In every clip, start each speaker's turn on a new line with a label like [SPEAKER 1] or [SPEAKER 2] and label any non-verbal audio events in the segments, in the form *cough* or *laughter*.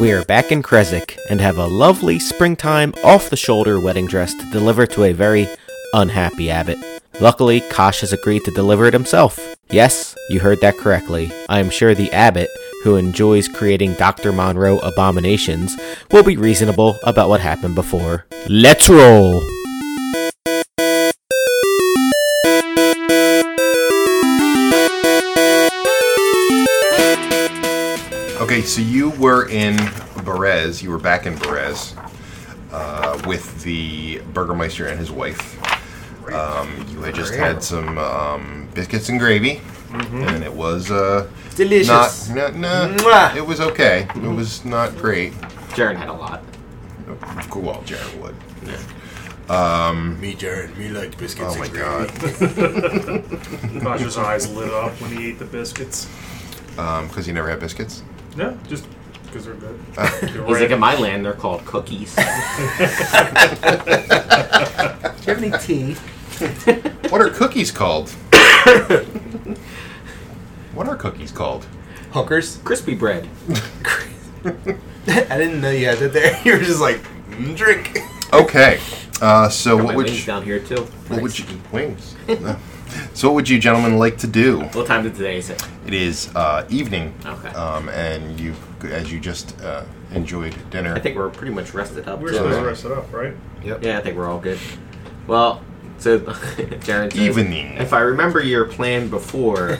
[SPEAKER 1] We are back in Kresik and have a lovely springtime off the shoulder wedding dress to deliver to a very unhappy abbot. Luckily, Kosh has agreed to deliver it himself. Yes, you heard that correctly. I am sure the abbot, who enjoys creating Dr. Monroe abominations, will be reasonable about what happened before. Let's roll!
[SPEAKER 2] Okay, so you were in Berez. You were back in Berez uh, with the Burgermeister and his wife. Um, you had just had some um, biscuits and gravy, and it was uh,
[SPEAKER 3] Mm-hmm. Delicious.
[SPEAKER 2] Not, no, no,
[SPEAKER 3] Mwah.
[SPEAKER 2] it was okay. It was not great.
[SPEAKER 3] Jaren had a lot.
[SPEAKER 2] Of course, Well, Jared would.
[SPEAKER 4] Me, Jared. Me like biscuits.
[SPEAKER 2] Oh my
[SPEAKER 4] and
[SPEAKER 2] god. *laughs*
[SPEAKER 4] gravy.
[SPEAKER 5] Bosh's eyes lit up when he ate the biscuits.
[SPEAKER 2] Because you um, never had biscuits?
[SPEAKER 5] Yeah, just because they're good.
[SPEAKER 2] Ah.
[SPEAKER 5] They're
[SPEAKER 3] He's like, in
[SPEAKER 5] random.
[SPEAKER 3] my land, they're called
[SPEAKER 2] *laughs*
[SPEAKER 3] cookies. Do you have any tea?
[SPEAKER 2] What are
[SPEAKER 3] *coughs*
[SPEAKER 2] cookies called? what are cookies called?
[SPEAKER 4] Hookers.
[SPEAKER 3] Crispy bread.
[SPEAKER 4] I didn't know you had that there. You were just like mm, drink.
[SPEAKER 2] Okay. Uh, so
[SPEAKER 3] Got
[SPEAKER 2] what
[SPEAKER 3] my
[SPEAKER 2] would
[SPEAKER 3] wings
[SPEAKER 2] you,
[SPEAKER 3] down here too.
[SPEAKER 2] what would you wings? No. so what would you gentlemen like to do?
[SPEAKER 3] What time did today is it?
[SPEAKER 2] It is uh, evening,
[SPEAKER 3] Okay.
[SPEAKER 2] um, and you, as you just uh, enjoyed dinner.
[SPEAKER 3] I think we're pretty much rested up.
[SPEAKER 5] We're
[SPEAKER 3] too.
[SPEAKER 5] supposed to rest it up, right?
[SPEAKER 3] Yeah, I think we're all good. Well, so *laughs* Jaren says,
[SPEAKER 2] Evening.
[SPEAKER 3] If I remember your plan
[SPEAKER 4] *laughs*
[SPEAKER 3] before,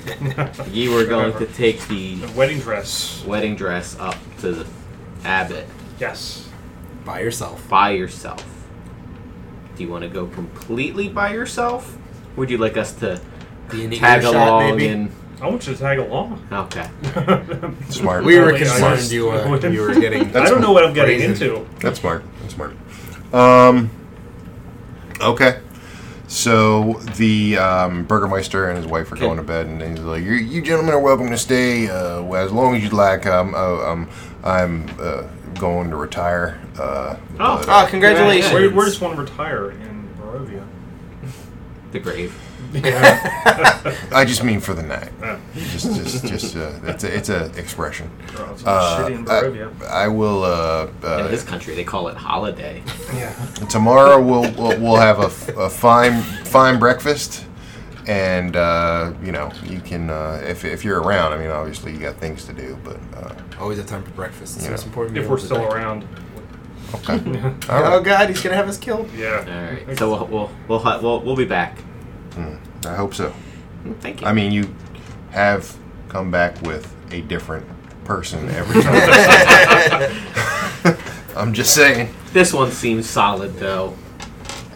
[SPEAKER 3] you were going to take the
[SPEAKER 5] The wedding dress.
[SPEAKER 3] wedding dress up to the abbot
[SPEAKER 5] Yes.
[SPEAKER 4] By yourself.
[SPEAKER 3] by yourself. Do you want to go completely by yourself? Would you like us to
[SPEAKER 4] Be an
[SPEAKER 3] tag
[SPEAKER 4] eager shot,
[SPEAKER 3] along
[SPEAKER 4] maybe?
[SPEAKER 3] and
[SPEAKER 5] I want you to tag along.
[SPEAKER 3] okay?
[SPEAKER 2] smart.
[SPEAKER 4] We were
[SPEAKER 5] Totally, I
[SPEAKER 4] concerned
[SPEAKER 5] just-
[SPEAKER 4] you,
[SPEAKER 5] *laughs*
[SPEAKER 4] uh, you were getting.
[SPEAKER 2] *laughs*
[SPEAKER 4] *laughs*
[SPEAKER 5] I don't know what I'm getting
[SPEAKER 4] Raisin.
[SPEAKER 5] into.
[SPEAKER 2] That's smart. That's smart. Um, okay. So the um, Burgermeister and his wife are going to bed, and he's like, "You, you gentlemen are welcome to stay uh, as long as you'd like. Um, uh, um, I'm uh, going to retire." Uh,
[SPEAKER 3] Oh.
[SPEAKER 2] but,
[SPEAKER 5] Ah.
[SPEAKER 4] Oh,
[SPEAKER 2] uh,
[SPEAKER 4] congratulations.
[SPEAKER 3] Yeah,
[SPEAKER 5] Where, where does one retire in
[SPEAKER 2] *laughs*
[SPEAKER 5] Barovia?
[SPEAKER 3] The grave.
[SPEAKER 5] Yeah.
[SPEAKER 2] I just mean for the night.
[SPEAKER 5] Oh,
[SPEAKER 2] Just, just, just. Uh, it's a, it's a expression.
[SPEAKER 5] it's
[SPEAKER 2] Uh,
[SPEAKER 5] shitty in
[SPEAKER 2] I,
[SPEAKER 5] Barovia.
[SPEAKER 2] I will. Uh,
[SPEAKER 3] In
[SPEAKER 2] uh,
[SPEAKER 3] this country, they call it holiday.
[SPEAKER 5] yeah.
[SPEAKER 2] tomorrow we'll we'll, we'll have a, f- a fine fine breakfast, and uh, you know you can uh, if, if you're around. I mean, obviously you got things to do, but uh,
[SPEAKER 4] Always have time for breakfast. It's
[SPEAKER 2] Yeah.
[SPEAKER 4] the most important.
[SPEAKER 5] If
[SPEAKER 4] meal
[SPEAKER 5] we're
[SPEAKER 4] of the
[SPEAKER 5] still
[SPEAKER 4] day.
[SPEAKER 5] around.
[SPEAKER 2] okay.
[SPEAKER 5] *laughs* Yeah.
[SPEAKER 2] All
[SPEAKER 4] Oh
[SPEAKER 2] right.
[SPEAKER 4] God, he's gonna have us killed.
[SPEAKER 3] All
[SPEAKER 5] yeah.
[SPEAKER 3] right. So we'll we'll we'll hu- we'll, we'll be back.
[SPEAKER 2] I hope so.
[SPEAKER 3] Thank you.
[SPEAKER 2] I mean, you have come back with a different person every time.
[SPEAKER 5] *laughs*
[SPEAKER 2] *laughs* I'm just saying.
[SPEAKER 3] this one seems solid
[SPEAKER 4] *laughs*
[SPEAKER 3] though.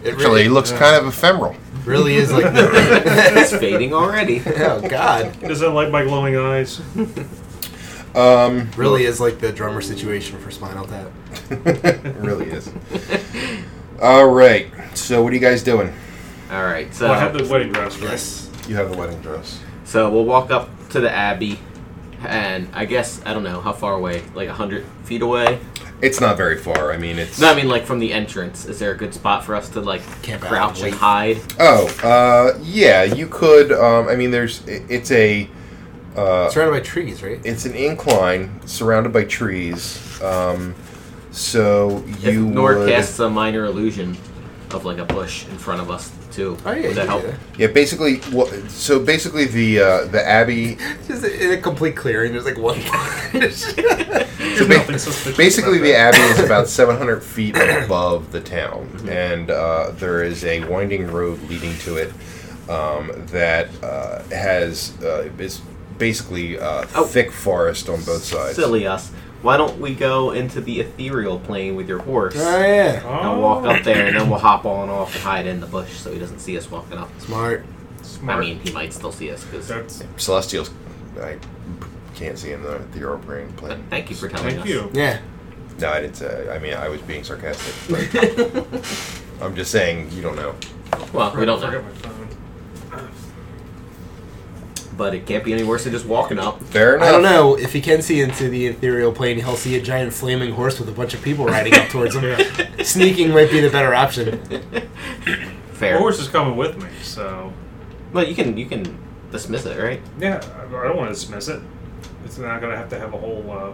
[SPEAKER 4] It
[SPEAKER 2] Actually, he looks kind of ephemeral.
[SPEAKER 4] *laughs* really is like.
[SPEAKER 2] *laughs*
[SPEAKER 3] It's fading already.
[SPEAKER 4] *laughs* oh God,
[SPEAKER 5] Does that light my glowing eyes?
[SPEAKER 2] Um,
[SPEAKER 4] really is like the drummer situation for Spinal Tap.
[SPEAKER 2] it really is. All right. So, what are you guys doing?
[SPEAKER 3] All right. So
[SPEAKER 5] Well, I have the wedding dress, right?
[SPEAKER 4] Yes.
[SPEAKER 2] You have a wedding dress.
[SPEAKER 3] So we'll walk up to the abbey, and I guess I don't know how far away, like hundred feet away.
[SPEAKER 2] It's not very far. I mean, it's
[SPEAKER 3] No, I mean like from the entrance. Is there a good spot for us to like
[SPEAKER 4] Camp out
[SPEAKER 3] crouch
[SPEAKER 4] and
[SPEAKER 3] and
[SPEAKER 4] wait.
[SPEAKER 3] hide?
[SPEAKER 2] Oh, uh, yeah, you could. Um, I mean, there's. i- It's a. Uh,
[SPEAKER 4] Surrounded by trees, right?
[SPEAKER 2] it's an incline surrounded by trees. Um, so
[SPEAKER 3] If
[SPEAKER 2] you
[SPEAKER 3] Nord
[SPEAKER 2] would.
[SPEAKER 3] casts a minor illusion of like a bush in front of us too.
[SPEAKER 4] Oh, yeah,
[SPEAKER 3] Would that
[SPEAKER 4] you
[SPEAKER 3] help?
[SPEAKER 4] do *laughs* that.
[SPEAKER 2] Yeah, basically. What, so basically, the uh, the abbey.
[SPEAKER 4] Just in a complete clearing. There's like one. *laughs*
[SPEAKER 2] Oh,
[SPEAKER 5] There's nothing suspicious.
[SPEAKER 2] Basically,
[SPEAKER 5] about
[SPEAKER 2] the
[SPEAKER 5] that.
[SPEAKER 2] abbey
[SPEAKER 3] *laughs*
[SPEAKER 2] is about 700 feet above the town,
[SPEAKER 3] Mhm.
[SPEAKER 2] and uh, there is a winding road leading to it um, that uh, has uh, is basically uh,
[SPEAKER 3] Oh.
[SPEAKER 2] thick forest on both sides.
[SPEAKER 3] Silly us. Why don't we go into the ethereal plane with your horse?
[SPEAKER 4] oh yeah.
[SPEAKER 3] And walk up there, and then we'll hop on off and hide in the bush so he doesn't see us walking up.
[SPEAKER 4] Smart.
[SPEAKER 5] Oh, Smart.
[SPEAKER 3] I mean, he might still see us because.
[SPEAKER 5] That's,
[SPEAKER 2] Celestials, I can't see in the the European plane.
[SPEAKER 3] Thank you for telling
[SPEAKER 5] thank
[SPEAKER 3] us.
[SPEAKER 5] you.
[SPEAKER 4] Yeah.
[SPEAKER 2] No, I didn't say. I mean, I was being sarcastic. But I'm just saying you don't know.
[SPEAKER 3] *laughs* Well, we don't
[SPEAKER 5] I
[SPEAKER 3] know,
[SPEAKER 5] forgot my phone.
[SPEAKER 3] but it can't be any worse than just walking up.
[SPEAKER 2] Fair enough.
[SPEAKER 4] I don't know if he can see into the ethereal plane. He'll see a giant flaming horse with a bunch of people riding up towards
[SPEAKER 5] *laughs*
[SPEAKER 4] him. Sneaking might be the better option.
[SPEAKER 5] My
[SPEAKER 3] Fair.
[SPEAKER 5] horse is coming with me, so
[SPEAKER 3] Well, you can you can dismiss it, right?
[SPEAKER 5] yeah, I I don't want to dismiss it. It's not gonna have to have a whole uh,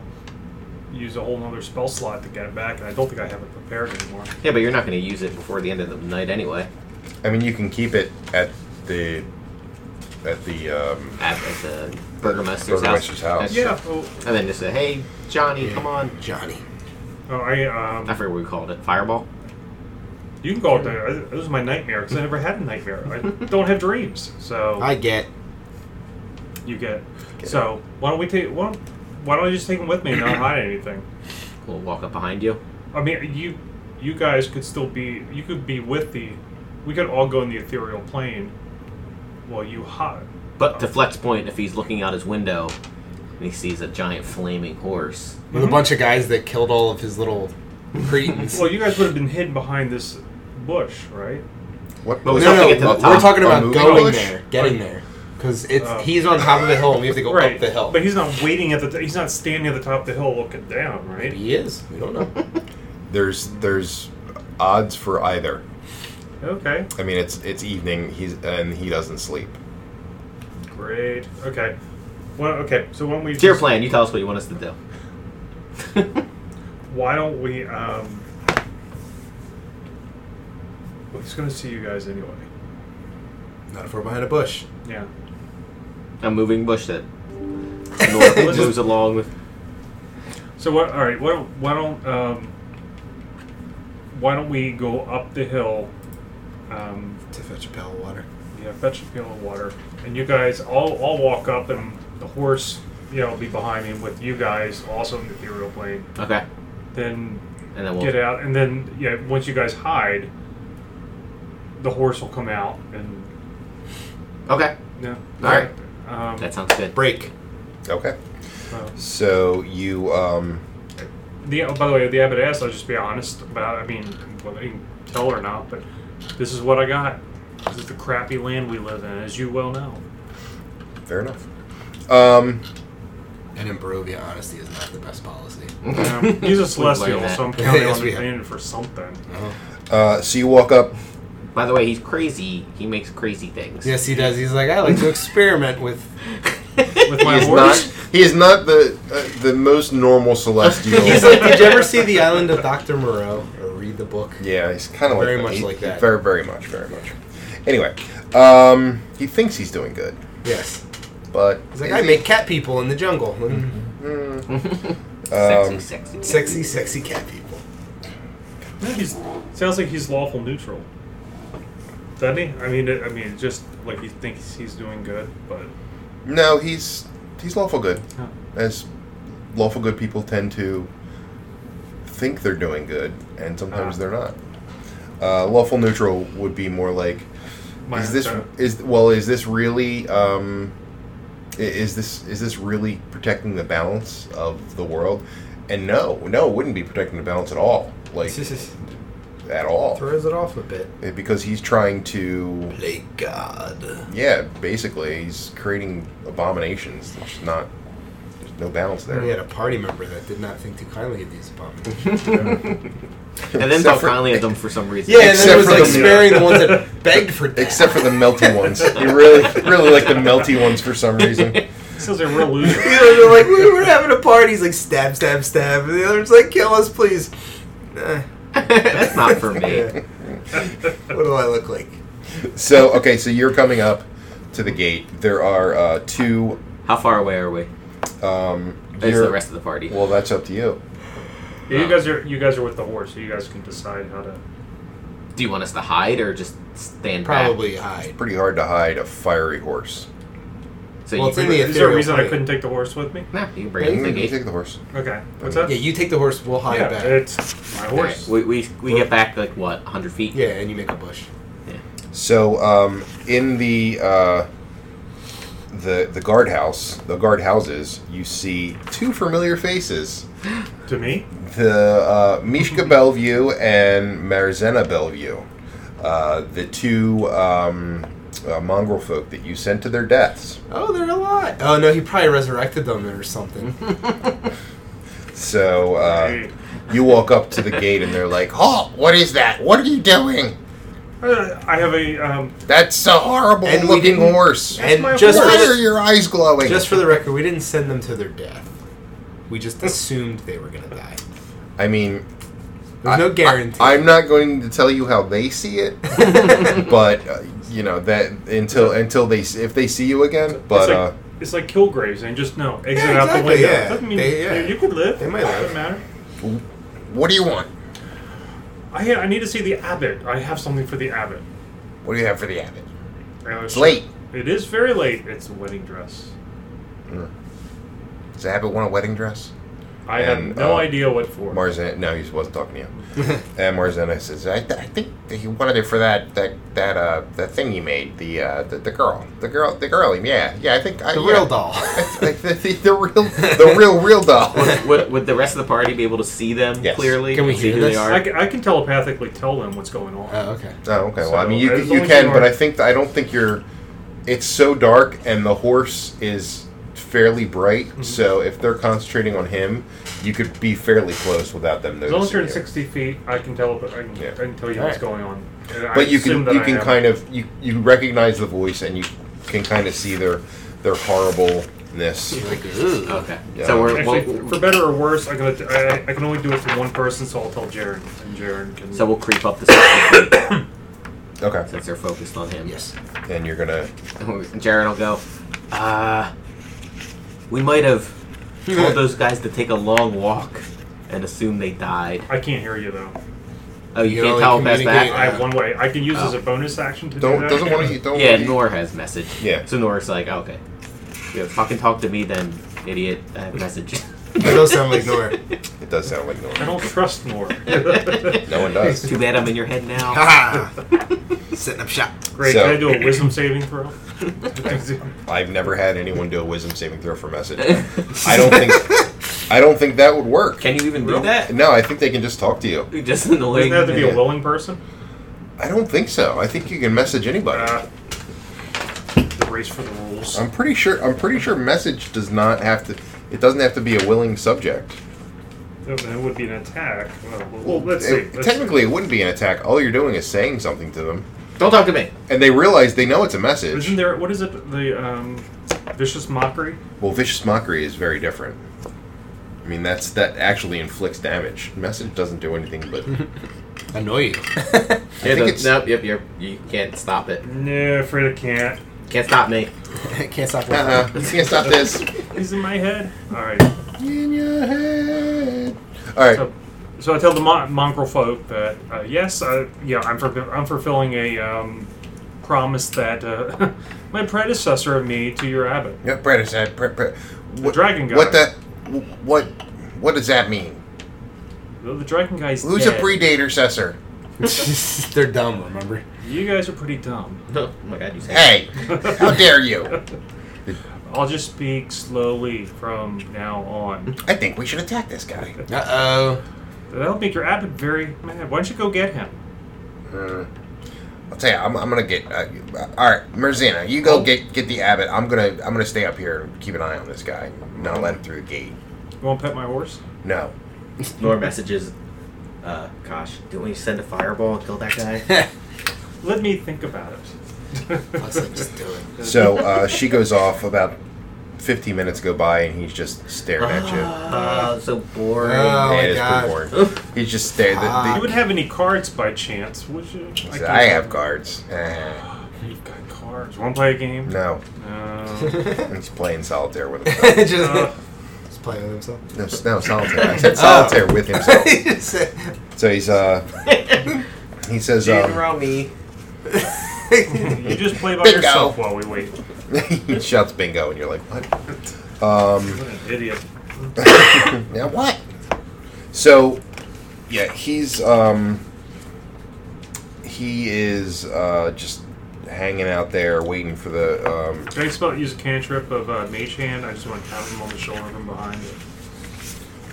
[SPEAKER 5] used a whole other spell slot to get it back, and I don't think I have it prepared anymore.
[SPEAKER 3] Yeah, but you're not going to use it before the end of the night anyway.
[SPEAKER 2] I mean, you can keep it at the at the um,
[SPEAKER 3] At, at the burgermaster's,
[SPEAKER 2] Burgermaster's house.
[SPEAKER 3] That's
[SPEAKER 5] Yeah.
[SPEAKER 3] true.
[SPEAKER 5] Oh,
[SPEAKER 3] And then just say, hey, Johnny, come on.
[SPEAKER 4] Johnny.
[SPEAKER 5] oh, I um,
[SPEAKER 3] I forget what we called it. Fireball?
[SPEAKER 5] You can call it that. It was my nightmare because I never had a nightmare.
[SPEAKER 3] *laughs*
[SPEAKER 5] I don't have dreams, so
[SPEAKER 4] I get.
[SPEAKER 5] you get. so why don't we take? Why don't, why don't I just take them with me and
[SPEAKER 3] *clears throat*
[SPEAKER 5] not hide anything?
[SPEAKER 3] We'll walk up behind you.
[SPEAKER 5] I mean, you you guys could still be. You could be with the. We could all go in the ethereal plane. While you hide.
[SPEAKER 3] But to Flex point, if he's looking out his window and he sees a giant flaming horse,
[SPEAKER 4] With a bunch of guys that killed all of his little cretins.
[SPEAKER 5] Mm-hmm. Hmm? Well, you guys would have been hidden behind this bush, right?
[SPEAKER 2] what?
[SPEAKER 3] But we
[SPEAKER 2] was
[SPEAKER 4] no,
[SPEAKER 3] have
[SPEAKER 4] no,
[SPEAKER 3] to get to the
[SPEAKER 4] we're
[SPEAKER 3] top.
[SPEAKER 4] talking
[SPEAKER 2] A
[SPEAKER 4] about
[SPEAKER 2] moving
[SPEAKER 4] going
[SPEAKER 2] bush?
[SPEAKER 4] there, getting there, because it's
[SPEAKER 5] Oh.
[SPEAKER 4] he's on top of the hill and we have to go
[SPEAKER 5] right.
[SPEAKER 4] up the hill.
[SPEAKER 5] But he's not waiting at the. T- he's not standing at the top of the hill looking down, right?
[SPEAKER 4] he is. We don't know.
[SPEAKER 2] There's there's odds for either.
[SPEAKER 5] Okay.
[SPEAKER 2] I mean, it's it's evening. He's and he doesn't sleep.
[SPEAKER 5] Great. Okay. Well, okay. So when we
[SPEAKER 3] it's your
[SPEAKER 5] just-
[SPEAKER 3] plan. You tell us what you want us to do.
[SPEAKER 5] Why don't we? Um, well, he's going to see you guys anyway.
[SPEAKER 4] *laughs* Not if we're behind a bush.
[SPEAKER 5] Yeah.
[SPEAKER 3] *laughs* A moving bush that
[SPEAKER 4] *laughs*
[SPEAKER 3] north moves along with.
[SPEAKER 5] So what? All right. What? Why don't? Um, why don't we go up the hill? Um,
[SPEAKER 4] To fetch a pail of water.
[SPEAKER 5] yeah, fetch a pail of water, and you guys, I'll I'll walk up, and the horse, you know, will be behind me with you guys, also in the ethereal plane.
[SPEAKER 3] Okay.
[SPEAKER 5] Then
[SPEAKER 3] And then we'll.
[SPEAKER 5] get out, and then yeah, once you guys hide, the horse will come out, and
[SPEAKER 3] Okay.
[SPEAKER 5] yeah.
[SPEAKER 3] All right.
[SPEAKER 5] Um,
[SPEAKER 3] That sounds good.
[SPEAKER 4] Break.
[SPEAKER 2] Okay.
[SPEAKER 5] uh,
[SPEAKER 2] So you um
[SPEAKER 5] The, oh, by the way, the abbess, I'll just be honest about. I mean, whether you can tell or not, but this is what I got. This is the crappy land we live in, as you well know.
[SPEAKER 2] fair enough. Um
[SPEAKER 4] And in Barovia, honesty is not the best policy.
[SPEAKER 3] *laughs*
[SPEAKER 5] Um, he's a celestial,
[SPEAKER 3] that.
[SPEAKER 4] *laughs*
[SPEAKER 5] so I'm counting
[SPEAKER 4] Yes,
[SPEAKER 5] on
[SPEAKER 4] we
[SPEAKER 5] the
[SPEAKER 4] have.
[SPEAKER 5] land for something.
[SPEAKER 2] uh so you walk up
[SPEAKER 3] By the way, he's crazy. He makes crazy things. *laughs*
[SPEAKER 4] Yes, he does. He's like, I *laughs* like to experiment with.
[SPEAKER 5] With my
[SPEAKER 2] He's
[SPEAKER 5] horse,
[SPEAKER 2] not. He is not the uh, the most normal *laughs* celestial.
[SPEAKER 4] He's like, did you ever see The Island of Doctor Moreau or read the book?
[SPEAKER 2] yeah, he's kind of
[SPEAKER 4] Very
[SPEAKER 2] like
[SPEAKER 4] much
[SPEAKER 2] He-
[SPEAKER 4] like that.
[SPEAKER 2] Very, very much, very much. Anyway, um, he thinks he's doing good,
[SPEAKER 4] Yes.
[SPEAKER 2] but Mm,
[SPEAKER 4] He's like,
[SPEAKER 2] is
[SPEAKER 4] I
[SPEAKER 2] he-
[SPEAKER 4] make cat people in the jungle.
[SPEAKER 2] Mm-hmm. Um,
[SPEAKER 3] sexy, sexy.
[SPEAKER 4] Sexy, sexy cat people.
[SPEAKER 5] he's, sounds like he's lawful neutral. Doesn't he? I mean, it, I mean, just like he thinks he's doing good, but
[SPEAKER 2] no, he's he's lawful good,
[SPEAKER 5] Huh.
[SPEAKER 2] as lawful good people tend to think they're doing good, and sometimes
[SPEAKER 5] Ah.
[SPEAKER 2] they're not. Uh, lawful neutral would be more like
[SPEAKER 5] my
[SPEAKER 2] is this
[SPEAKER 5] so-
[SPEAKER 2] is well is this really um i- is this is this really protecting the balance of the world and no no it wouldn't be protecting the balance at all like at all
[SPEAKER 4] Throws it off a bit.
[SPEAKER 2] Eh, because he's trying to
[SPEAKER 4] Play God.
[SPEAKER 2] yeah basically he's creating abominations there's not there's no balance
[SPEAKER 4] We
[SPEAKER 2] there
[SPEAKER 4] had a party member that did not think too kindly of these abominations.
[SPEAKER 2] *laughs*
[SPEAKER 3] And then
[SPEAKER 2] Except
[SPEAKER 3] they'll
[SPEAKER 2] for-
[SPEAKER 3] finally at them for some reason.
[SPEAKER 4] Yeah, and
[SPEAKER 2] Except
[SPEAKER 4] then it was
[SPEAKER 2] for
[SPEAKER 4] like
[SPEAKER 2] the-
[SPEAKER 4] sparing the ones
[SPEAKER 2] *laughs*
[SPEAKER 4] that begged for death.
[SPEAKER 2] except for the melty ones he really really like the melty ones for some reason
[SPEAKER 5] sounds like
[SPEAKER 4] *laughs*
[SPEAKER 5] a real loser.
[SPEAKER 4] *laughs* You know, they're like, we
[SPEAKER 2] *laughs*
[SPEAKER 4] were having a party. He's like, stab, stab, stab. And the other's like, kill us, please. Eh,
[SPEAKER 3] *laughs* That's not for me.
[SPEAKER 4] what do I look like?
[SPEAKER 2] so okay so you're coming up to the gate there are uh two
[SPEAKER 3] How far away are we?
[SPEAKER 2] um
[SPEAKER 3] Is
[SPEAKER 2] you're-
[SPEAKER 3] the rest of the party?
[SPEAKER 2] Well, that's up to you.
[SPEAKER 5] Yeah, you guys are you guys are with the horse, so you guys can decide how to.
[SPEAKER 3] Do you want us to hide or just stand
[SPEAKER 4] Probably hide.
[SPEAKER 2] Pretty hard to hide a fiery horse.
[SPEAKER 3] back? So
[SPEAKER 4] Well,
[SPEAKER 3] you
[SPEAKER 4] it's
[SPEAKER 3] can
[SPEAKER 4] in the
[SPEAKER 5] Is there a
[SPEAKER 4] ethereal
[SPEAKER 5] reason I
[SPEAKER 4] plane.
[SPEAKER 5] couldn't take the horse with me?
[SPEAKER 3] Nah, you can bring it to the
[SPEAKER 2] You can
[SPEAKER 3] gate.
[SPEAKER 2] Mm, take the horse.
[SPEAKER 5] Okay, what's that?
[SPEAKER 4] Yeah, you take the horse. We'll hide
[SPEAKER 5] Yeah,
[SPEAKER 4] back.
[SPEAKER 5] it's my
[SPEAKER 3] All
[SPEAKER 5] horse.
[SPEAKER 3] right, we, we, we get back like what, 100 feet?
[SPEAKER 4] yeah, and you make a bush.
[SPEAKER 2] So, um, in the uh, the the guardhouse, the guardhouses, you see two familiar faces:
[SPEAKER 5] To me?
[SPEAKER 2] the uh, Mishka Bellevue and Marzena Bellevue, uh, the two um, uh, mongrel folk that you sent to their deaths.
[SPEAKER 4] Oh, they're alive. Oh, no, he probably resurrected them or *laughs* something.
[SPEAKER 2] So. Uh,
[SPEAKER 5] Hey.
[SPEAKER 2] you walk up to the gate and they're like, "Halt! What is that? What are you doing?
[SPEAKER 5] Uh, I have a. Um,
[SPEAKER 2] That's a horrible
[SPEAKER 4] And we
[SPEAKER 2] looking
[SPEAKER 4] didn't-
[SPEAKER 2] horse."
[SPEAKER 4] and
[SPEAKER 5] my
[SPEAKER 4] just for,
[SPEAKER 2] Why are
[SPEAKER 4] the,
[SPEAKER 2] your eyes glowing?
[SPEAKER 4] just for the record, we didn't send them to their death. We just assumed they were gonna die.
[SPEAKER 2] I mean,
[SPEAKER 4] There's no guarantee.
[SPEAKER 2] I, am not going to tell you how they see
[SPEAKER 4] *laughs*
[SPEAKER 2] it, but uh, you know that until until they s- if they see you again. But
[SPEAKER 5] it's like,
[SPEAKER 2] uh,
[SPEAKER 5] it's like kill graves and just no exit
[SPEAKER 4] Yeah,
[SPEAKER 5] out the
[SPEAKER 4] exactly,
[SPEAKER 5] window.
[SPEAKER 4] yeah.
[SPEAKER 5] Doesn't mean
[SPEAKER 4] They- yeah.
[SPEAKER 5] you could live.
[SPEAKER 4] They might live.
[SPEAKER 5] Doesn't matter.
[SPEAKER 2] what do you want?
[SPEAKER 5] I I need to see the abbot. I have something for the abbot.
[SPEAKER 2] What do you have for the abbot?
[SPEAKER 5] And I was
[SPEAKER 2] It's late.
[SPEAKER 5] It is very late. It's a wedding dress.
[SPEAKER 2] Does the abbot want a wedding dress?
[SPEAKER 5] I
[SPEAKER 2] And,
[SPEAKER 5] have no
[SPEAKER 2] uh,
[SPEAKER 5] idea what for.
[SPEAKER 2] Marzan, no, he wasn't talking to you. and Marzana says, I, th- I think that he wanted it for that that that uh that thing you made the uh the, the girl the girl the girl yeah yeah I think I,
[SPEAKER 4] the
[SPEAKER 2] yeah. *laughs*
[SPEAKER 4] real *laughs* doll. Oh,
[SPEAKER 2] the, the, the real the real real
[SPEAKER 5] *laughs*
[SPEAKER 2] doll. Oh,
[SPEAKER 3] would, would, would the rest of the party be able to see them
[SPEAKER 2] Yes.
[SPEAKER 3] clearly?
[SPEAKER 4] Can we
[SPEAKER 3] and see
[SPEAKER 4] hear
[SPEAKER 3] who
[SPEAKER 4] this?
[SPEAKER 3] they are?
[SPEAKER 5] I, ca- I can telepathically tell them what's going on.
[SPEAKER 4] oh, okay.
[SPEAKER 2] Oh, okay. well, I
[SPEAKER 5] So,
[SPEAKER 2] mean, you,
[SPEAKER 5] as
[SPEAKER 2] you
[SPEAKER 5] long as
[SPEAKER 2] can,
[SPEAKER 5] you
[SPEAKER 2] but
[SPEAKER 5] are-
[SPEAKER 2] I think I don't think you're. It's so dark, and the horse is fairly bright.
[SPEAKER 5] Mm-hmm.
[SPEAKER 2] So if they're concentrating on him, you could be fairly close without them
[SPEAKER 5] as
[SPEAKER 2] noticing.
[SPEAKER 5] long as you're in
[SPEAKER 2] you.
[SPEAKER 5] 60 feet, I can tell. I can,
[SPEAKER 2] Yeah.
[SPEAKER 5] I can tell you
[SPEAKER 4] All
[SPEAKER 5] what's
[SPEAKER 4] right.
[SPEAKER 5] going on. And I
[SPEAKER 2] but you
[SPEAKER 5] assume
[SPEAKER 2] can
[SPEAKER 5] that
[SPEAKER 2] you
[SPEAKER 5] I
[SPEAKER 2] can
[SPEAKER 5] am.
[SPEAKER 2] kind of you you recognize the voice, and you can kind of see their their horribleness.
[SPEAKER 3] Okay.
[SPEAKER 2] Yeah.
[SPEAKER 3] So we're
[SPEAKER 5] Actually,
[SPEAKER 3] we'll,
[SPEAKER 5] for better or worse, I, can I, I can only do it for one person, so I'll tell Jared, and Jared can.
[SPEAKER 3] so we'll creep up the side
[SPEAKER 2] Okay,
[SPEAKER 3] since they're focused on him.
[SPEAKER 4] *laughs* Yes.
[SPEAKER 2] and you're gonna
[SPEAKER 3] And *laughs* Jared will go. Uh, we might have told those guys to take a long walk and assume they died.
[SPEAKER 5] I can't hear you though.
[SPEAKER 3] Oh, you,
[SPEAKER 4] You
[SPEAKER 3] can't
[SPEAKER 4] only
[SPEAKER 3] tell past that.
[SPEAKER 4] communicate-
[SPEAKER 5] I have one way. I can use this as a bonus action to do
[SPEAKER 2] Oh. don't
[SPEAKER 5] that.
[SPEAKER 2] doesn't want to don't
[SPEAKER 3] Yeah,
[SPEAKER 2] wanna-
[SPEAKER 3] Nor has message.
[SPEAKER 2] Yeah.
[SPEAKER 3] So Nor's like, okay, yeah, fucking talk to me then, idiot. I have message.
[SPEAKER 4] That does sound like Nora.
[SPEAKER 2] It does sound like
[SPEAKER 5] I
[SPEAKER 2] Nor.
[SPEAKER 5] don't trust
[SPEAKER 2] *laughs*
[SPEAKER 5] more.
[SPEAKER 2] *laughs* No one does.
[SPEAKER 3] *laughs*
[SPEAKER 5] *laughs*
[SPEAKER 3] Too bad I'm in your head
[SPEAKER 2] *laughs*
[SPEAKER 3] now. *laughs*
[SPEAKER 4] Ha ha! Setting up shop.
[SPEAKER 5] Great.
[SPEAKER 2] So-
[SPEAKER 5] Can I do a wisdom saving throw? *laughs*
[SPEAKER 2] I've never had anyone do a wisdom saving throw for
[SPEAKER 3] *laughs*
[SPEAKER 2] message. I don't think I don't think that would work.
[SPEAKER 3] Can you even do that?
[SPEAKER 2] No, I think they can just talk to you.
[SPEAKER 3] You Just annoying.
[SPEAKER 5] Doesn't that have to be
[SPEAKER 2] Yeah.
[SPEAKER 5] a willing person?
[SPEAKER 2] I don't think so. I think you can message anybody.
[SPEAKER 5] Uh, the race for the rules.
[SPEAKER 2] I'm pretty sure. I'm pretty sure message does not have to. It doesn't have to be a willing subject.
[SPEAKER 5] That that would be an attack. Oh, Well, well, let's see.
[SPEAKER 2] It-
[SPEAKER 5] Let's
[SPEAKER 2] technically, it wouldn't be an attack. All you're doing is saying something to them,
[SPEAKER 3] Don't talk to me.
[SPEAKER 2] and they realize they know it's a
[SPEAKER 5] see. isn't
[SPEAKER 2] message.
[SPEAKER 5] there? What is it? The um, vicious mockery.
[SPEAKER 2] Well, vicious mockery is very different. I mean, that's that actually inflicts damage. Message doesn't do anything, but
[SPEAKER 4] Annoy you. *laughs*
[SPEAKER 3] Yeah,
[SPEAKER 2] think
[SPEAKER 3] the-
[SPEAKER 2] it's-
[SPEAKER 3] nope, yep, you're, you can't stop it.
[SPEAKER 5] No, afraid I can't.
[SPEAKER 3] Can't stop
[SPEAKER 2] *laughs*
[SPEAKER 3] me.
[SPEAKER 4] Can't stop.
[SPEAKER 2] uh-uh,
[SPEAKER 4] laughing.
[SPEAKER 2] you can't stop this.
[SPEAKER 5] He's in my head. All right.
[SPEAKER 2] In your head. All right.
[SPEAKER 5] So, so I tell the mon- mongrel folk that uh, yes, I, yeah, I'm, for- I'm fulfilling a um, promise that uh, *laughs* my predecessor made to your abbot.
[SPEAKER 2] Yeah, Brett said. Brett, Brett. What,
[SPEAKER 5] dragon guy.
[SPEAKER 2] What the? What? What does that mean?
[SPEAKER 5] Though the dragon guy's
[SPEAKER 2] Who's
[SPEAKER 3] Yeah.
[SPEAKER 2] a predator?
[SPEAKER 4] They're dumb. Remember.
[SPEAKER 5] You guys are pretty dumb.
[SPEAKER 3] *laughs* Oh my god, you said
[SPEAKER 5] *laughs*
[SPEAKER 2] Hey, how dare you?
[SPEAKER 5] I'll just speak slowly from now on.
[SPEAKER 2] I think we should attack this guy.
[SPEAKER 4] Uh *laughs* oh.
[SPEAKER 5] That'll make your abbot very mad. Why don't you go get him?
[SPEAKER 2] Mm. I'll tell you, I'm, I'm gonna get. Uh, all right, Merzina, you go get get the abbot. I'm gonna I'm gonna stay up here and keep an eye on this guy, not let him through the gate.
[SPEAKER 5] You want to pet my horse?
[SPEAKER 2] No,
[SPEAKER 3] Nor messages. Uh, gosh, do we send a fireball and kill that guy?
[SPEAKER 2] *laughs*
[SPEAKER 5] Let me think about it.
[SPEAKER 4] Let's like, just do it.
[SPEAKER 2] So uh, she goes off. About 15 minutes go by, and he's just staring at you.
[SPEAKER 3] Uh, so boring. *laughs*
[SPEAKER 4] Ah. Oh
[SPEAKER 2] Yeah,
[SPEAKER 4] my
[SPEAKER 2] it is pretty
[SPEAKER 4] God. Ah.
[SPEAKER 2] boring. He's just staring.
[SPEAKER 5] you
[SPEAKER 2] The,
[SPEAKER 5] would have any cards by chance, would you?
[SPEAKER 2] the,
[SPEAKER 5] can't-
[SPEAKER 2] I have cards. Eh,
[SPEAKER 5] You've got cards. Want to play a game?
[SPEAKER 2] no,
[SPEAKER 5] No.
[SPEAKER 2] he's playing solitaire with himself.
[SPEAKER 4] *laughs* just,
[SPEAKER 5] Uh,
[SPEAKER 4] just play with *laughs* himself.
[SPEAKER 2] No, s- no solitaire. I
[SPEAKER 4] Oh.
[SPEAKER 2] said solitaire
[SPEAKER 4] *laughs*
[SPEAKER 2] with himself.
[SPEAKER 4] Just say-
[SPEAKER 2] So he's uh, he says
[SPEAKER 3] Gin
[SPEAKER 2] um,
[SPEAKER 3] Rummy.
[SPEAKER 4] *laughs*
[SPEAKER 5] you just play by
[SPEAKER 2] Bingo.
[SPEAKER 5] yourself while we wait.
[SPEAKER 2] *laughs* he shouts bingo, and you're like, what? Um,
[SPEAKER 5] What an idiot.
[SPEAKER 2] Now what? So, yeah, he's um, he is uh, just hanging out there waiting for the um,
[SPEAKER 5] Can I spell use a cantrip of uh, mage hand? I just want to tap him on the shoulder from behind.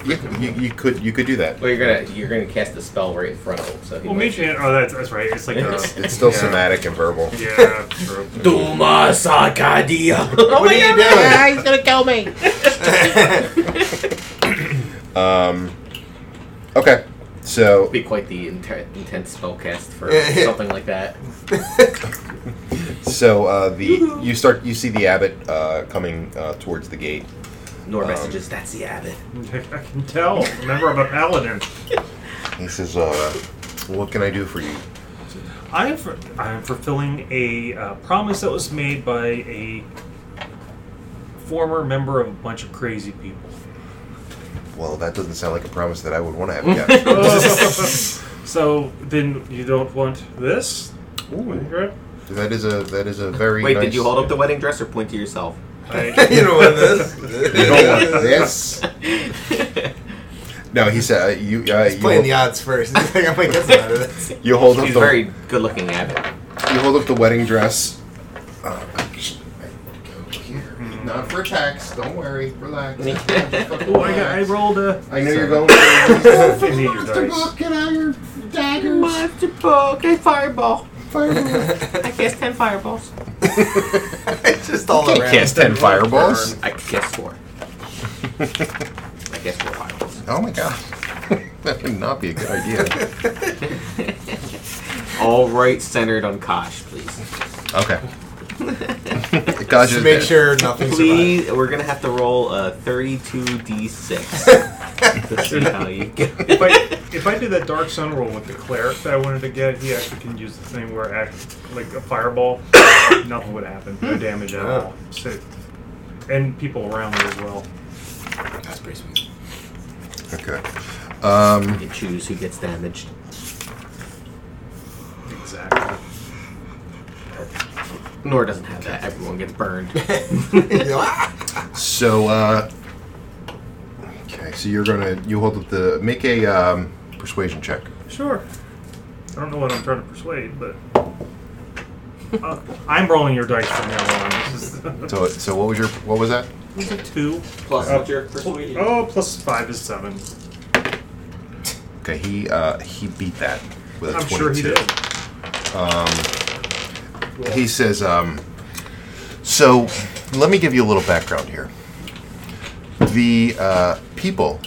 [SPEAKER 2] you, you, you could you could do that.
[SPEAKER 3] Well, you're gonna you're gonna cast the spell right in front of him. So he
[SPEAKER 5] Well,
[SPEAKER 3] might-
[SPEAKER 5] mage hand. Oh, that's that's right. It's like a,
[SPEAKER 2] It's, it's still
[SPEAKER 5] Yeah.
[SPEAKER 2] somatic and verbal.
[SPEAKER 5] yeah, true.
[SPEAKER 3] Duma Sakadia.
[SPEAKER 2] *laughs*
[SPEAKER 3] oh
[SPEAKER 4] What are you doing?
[SPEAKER 3] he's gonna kill me.
[SPEAKER 2] *laughs* Um, Okay, so
[SPEAKER 3] Be quite the inter- intense spell cast
[SPEAKER 2] *laughs*
[SPEAKER 3] for
[SPEAKER 4] Yeah, yeah.
[SPEAKER 3] something like that.
[SPEAKER 2] so uh, the you start you see the abbot uh, coming uh, towards the gate.
[SPEAKER 3] Norbest is just, that's the abbot.
[SPEAKER 5] I can tell. Remember, I'm a paladin.
[SPEAKER 2] He says, uh, "What can I do for you?"
[SPEAKER 5] I am, fu- I am fulfilling a uh, promise that was made by a former member of a bunch of crazy people.
[SPEAKER 2] Well, that doesn't sound like a promise that I would want
[SPEAKER 3] *laughs*
[SPEAKER 2] to have kept.
[SPEAKER 5] so then you don't want this?
[SPEAKER 2] Ooh,
[SPEAKER 5] Okay.
[SPEAKER 2] that is a that is a very
[SPEAKER 3] Wait,
[SPEAKER 2] nice,
[SPEAKER 3] did you hold up the wedding dress or point to
[SPEAKER 2] *laughs*
[SPEAKER 3] yourself?
[SPEAKER 4] *laughs*
[SPEAKER 5] I,
[SPEAKER 2] you know what this? you don't *laughs* want this? No, he said uh, you. Uh, you,
[SPEAKER 4] Playing
[SPEAKER 2] hold,
[SPEAKER 4] the odds first. *laughs* He's like, I'm like, that's not it. *laughs*
[SPEAKER 2] you hold up
[SPEAKER 3] She's
[SPEAKER 2] the
[SPEAKER 3] very good looking abbot.
[SPEAKER 2] you hold up the wedding dress. Uh, go here.
[SPEAKER 5] Hmm.
[SPEAKER 2] Not for tax. Don't worry. Relax.
[SPEAKER 5] *laughs* oh, I, got, I rolled a.
[SPEAKER 2] I know you're going. *laughs*
[SPEAKER 5] *laughs*
[SPEAKER 2] For
[SPEAKER 5] I need your dice.
[SPEAKER 2] Get out your daggers.
[SPEAKER 3] Okay, fireball.
[SPEAKER 2] Fireball.
[SPEAKER 3] I cast ten fireballs.
[SPEAKER 4] It's just all
[SPEAKER 2] Oh, Can't
[SPEAKER 4] around.
[SPEAKER 2] cast ten fireballs.
[SPEAKER 3] I cast four. I cast four fireballs.
[SPEAKER 2] *laughs*
[SPEAKER 3] *laughs*
[SPEAKER 2] Oh my god. *laughs* that would not be a good idea.
[SPEAKER 4] *laughs*
[SPEAKER 3] All right, centered on Kosh,
[SPEAKER 2] *laughs*
[SPEAKER 3] please.
[SPEAKER 2] Okay. Gosh,
[SPEAKER 4] Just to make sure nothing survives.
[SPEAKER 3] Please, we're gonna have to roll a thirty-two
[SPEAKER 2] *laughs*
[SPEAKER 3] d6 to see how you get.
[SPEAKER 5] If I, if I did that Dark Sun roll with the cleric that I wanted to get, he actually can use the thing where, act, like a fireball, *coughs* nothing would happen. No damage at all. Safe. And people around me as well.
[SPEAKER 4] That's pretty sweet. *laughs*
[SPEAKER 2] Okay. Um,
[SPEAKER 3] You choose who gets damaged.
[SPEAKER 5] Exactly.
[SPEAKER 3] Nor doesn't have that. Everyone gets
[SPEAKER 2] *laughs*
[SPEAKER 3] burned.
[SPEAKER 4] You know, ah!
[SPEAKER 2] so, uh, okay, so you're gonna, you hold up the, make a um, persuasion check.
[SPEAKER 5] Sure. I don't know what I'm trying to persuade, but uh, I'm rolling your dice from now on. This is *laughs*
[SPEAKER 2] So, so what was your, what was that?
[SPEAKER 5] was it two.
[SPEAKER 3] Plus,
[SPEAKER 5] what's
[SPEAKER 3] your
[SPEAKER 5] Oh, plus five is seven.
[SPEAKER 2] Okay, he, uh, he beat that with a
[SPEAKER 5] I'm
[SPEAKER 2] 22.
[SPEAKER 5] sure he did.
[SPEAKER 2] He says, um, so let me give you a little background here. The uh, people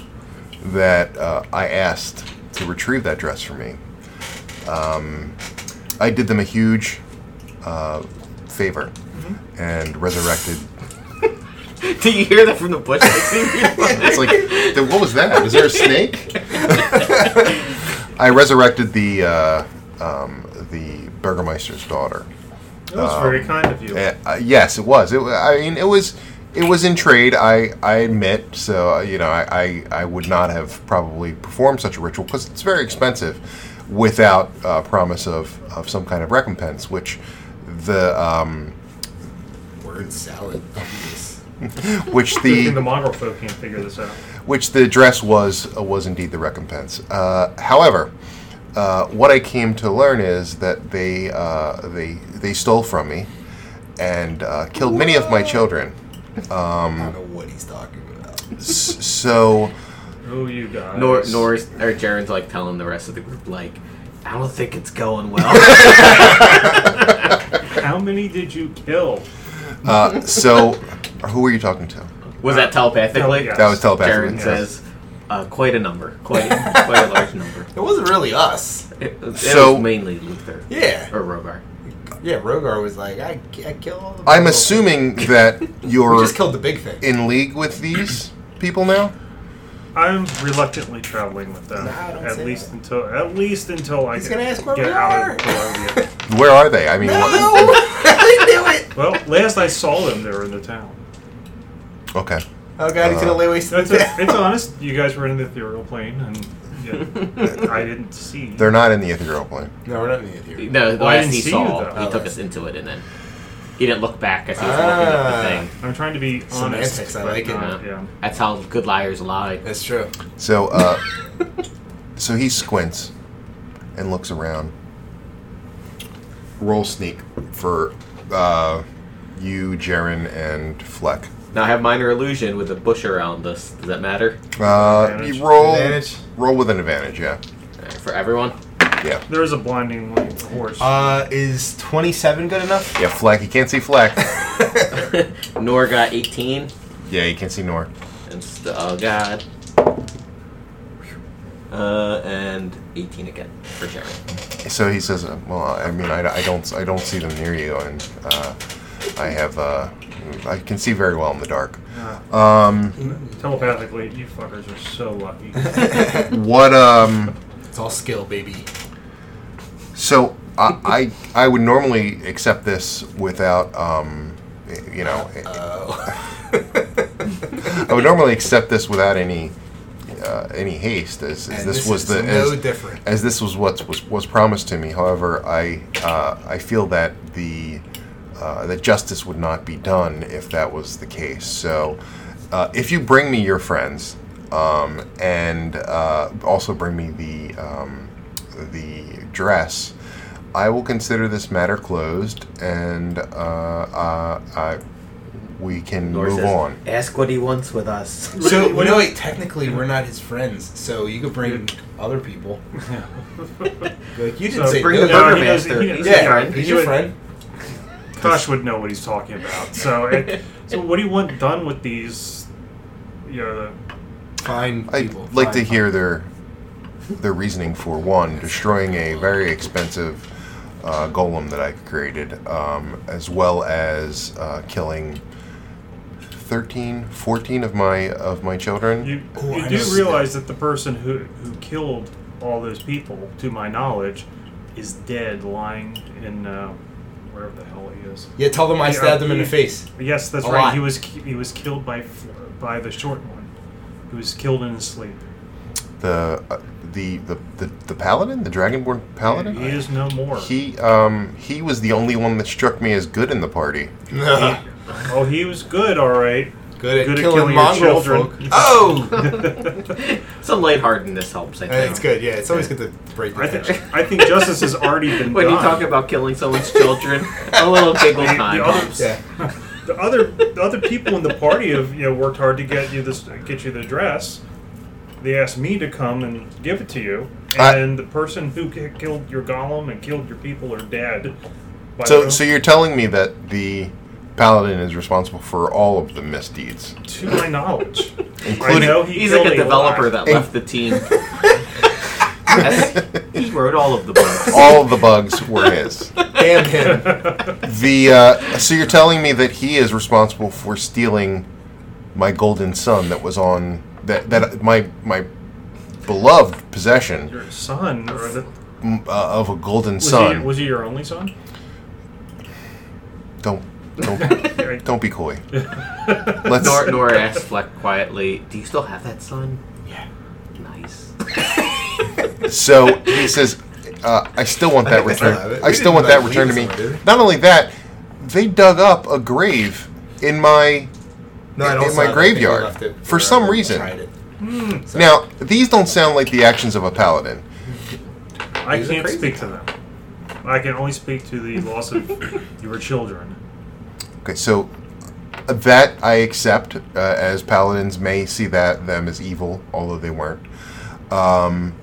[SPEAKER 2] that uh, I asked to retrieve that dress for me, um, I did them a huge uh, favor
[SPEAKER 5] Mm-hmm.
[SPEAKER 2] and resurrected.
[SPEAKER 3] *laughs* Do you hear that from the
[SPEAKER 2] *laughs*
[SPEAKER 3] bush? I
[SPEAKER 2] It's like, th- what was that? Was there a snake? I resurrected the uh, um, the Burgermeister's daughter.
[SPEAKER 5] That was very kind of you.
[SPEAKER 2] Uh, uh, yes, it was. It, wa- I mean, it was. It was in trade. I, I admit. So uh, you know, I, I, I would not have probably performed such a ritual because it's very expensive, without uh, promise of, of some kind of recompense. Which, the um,
[SPEAKER 4] Word salad. Jeez.
[SPEAKER 2] which
[SPEAKER 5] *laughs* Even the
[SPEAKER 2] the
[SPEAKER 5] mongrel folk can't figure this out.
[SPEAKER 2] which the dress was uh, was indeed the recompense. Uh, however, uh, what I came to learn is that they uh, they they stole from me, and uh, killed many of my children.
[SPEAKER 4] I don't know what he's talking about.
[SPEAKER 2] S- so.
[SPEAKER 5] Oh, you guys.
[SPEAKER 3] Nor, nor is, or Jaren's like telling the rest of the group like, I don't think it's going well.
[SPEAKER 5] How many did you kill?
[SPEAKER 2] Uh, so, who were you talking to?
[SPEAKER 3] Was that telepathically?
[SPEAKER 5] Yeah.
[SPEAKER 2] That was telepathic.
[SPEAKER 3] Jaren
[SPEAKER 5] Yes.
[SPEAKER 3] says, uh, quite a number, quite quite a large
[SPEAKER 4] *laughs*
[SPEAKER 3] number.
[SPEAKER 4] It wasn't really us.
[SPEAKER 3] It, it
[SPEAKER 2] So-
[SPEAKER 3] was mainly Luther
[SPEAKER 4] Yeah.
[SPEAKER 3] or Rogar.
[SPEAKER 4] Yeah, Rogar was like, I, I kill all the
[SPEAKER 2] I'm
[SPEAKER 4] people.
[SPEAKER 2] assuming that
[SPEAKER 4] We
[SPEAKER 2] you're
[SPEAKER 4] just killed the big thing.
[SPEAKER 2] in league with these people now.
[SPEAKER 5] I'm reluctantly traveling with them.
[SPEAKER 4] Nah, don't
[SPEAKER 5] at
[SPEAKER 4] say
[SPEAKER 5] least
[SPEAKER 4] that.
[SPEAKER 5] until at least until I
[SPEAKER 4] He's
[SPEAKER 5] get,
[SPEAKER 4] gonna ask where
[SPEAKER 5] get
[SPEAKER 4] we
[SPEAKER 5] out
[SPEAKER 4] are.
[SPEAKER 5] of Colombia.
[SPEAKER 2] Where are they? I mean,
[SPEAKER 4] *laughs* no! *laughs*
[SPEAKER 2] what-
[SPEAKER 4] I knew it!
[SPEAKER 5] well, last I saw them, they were in the town.
[SPEAKER 2] okay.
[SPEAKER 4] Oh god, he's gonna lay waste to
[SPEAKER 5] That's
[SPEAKER 4] the *laughs*
[SPEAKER 5] it.
[SPEAKER 4] town.
[SPEAKER 5] It's honest. You guys were in the ethereal plane, and
[SPEAKER 4] *laughs*
[SPEAKER 5] yeah, I didn't see.
[SPEAKER 2] They're not in the ethereal plane.
[SPEAKER 4] No, we're not in the theory.
[SPEAKER 3] No, the
[SPEAKER 5] Well, Oh, I
[SPEAKER 3] last
[SPEAKER 5] didn't
[SPEAKER 3] he
[SPEAKER 5] see
[SPEAKER 3] saw,
[SPEAKER 5] you, though.
[SPEAKER 3] he
[SPEAKER 4] Oh,
[SPEAKER 3] took
[SPEAKER 4] right.
[SPEAKER 3] us into it, and then he didn't look back as he was looking at the
[SPEAKER 4] Ah.
[SPEAKER 3] thing.
[SPEAKER 5] I'm trying to be honest.
[SPEAKER 4] Semantics, I
[SPEAKER 5] but
[SPEAKER 4] like it.
[SPEAKER 5] not-
[SPEAKER 3] Yeah.
[SPEAKER 5] yeah.
[SPEAKER 3] That's how good liars lie.
[SPEAKER 4] That's true.
[SPEAKER 2] So, uh, so he squints and looks around. Roll sneak for uh, you, Jaren, and Fleck.
[SPEAKER 3] Now I have minor illusion with a bush around us. Does that matter
[SPEAKER 2] Uh,
[SPEAKER 5] Advantage.
[SPEAKER 2] you roll
[SPEAKER 4] Advantage.
[SPEAKER 2] roll with an advantage. Yeah,
[SPEAKER 3] Uh, for everyone? *laughs*
[SPEAKER 2] yeah,
[SPEAKER 5] There is a blinding light horse.
[SPEAKER 4] Uh, is 27 good enough?
[SPEAKER 2] yeah. Fleck. You can't see Fleck.
[SPEAKER 3] Nor got 18,
[SPEAKER 2] yeah, you can't see Nor.
[SPEAKER 3] and st- oh god, uh, and 18 again for Jerry.
[SPEAKER 2] So he says, uh, "Well, I mean, I, I don't, I don't see them near you, and uh, I have, uh, I can see very well in the dark.
[SPEAKER 5] Uh,
[SPEAKER 2] Um,
[SPEAKER 5] telepathically, you fuckers are so lucky.
[SPEAKER 4] *laughs*
[SPEAKER 5] *laughs*
[SPEAKER 2] what um,
[SPEAKER 4] *laughs* It's all skill, baby.
[SPEAKER 2] so I, I I would normally accept this without um, you know,
[SPEAKER 4] Uh, *laughs*
[SPEAKER 2] I would normally accept this without any uh, any haste, as, as
[SPEAKER 4] And
[SPEAKER 2] this, was
[SPEAKER 4] is
[SPEAKER 2] the
[SPEAKER 4] no
[SPEAKER 2] as,
[SPEAKER 4] different.
[SPEAKER 2] as this was what was, was promised to me. However, I uh, I feel that the uh, that justice would not be done if that was the case. So, uh, if you bring me your friends, um, and uh, also bring me the um, the dress, I will consider this matter closed, and uh, uh, I, we can
[SPEAKER 3] Nor
[SPEAKER 2] move
[SPEAKER 3] says,
[SPEAKER 2] on.
[SPEAKER 3] Ask what he wants with
[SPEAKER 5] *laughs*
[SPEAKER 3] us.
[SPEAKER 4] So
[SPEAKER 5] What- Mm.
[SPEAKER 4] no, wait. Technically, we're not his friends, so you could bring other people. Like you didn't
[SPEAKER 5] So
[SPEAKER 4] say
[SPEAKER 5] bring
[SPEAKER 4] no.
[SPEAKER 5] the
[SPEAKER 4] to
[SPEAKER 5] burger
[SPEAKER 4] that.
[SPEAKER 5] man. does- he does-
[SPEAKER 3] He's
[SPEAKER 4] Yeah,
[SPEAKER 3] a friend.
[SPEAKER 4] he's
[SPEAKER 5] He
[SPEAKER 4] your
[SPEAKER 5] would-
[SPEAKER 4] friend.
[SPEAKER 5] Tosh would know what he's talking about. So, it, so what do you want done with these? You know,
[SPEAKER 4] Fine
[SPEAKER 2] I'd
[SPEAKER 4] people.
[SPEAKER 2] like to
[SPEAKER 4] fine,
[SPEAKER 2] hear their their reasoning for one destroying a very expensive uh, golem that I created, um, as well as uh, killing 13, 14 of my of my
[SPEAKER 5] the,
[SPEAKER 2] children.
[SPEAKER 5] you,
[SPEAKER 4] Oh,
[SPEAKER 5] you
[SPEAKER 4] I
[SPEAKER 5] do
[SPEAKER 4] see.
[SPEAKER 5] realize that the person who who killed all those people, to my knowledge, is dead, lying in uh, wherever the hell he is.
[SPEAKER 4] fine. Yeah, tell them I
[SPEAKER 5] Yeah,
[SPEAKER 4] stabbed him in the
[SPEAKER 5] he-
[SPEAKER 4] face.
[SPEAKER 5] Yes, that's
[SPEAKER 4] A
[SPEAKER 5] right.
[SPEAKER 4] lot.
[SPEAKER 5] He was ki- he was killed by F- by the short one. He was killed in his sleep.
[SPEAKER 2] The, uh, the the the the paladin, the dragonborn paladin.
[SPEAKER 5] He is no more.
[SPEAKER 2] He um he was the only one that struck me as good in the party.
[SPEAKER 5] oh, he was good, all right.
[SPEAKER 4] Good at
[SPEAKER 5] Good at
[SPEAKER 4] killing
[SPEAKER 5] killing your
[SPEAKER 4] mongrel folk.
[SPEAKER 5] children.
[SPEAKER 4] *laughs*
[SPEAKER 5] *laughs*
[SPEAKER 4] Oh,
[SPEAKER 3] *laughs* Some lightheartedness helps, I
[SPEAKER 4] Uh, it's
[SPEAKER 3] think.
[SPEAKER 4] good. Yeah, it's always good to break
[SPEAKER 5] I
[SPEAKER 4] the tension.
[SPEAKER 5] think I think justice has already
[SPEAKER 3] *laughs*
[SPEAKER 5] been
[SPEAKER 3] When
[SPEAKER 5] done.
[SPEAKER 3] you talk about killing someone's children, a little giggle
[SPEAKER 5] *laughs* The-
[SPEAKER 3] time
[SPEAKER 5] the other-
[SPEAKER 3] helps.
[SPEAKER 4] *laughs* Yeah.
[SPEAKER 5] the other the other people in the party have you know worked hard to get you this get you the dress. They asked me to come and give it to you,
[SPEAKER 2] I-
[SPEAKER 5] and the person who ki- killed your golem and killed your people are dead. By
[SPEAKER 2] So
[SPEAKER 5] the-
[SPEAKER 2] so you're telling me that the paladin is responsible for all of the misdeeds,
[SPEAKER 5] to my knowledge, I
[SPEAKER 2] including
[SPEAKER 5] know he
[SPEAKER 3] He's like
[SPEAKER 5] killed
[SPEAKER 3] a developer
[SPEAKER 5] lot.
[SPEAKER 3] that left the
[SPEAKER 2] *laughs*
[SPEAKER 3] team. That's- he wrote all of the books.
[SPEAKER 2] all of the bugs were his. *laughs*
[SPEAKER 4] Damn him.
[SPEAKER 2] The uh, so you're telling me that he is responsible for stealing my golden sun that was on that that my my beloved possession
[SPEAKER 5] your son or the
[SPEAKER 2] mm, uh, of a golden
[SPEAKER 5] was
[SPEAKER 2] sun.
[SPEAKER 5] he was he your only
[SPEAKER 4] *laughs*
[SPEAKER 5] son?
[SPEAKER 2] don't don't
[SPEAKER 5] I-
[SPEAKER 2] don't be
[SPEAKER 5] *laughs*
[SPEAKER 2] coy.
[SPEAKER 3] *laughs*
[SPEAKER 2] Let's
[SPEAKER 3] Nor, nor asked Fleck quietly, Do you still have that son? Yeah. Nice.
[SPEAKER 2] so he says, uh, I still want that
[SPEAKER 4] think that's allowed.
[SPEAKER 2] return.
[SPEAKER 4] We
[SPEAKER 2] I still
[SPEAKER 4] didn't
[SPEAKER 2] want that
[SPEAKER 4] like
[SPEAKER 2] returned to me.
[SPEAKER 4] leave someone, did we?
[SPEAKER 2] Not only that, they dug up a grave in my
[SPEAKER 4] No, I
[SPEAKER 2] In
[SPEAKER 4] don't
[SPEAKER 2] my graveyard. For some reason.
[SPEAKER 4] Tried it.
[SPEAKER 2] now. These don't sound like the actions of a paladin.
[SPEAKER 5] I
[SPEAKER 4] He's a
[SPEAKER 5] can't
[SPEAKER 4] crazy
[SPEAKER 5] speak to them. I can only speak to the loss
[SPEAKER 3] *laughs*
[SPEAKER 5] of your children.
[SPEAKER 2] Okay, so that I accept, uh, as paladins may see that them as evil, although they weren't. Um,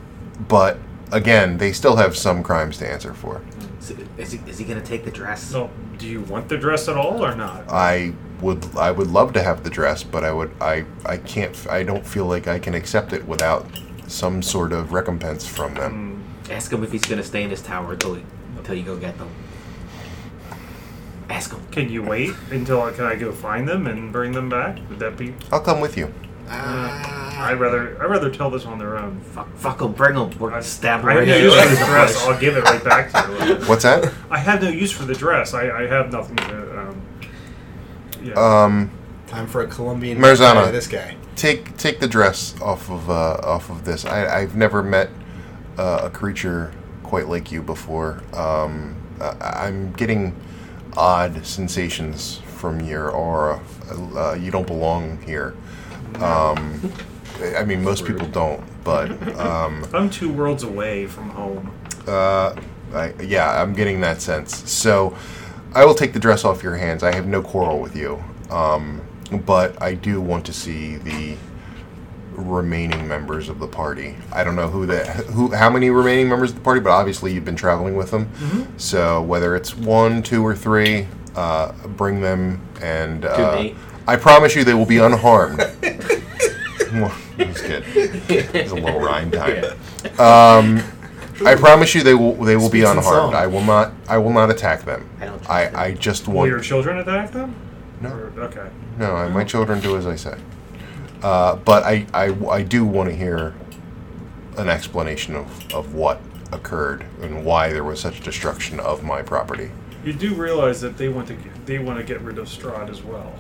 [SPEAKER 2] but again, they still have some crimes to answer for.
[SPEAKER 3] Is, is he, is he going to take the dress?
[SPEAKER 5] So, do you want the dress at all or not?
[SPEAKER 2] I would, I would love to have the dress, but I would, I, I can't, f- I don't feel like I can accept it without some sort of recompense from them.
[SPEAKER 5] Mm.
[SPEAKER 3] Ask him if he's going to stay in his tower until, he, until you go get them. Ask him.
[SPEAKER 5] Can you wait until I, can I go find them and bring them back? Would that be?
[SPEAKER 2] I'll come with you.
[SPEAKER 4] Ah.
[SPEAKER 5] I'd rather I'd rather tell this on their own.
[SPEAKER 3] Fuck, fuck him, bring him. We're
[SPEAKER 5] I
[SPEAKER 3] going to stab him
[SPEAKER 5] I have
[SPEAKER 3] right
[SPEAKER 5] no
[SPEAKER 3] in
[SPEAKER 5] use
[SPEAKER 3] the
[SPEAKER 5] for this
[SPEAKER 3] face.
[SPEAKER 5] dress. I'll give it right back to you.
[SPEAKER 2] What's that?
[SPEAKER 5] I have no use for the dress. I, I have nothing to. Um, yeah.
[SPEAKER 2] Um,
[SPEAKER 4] Time for a Colombian.
[SPEAKER 2] Marzano.
[SPEAKER 4] This guy.
[SPEAKER 2] take take the dress off of uh, off of this. I, I've never met uh, a creature quite like you before. Um, I, I'm getting odd sensations from your aura. Uh, you don't belong here. Um, I mean, most people don't, but um,
[SPEAKER 5] I'm two worlds away from home.
[SPEAKER 2] uh, I, yeah, I'm getting that sense. So I will take the dress off your hands. I have no quarrel with you, um, but I do want to see the remaining members of the party. I don't know who that, who, how many remaining members of the party, but obviously you've been traveling with them. So whether it's one, two, or three, uh, bring them, and uh,
[SPEAKER 3] me.
[SPEAKER 2] I promise you they will be unharmed. *laughs* Well, That's good. It's a little rhyme time. Um, I promise you, they will they will be
[SPEAKER 4] Speaks in
[SPEAKER 2] unharmed.
[SPEAKER 4] song.
[SPEAKER 2] I will not I will not attack them.
[SPEAKER 3] I don't think
[SPEAKER 2] I, I just
[SPEAKER 5] Will your
[SPEAKER 2] want
[SPEAKER 5] children attack them?
[SPEAKER 2] No.
[SPEAKER 5] Or- okay.
[SPEAKER 2] No, I- my children do as I say. Uh, but I, I, I do want to hear an explanation of, of what occurred and why there was such destruction of my property.
[SPEAKER 5] You do realize that they want to get, they want to get rid of Strahd as well.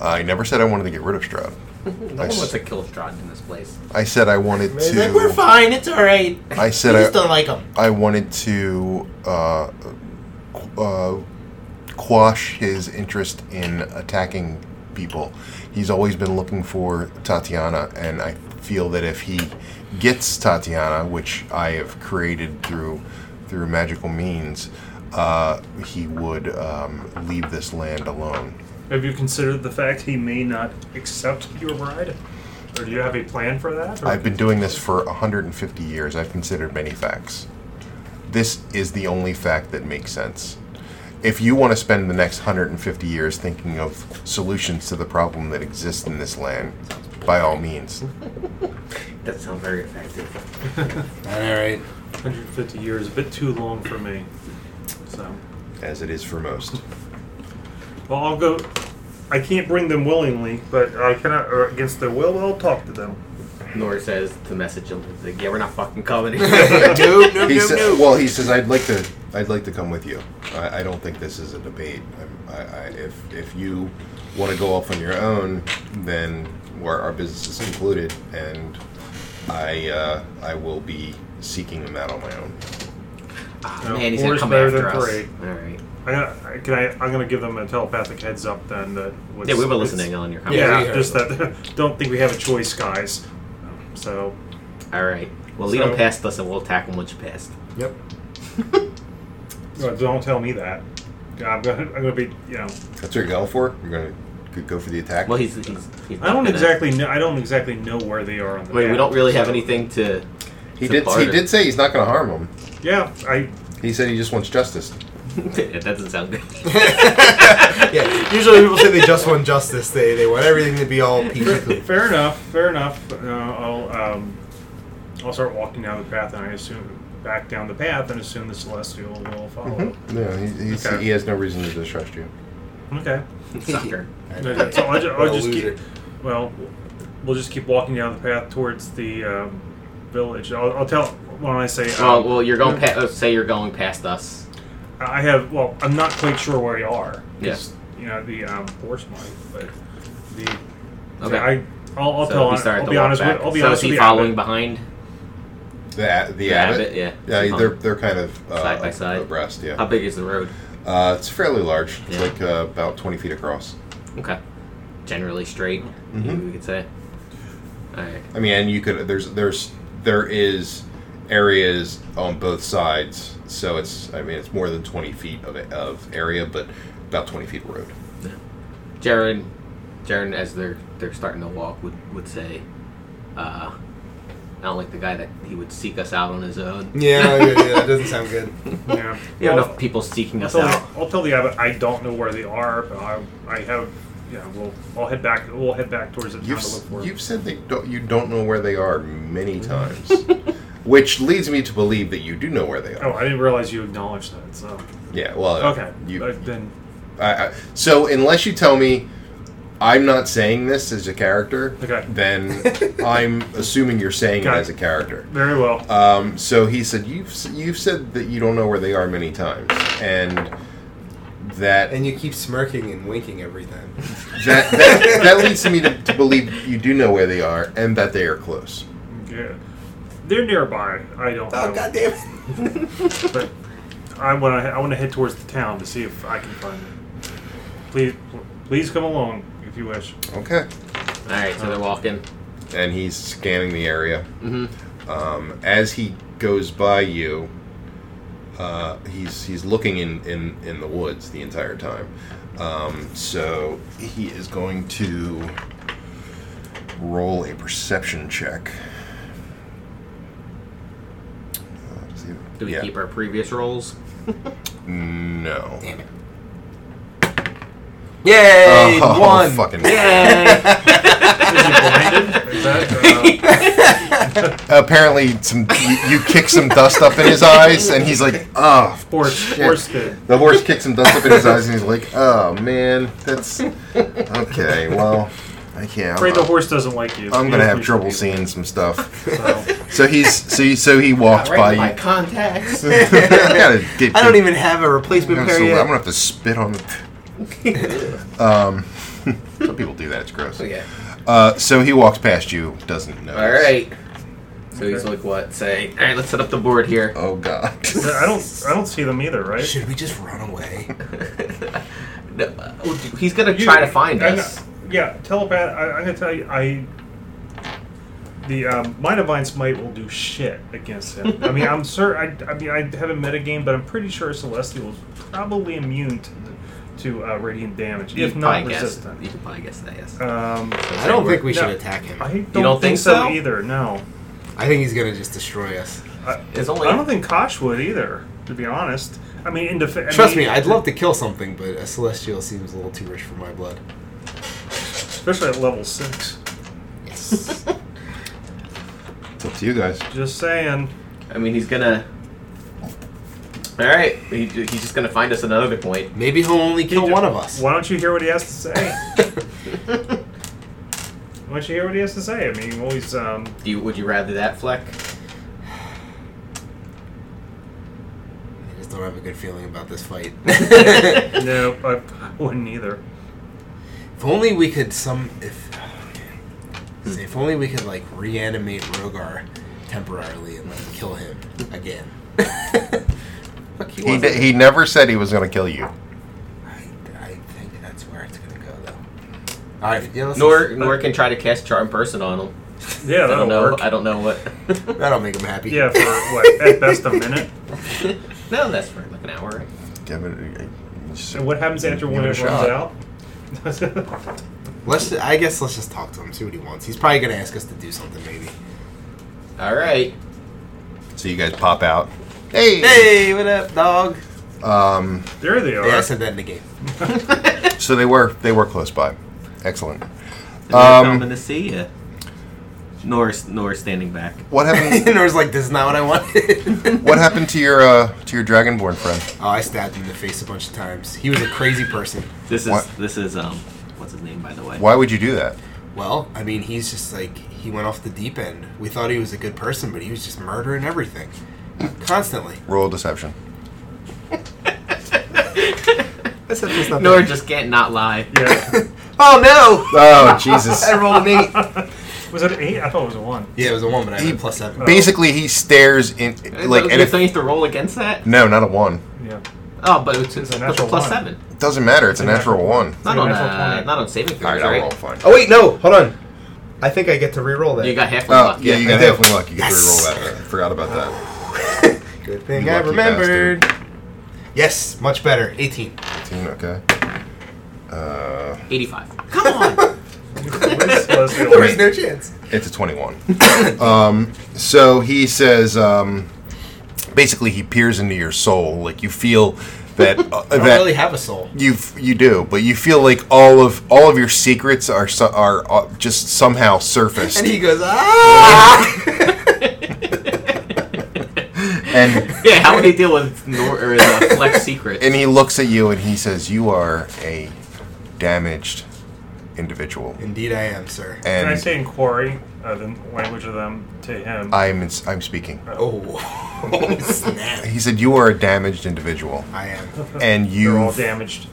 [SPEAKER 2] I never said I wanted to get rid of Stroud.
[SPEAKER 3] No one wants to kill Strahd in this place.
[SPEAKER 2] I said I wanted
[SPEAKER 4] It's like,
[SPEAKER 2] to.
[SPEAKER 4] we're fine. It's all right. *laughs*
[SPEAKER 2] I said
[SPEAKER 4] we
[SPEAKER 2] I-
[SPEAKER 4] just don't like him.
[SPEAKER 2] I wanted to uh, qu- uh, quash his interest in attacking people. He's always been looking for Tatiana, and I feel that if he gets Tatiana, which I have created through through magical means, uh, he would um, leave this land alone.
[SPEAKER 5] Have you considered the fact he may not accept your bride? Or do you have a plan for that? Or-
[SPEAKER 2] I've been doing this for 150 years. I've considered many facts. This is the only fact that makes sense. If you want to spend the next 150 years thinking of solutions to the problem that exists in this land, by all means.
[SPEAKER 3] That sounds very effective.
[SPEAKER 4] All right.
[SPEAKER 5] 150 years, a bit too long for me. So,
[SPEAKER 2] As it is for most.
[SPEAKER 5] well, I'll go. I can't bring them willingly, but I cannot, or against their will, I'll talk to them.
[SPEAKER 3] Nor says to message him. He's like, yeah, we're not fucking coming.
[SPEAKER 4] *laughs* Nope, nope,
[SPEAKER 2] He
[SPEAKER 4] nope,
[SPEAKER 2] sa-
[SPEAKER 4] nope.
[SPEAKER 2] well, he says, "I'd like to, I'd like to come with you. I, I don't think this is a debate. I, I, I, if if you want to go off on your own, then where our business is concluded, and I uh, I will be seeking them out on my own.
[SPEAKER 5] No,
[SPEAKER 3] Man, he's
[SPEAKER 5] four
[SPEAKER 3] gonna
[SPEAKER 5] is
[SPEAKER 3] come
[SPEAKER 5] better than
[SPEAKER 3] after us.
[SPEAKER 5] three.
[SPEAKER 3] All right.
[SPEAKER 5] I gotta, can I? I'm gonna give them a telepathic heads up then. That what's-
[SPEAKER 3] Yeah, we were listening on your comment.
[SPEAKER 5] Yeah,
[SPEAKER 4] Yeah.
[SPEAKER 5] just that. *laughs* Don't think we have a choice, guys. So,
[SPEAKER 3] All right. Well, lead him
[SPEAKER 5] So-
[SPEAKER 3] past us, and we'll attack him once you pass.
[SPEAKER 4] Yep.
[SPEAKER 5] well, don't tell me that. I'm gonna, I'm gonna be, you know.
[SPEAKER 2] That's what you're going for. You're gonna go- go for the attack.
[SPEAKER 3] Well, he's he's. he's
[SPEAKER 5] I don't
[SPEAKER 3] gonna-
[SPEAKER 5] exactly know. I don't exactly know where they are on the.
[SPEAKER 3] Wait, we
[SPEAKER 5] map,
[SPEAKER 3] don't really have
[SPEAKER 5] so-
[SPEAKER 3] anything to.
[SPEAKER 2] he
[SPEAKER 3] to
[SPEAKER 2] did. He
[SPEAKER 3] barter.
[SPEAKER 2] did say he's not gonna harm him.
[SPEAKER 5] Yeah, I.
[SPEAKER 2] He said he just wants justice.
[SPEAKER 3] *laughs* that doesn't sound good.
[SPEAKER 4] *laughs* *laughs* Yeah. Usually people say they just want justice. They they want everything to be all peachy. *laughs* clean.
[SPEAKER 5] Fair enough. Fair enough. Uh, I'll um, I'll start walking down the path, and I assume back down the path, and assume the celestial will follow.
[SPEAKER 4] Mm-hmm.
[SPEAKER 2] No, Mm-hmm. he, he's,
[SPEAKER 5] Okay.
[SPEAKER 2] he has no reason to distrust you.
[SPEAKER 5] Okay.
[SPEAKER 3] *laughs* Sucker.
[SPEAKER 5] *laughs* No, that's all. I ju- I'll
[SPEAKER 4] What a
[SPEAKER 5] just keep,
[SPEAKER 4] loser.
[SPEAKER 5] well, we'll just keep walking down the path towards the um, village. I'll, I'll tell when I say. Um,
[SPEAKER 3] Well, well, you're going. Pa- uh, say you're going past us.
[SPEAKER 5] I have. Well, I'm not quite sure where you are. 'cause,
[SPEAKER 3] Yes.
[SPEAKER 5] You know the um, horse might, but the.
[SPEAKER 3] Okay.
[SPEAKER 5] I, I'll, I'll
[SPEAKER 3] so
[SPEAKER 5] tell.
[SPEAKER 3] we
[SPEAKER 5] hon-
[SPEAKER 3] started
[SPEAKER 5] I'll
[SPEAKER 3] to
[SPEAKER 5] be
[SPEAKER 3] walk
[SPEAKER 5] honest.
[SPEAKER 3] back.
[SPEAKER 5] With, I'll be
[SPEAKER 3] so
[SPEAKER 5] honest
[SPEAKER 3] is he
[SPEAKER 5] with you,
[SPEAKER 3] following
[SPEAKER 5] but-
[SPEAKER 3] behind?
[SPEAKER 2] The a- the,
[SPEAKER 3] The
[SPEAKER 2] abbot.
[SPEAKER 3] abbot, yeah.
[SPEAKER 2] Yeah,
[SPEAKER 3] Huh.
[SPEAKER 2] they're they're kind of uh,
[SPEAKER 3] Side by side.
[SPEAKER 2] abreast. Yeah.
[SPEAKER 3] How big is the road?
[SPEAKER 2] Uh, it's fairly large. It's
[SPEAKER 3] Yeah.
[SPEAKER 2] like uh, about 20 feet across.
[SPEAKER 3] Okay. Generally straight.
[SPEAKER 4] Mm-hmm.
[SPEAKER 2] Mhm.
[SPEAKER 3] We could say. All right.
[SPEAKER 2] I mean, and you could there's there's there is areas on both sides, so it's I mean it's more than 20 feet of of area, but about 20 feet of road.
[SPEAKER 3] Jared, Jared, as they're they're starting to walk, would would say, uh, I don't like the guy that he would seek us out on his own.
[SPEAKER 4] Yeah, yeah, yeah, that doesn't sound good.
[SPEAKER 3] *laughs*
[SPEAKER 5] Yeah.
[SPEAKER 3] You have
[SPEAKER 5] I'll-
[SPEAKER 3] enough people seeking
[SPEAKER 5] I'll
[SPEAKER 3] us
[SPEAKER 5] tell, the,
[SPEAKER 3] out.
[SPEAKER 5] I'll tell the abbot I don't know where they are, but I, I have. Yeah, we'll I'll head back. We'll head back towards the town
[SPEAKER 2] You've
[SPEAKER 5] to look for.
[SPEAKER 2] you've said that don't, you don't know where they are many times, *laughs* which leads me to believe that you do know where they
[SPEAKER 5] Oh,
[SPEAKER 2] are.
[SPEAKER 5] I didn't realize you acknowledged that. So
[SPEAKER 2] Yeah. Well.
[SPEAKER 5] okay,
[SPEAKER 2] You,
[SPEAKER 5] Uh, then
[SPEAKER 2] I, I, so unless you tell me I'm not saying this as a character,
[SPEAKER 5] Okay. *laughs*
[SPEAKER 2] then I'm assuming you're saying
[SPEAKER 5] Got
[SPEAKER 2] it
[SPEAKER 5] it.
[SPEAKER 2] as a character.
[SPEAKER 5] very well.
[SPEAKER 2] Um, so he said, "You've s- you've said that you don't know where they are many times, and that
[SPEAKER 4] And you keep smirking and winking every time.
[SPEAKER 2] that, that, that leads me to, to believe you do know where they are and that they are close."
[SPEAKER 5] yeah, they're nearby. I don't
[SPEAKER 2] Oh,
[SPEAKER 5] know,
[SPEAKER 4] damn it.
[SPEAKER 5] but I want to. I want to head towards the town to see if I can find them. Please, please come along if you *laughs* wish.
[SPEAKER 3] All
[SPEAKER 2] Okay,
[SPEAKER 3] right, so
[SPEAKER 5] Uh-huh.
[SPEAKER 3] they're walking.
[SPEAKER 2] and he's scanning the area.
[SPEAKER 3] hmm
[SPEAKER 2] Um, as he goes by you, uh, he's he's looking in, in, in the woods the entire time. Um, so he is going to roll a perception check. Uh, does he-
[SPEAKER 3] Do we
[SPEAKER 2] yeah.
[SPEAKER 3] keep our previous rolls?
[SPEAKER 2] No.
[SPEAKER 4] Damn it. Yay!
[SPEAKER 2] Oh,
[SPEAKER 4] One.
[SPEAKER 2] *laughs* Fucking
[SPEAKER 3] Yay!
[SPEAKER 5] Is he blinded? Is that, uh,
[SPEAKER 2] apparently some you, you kick some dust up in his eyes, and he's like, oh.
[SPEAKER 5] Horse,
[SPEAKER 2] shit."
[SPEAKER 5] horse did.
[SPEAKER 2] The horse kicks some dust up in his eyes, and he's like, "Oh man, that's okay. Well, I can't.
[SPEAKER 5] Afraid the horse doesn't like you.
[SPEAKER 2] I'm
[SPEAKER 5] You
[SPEAKER 2] gonna have
[SPEAKER 5] appreciate
[SPEAKER 2] trouble
[SPEAKER 5] people,
[SPEAKER 2] seeing some stuff."
[SPEAKER 5] so.
[SPEAKER 2] So he's so he, so he walked
[SPEAKER 3] Right in
[SPEAKER 2] by
[SPEAKER 3] my
[SPEAKER 2] you. *laughs*
[SPEAKER 3] contacts. Oh,
[SPEAKER 2] I, gotta get-
[SPEAKER 4] *laughs* *laughs* I don't even have a replacement
[SPEAKER 2] I'm
[SPEAKER 4] pair
[SPEAKER 2] so- I'm
[SPEAKER 4] yet.
[SPEAKER 2] gonna have to spit on the. um, some people do that. It's gross.
[SPEAKER 3] Oh, yeah.
[SPEAKER 2] Uh, so he walks past you, doesn't know.
[SPEAKER 3] All right. So he's like, what? Say, all right, let's set up the board here.
[SPEAKER 2] Oh God. *laughs*
[SPEAKER 5] Yeah, I don't. I don't see them either, right?
[SPEAKER 4] Should we just run away?
[SPEAKER 3] *laughs* No, uh, He's gonna try to find
[SPEAKER 5] I know-
[SPEAKER 3] us.
[SPEAKER 5] uh, yeah, telepath. I, I'm gonna tell you, I. The um, my divine smite will do shit against him. I mean, I'm certain. I, I mean, I haven't met a game, but I'm pretty sure Celestial is probably immune to to uh, radiant damage,
[SPEAKER 3] You
[SPEAKER 5] if
[SPEAKER 3] can
[SPEAKER 5] not
[SPEAKER 3] probably guess. You
[SPEAKER 5] resistant.
[SPEAKER 3] can probably guess that. Yes.
[SPEAKER 5] Um,
[SPEAKER 4] I don't think we
[SPEAKER 5] No.
[SPEAKER 4] should attack him.
[SPEAKER 5] I don't,
[SPEAKER 3] don't think
[SPEAKER 5] think so,
[SPEAKER 3] so?
[SPEAKER 5] either. No,
[SPEAKER 4] I think he's gonna just destroy us.
[SPEAKER 5] I,
[SPEAKER 3] It's
[SPEAKER 5] I
[SPEAKER 3] only.
[SPEAKER 5] don't think Kosh would either. To be honest, I mean, in defense.
[SPEAKER 4] Trust me, I'd love to kill something, but a celestial seems a little too rich for my blood.
[SPEAKER 5] especially at level six.
[SPEAKER 4] Yes.
[SPEAKER 2] It's up to you guys.
[SPEAKER 5] Just saying.
[SPEAKER 3] I mean, he's gonna. All right. He, he's just gonna find us another point.
[SPEAKER 4] *laughs* Maybe he'll only kill one of us. *laughs*
[SPEAKER 5] Why don't you hear what he has to say? Why don't you hear what he has to say? I mean, you
[SPEAKER 2] *laughs*
[SPEAKER 5] always. Um,
[SPEAKER 3] Do you? Would you rather that, Fleck?
[SPEAKER 4] I just don't have a good feeling about this fight. *laughs*
[SPEAKER 5] no, *laughs* I wouldn't either.
[SPEAKER 4] If only we could some if say, if only we could like reanimate Rogar temporarily and like kill him again. *laughs* Fuck, he
[SPEAKER 2] He,
[SPEAKER 4] wasn't-
[SPEAKER 2] d- he never said he was gonna kill you.
[SPEAKER 4] I, I think that's where it's gonna go though. All right, yeah, let's-
[SPEAKER 3] Nor Nor can try to cast charm person on him.
[SPEAKER 5] Yeah,
[SPEAKER 3] I
[SPEAKER 5] that'll
[SPEAKER 3] don't know.
[SPEAKER 5] work.
[SPEAKER 3] I don't know what.
[SPEAKER 4] that'll make him happy.
[SPEAKER 5] Yeah,
[SPEAKER 4] *laughs*
[SPEAKER 5] for
[SPEAKER 2] *laughs*
[SPEAKER 5] what? At best a minute.
[SPEAKER 3] *laughs* no, that's for like an hour.
[SPEAKER 2] Give it-
[SPEAKER 5] And what happens after
[SPEAKER 2] Give
[SPEAKER 5] when
[SPEAKER 2] it
[SPEAKER 5] it runs
[SPEAKER 2] a shot.
[SPEAKER 5] out?
[SPEAKER 4] Let's. ju- I guess let's just talk to him, see what he wants. He's probably gonna ask us to do something, maybe.
[SPEAKER 3] All right.
[SPEAKER 2] So you guys pop out. Hey.
[SPEAKER 4] Hey, what up, dog?
[SPEAKER 2] Um.
[SPEAKER 5] *laughs* there they are.
[SPEAKER 4] Yeah, I said that in the *laughs* game.
[SPEAKER 2] So they were they were close by. Excellent.
[SPEAKER 3] I'm
[SPEAKER 2] Um.
[SPEAKER 3] gonna see you. Nor Nor standing back.
[SPEAKER 2] What happened?
[SPEAKER 4] *laughs* and I was like, "This is not what I *laughs* wanted."
[SPEAKER 2] what happened to your uh to your dragonborn friend?
[SPEAKER 4] oh, I stabbed him in the face a bunch of times. He was a crazy person.
[SPEAKER 3] This is
[SPEAKER 2] What?
[SPEAKER 3] this is um what's his name by the way?
[SPEAKER 2] Why would you do that?
[SPEAKER 4] Well, I mean, he's just like he went off the deep end. We thought he was a good person, but he was just murdering everything constantly.
[SPEAKER 2] Roll deception.
[SPEAKER 4] That's that's not
[SPEAKER 3] Nor
[SPEAKER 4] bad.
[SPEAKER 3] just can't not
[SPEAKER 2] *laughs*
[SPEAKER 3] lie.
[SPEAKER 5] Yeah.
[SPEAKER 4] Oh *laughs*
[SPEAKER 2] Oh Jesus.
[SPEAKER 4] no! I rolled an eight.
[SPEAKER 5] Was it eight? I thought it was a one.
[SPEAKER 4] yeah, it was a one, but I had
[SPEAKER 2] He-
[SPEAKER 4] a plus seven.
[SPEAKER 2] Basically, he stares in like
[SPEAKER 3] Don't
[SPEAKER 2] and
[SPEAKER 3] you think
[SPEAKER 2] if,
[SPEAKER 3] you have to roll against that?
[SPEAKER 2] no, not a one.
[SPEAKER 5] Yeah.
[SPEAKER 3] Oh, but it's, it's
[SPEAKER 5] a
[SPEAKER 3] a
[SPEAKER 5] natural
[SPEAKER 3] plus
[SPEAKER 5] one.
[SPEAKER 3] seven.
[SPEAKER 2] It doesn't matter. It's a natural one.
[SPEAKER 3] Not
[SPEAKER 5] a
[SPEAKER 3] on
[SPEAKER 5] natural
[SPEAKER 3] uh,
[SPEAKER 5] 20.
[SPEAKER 3] not on saving
[SPEAKER 2] All
[SPEAKER 3] throws,
[SPEAKER 2] right, I'll roll
[SPEAKER 3] right?
[SPEAKER 2] fine.
[SPEAKER 4] Oh wait, no, hold on. I think I get to re-roll that.
[SPEAKER 3] You got half a
[SPEAKER 2] Oh,
[SPEAKER 3] luck.
[SPEAKER 2] yeah, you got
[SPEAKER 4] I do.
[SPEAKER 2] half a luck. You get
[SPEAKER 4] Yes.
[SPEAKER 2] to re-roll that. I forgot about that.
[SPEAKER 4] Good thing
[SPEAKER 2] You
[SPEAKER 4] I
[SPEAKER 2] lucky
[SPEAKER 4] remembered. Yes, much better. Eighteen.
[SPEAKER 2] 18, okay. Uh,
[SPEAKER 3] Eighty-five.
[SPEAKER 2] *laughs*
[SPEAKER 3] Come on.
[SPEAKER 4] There was no chance.
[SPEAKER 2] it's a 21. *coughs* um, so he says, um, basically, he peers into your soul. Like, you feel
[SPEAKER 4] *laughs*
[SPEAKER 2] that... Uh,
[SPEAKER 4] I don't
[SPEAKER 2] that
[SPEAKER 4] really have a soul.
[SPEAKER 2] you you do, but you feel like all of all of your secrets are so, are uh, just somehow surfaced,
[SPEAKER 4] And he goes ah.
[SPEAKER 2] *laughs*
[SPEAKER 3] *laughs*
[SPEAKER 2] and
[SPEAKER 3] *laughs* yeah, how would he deal with Nor or the flex
[SPEAKER 2] *laughs*
[SPEAKER 3] secret?
[SPEAKER 2] and he looks at you and he says, "You are a damaged individual."
[SPEAKER 4] Indeed, I am, sir.
[SPEAKER 2] And
[SPEAKER 5] Can I say in quarry, uh, the language of them to him?
[SPEAKER 2] I'm ins- I'm speaking.
[SPEAKER 4] Oh, snap!
[SPEAKER 2] He said, "You are a damaged individual,
[SPEAKER 4] I am.
[SPEAKER 2] and
[SPEAKER 5] They're all
[SPEAKER 2] you."
[SPEAKER 5] damaged.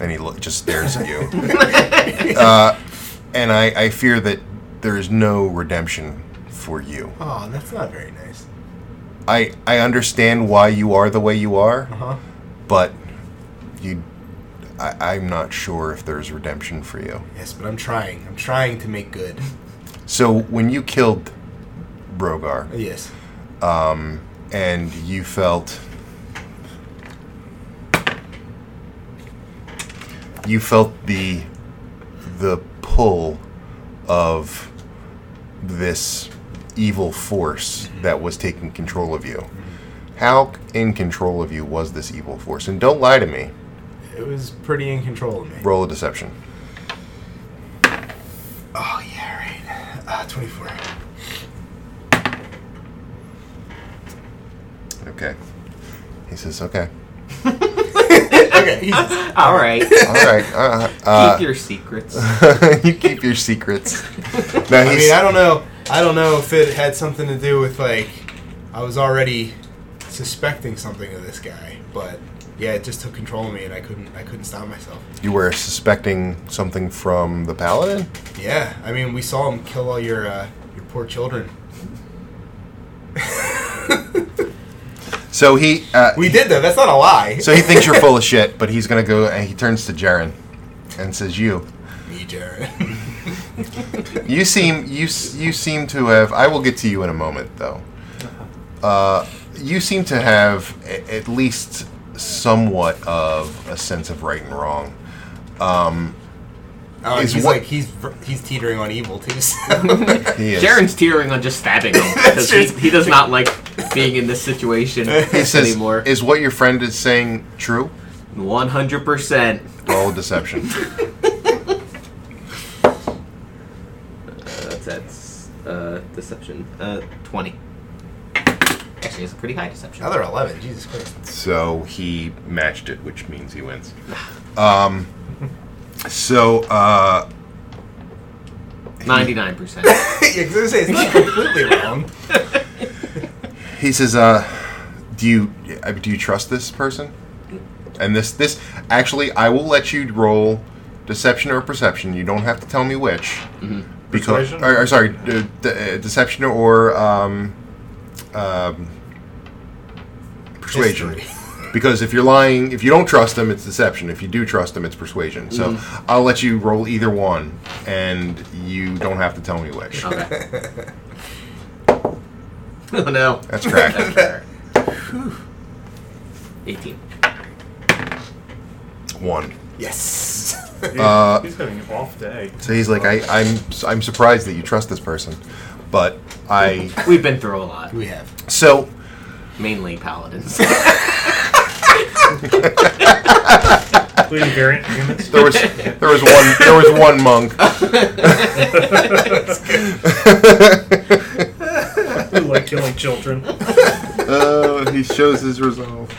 [SPEAKER 2] And he look, just stares at you. uh, and I, I fear that there is no redemption for you.
[SPEAKER 4] Oh, that's not very nice.
[SPEAKER 2] I I understand why you are the way you are,
[SPEAKER 4] Uh huh.
[SPEAKER 2] but you, I, I'm not sure if there's redemption for you.
[SPEAKER 4] Yes, but I'm trying. I'm trying to make good.
[SPEAKER 2] So when you killed Brogar,
[SPEAKER 4] Yes.
[SPEAKER 2] and you felt you felt the the pull of this evil force that was taking control of you. How in control of you was this evil force? And don't lie to me.
[SPEAKER 4] It was pretty in control of me.
[SPEAKER 2] Roll a deception.
[SPEAKER 4] Oh, yeah, right. Uh, *laughs* 24.
[SPEAKER 2] Okay. He says, okay.
[SPEAKER 4] Okay. he's-
[SPEAKER 3] All right.
[SPEAKER 2] All right. Uh, *laughs* uh,
[SPEAKER 3] Keep your secrets.
[SPEAKER 2] *laughs* you keep your secrets. No,
[SPEAKER 4] I
[SPEAKER 2] he's,
[SPEAKER 4] mean, I don't know. I don't know if it had something to do with like I was already suspecting something of this guy, but yeah, it just took control of me, and I couldn't. I couldn't stop myself.
[SPEAKER 2] you were suspecting something from the paladin?
[SPEAKER 4] Yeah, I mean, we saw him kill all your uh, your poor children.
[SPEAKER 2] So he uh,
[SPEAKER 4] We did though. That's not a lie.
[SPEAKER 2] so he thinks you're full of shit, but he's going to go and he turns to Jaren and says, "You
[SPEAKER 4] me, Jared. *laughs*
[SPEAKER 2] you seem you s- you seem to have I will get to you in a moment though. Uh, you seem to have a, at least somewhat of a sense of right and wrong. Um,
[SPEAKER 4] Oh,
[SPEAKER 2] Is
[SPEAKER 4] he's
[SPEAKER 2] what-
[SPEAKER 4] like he's ver- he's teetering on evil too. So.
[SPEAKER 2] *laughs* he is.
[SPEAKER 3] Jaren's teetering on just stabbing
[SPEAKER 2] *laughs*
[SPEAKER 3] him because he,
[SPEAKER 4] just-
[SPEAKER 3] he does not like being in this situation
[SPEAKER 2] he says,
[SPEAKER 3] anymore.
[SPEAKER 2] "Is what your friend is saying true?"
[SPEAKER 3] One hundred percent.
[SPEAKER 2] Roll deception.
[SPEAKER 3] That's that's uh, deception. Uh, twenty. Actually, it's a pretty high deception.
[SPEAKER 4] Another eleven. Jesus Christ. *laughs*
[SPEAKER 2] So he matched it, which means he wins. Um, so uh,
[SPEAKER 3] Ninety-nine
[SPEAKER 2] *laughs*
[SPEAKER 3] percent.
[SPEAKER 4] yeah, 'cause I was gonna say it's not completely wrong. *laughs*
[SPEAKER 2] he says, uh, "Do you uh, do you trust this person?" And this this actually, I will let you roll deception or perception. You don't have to tell me which. Because,
[SPEAKER 5] Persuasion?
[SPEAKER 2] or, or sorry, de- de- uh, deception or um, um, persuasion.
[SPEAKER 4] History.
[SPEAKER 2] *laughs* Because if you're lying, if you don't trust them, it's deception. If you do trust them, it's persuasion. So I'll let you roll either one, and you don't have to tell me which.
[SPEAKER 3] Okay. *laughs* oh no.
[SPEAKER 2] That's correct.
[SPEAKER 3] Eighteen.
[SPEAKER 2] one.
[SPEAKER 4] Yes. *laughs*
[SPEAKER 5] He's,
[SPEAKER 2] Uh,
[SPEAKER 5] he's having an off day.
[SPEAKER 2] So he's like, I, I'm, I'm surprised that you trust this person, but I.
[SPEAKER 3] We've been through a lot,
[SPEAKER 4] we have.
[SPEAKER 2] So
[SPEAKER 3] mainly paladins. *laughs*
[SPEAKER 5] Including variant humans.
[SPEAKER 2] *laughs* there was, there was one, there was one monk.
[SPEAKER 5] who *laughs* like killing children.
[SPEAKER 2] Uh, he shows his resolve.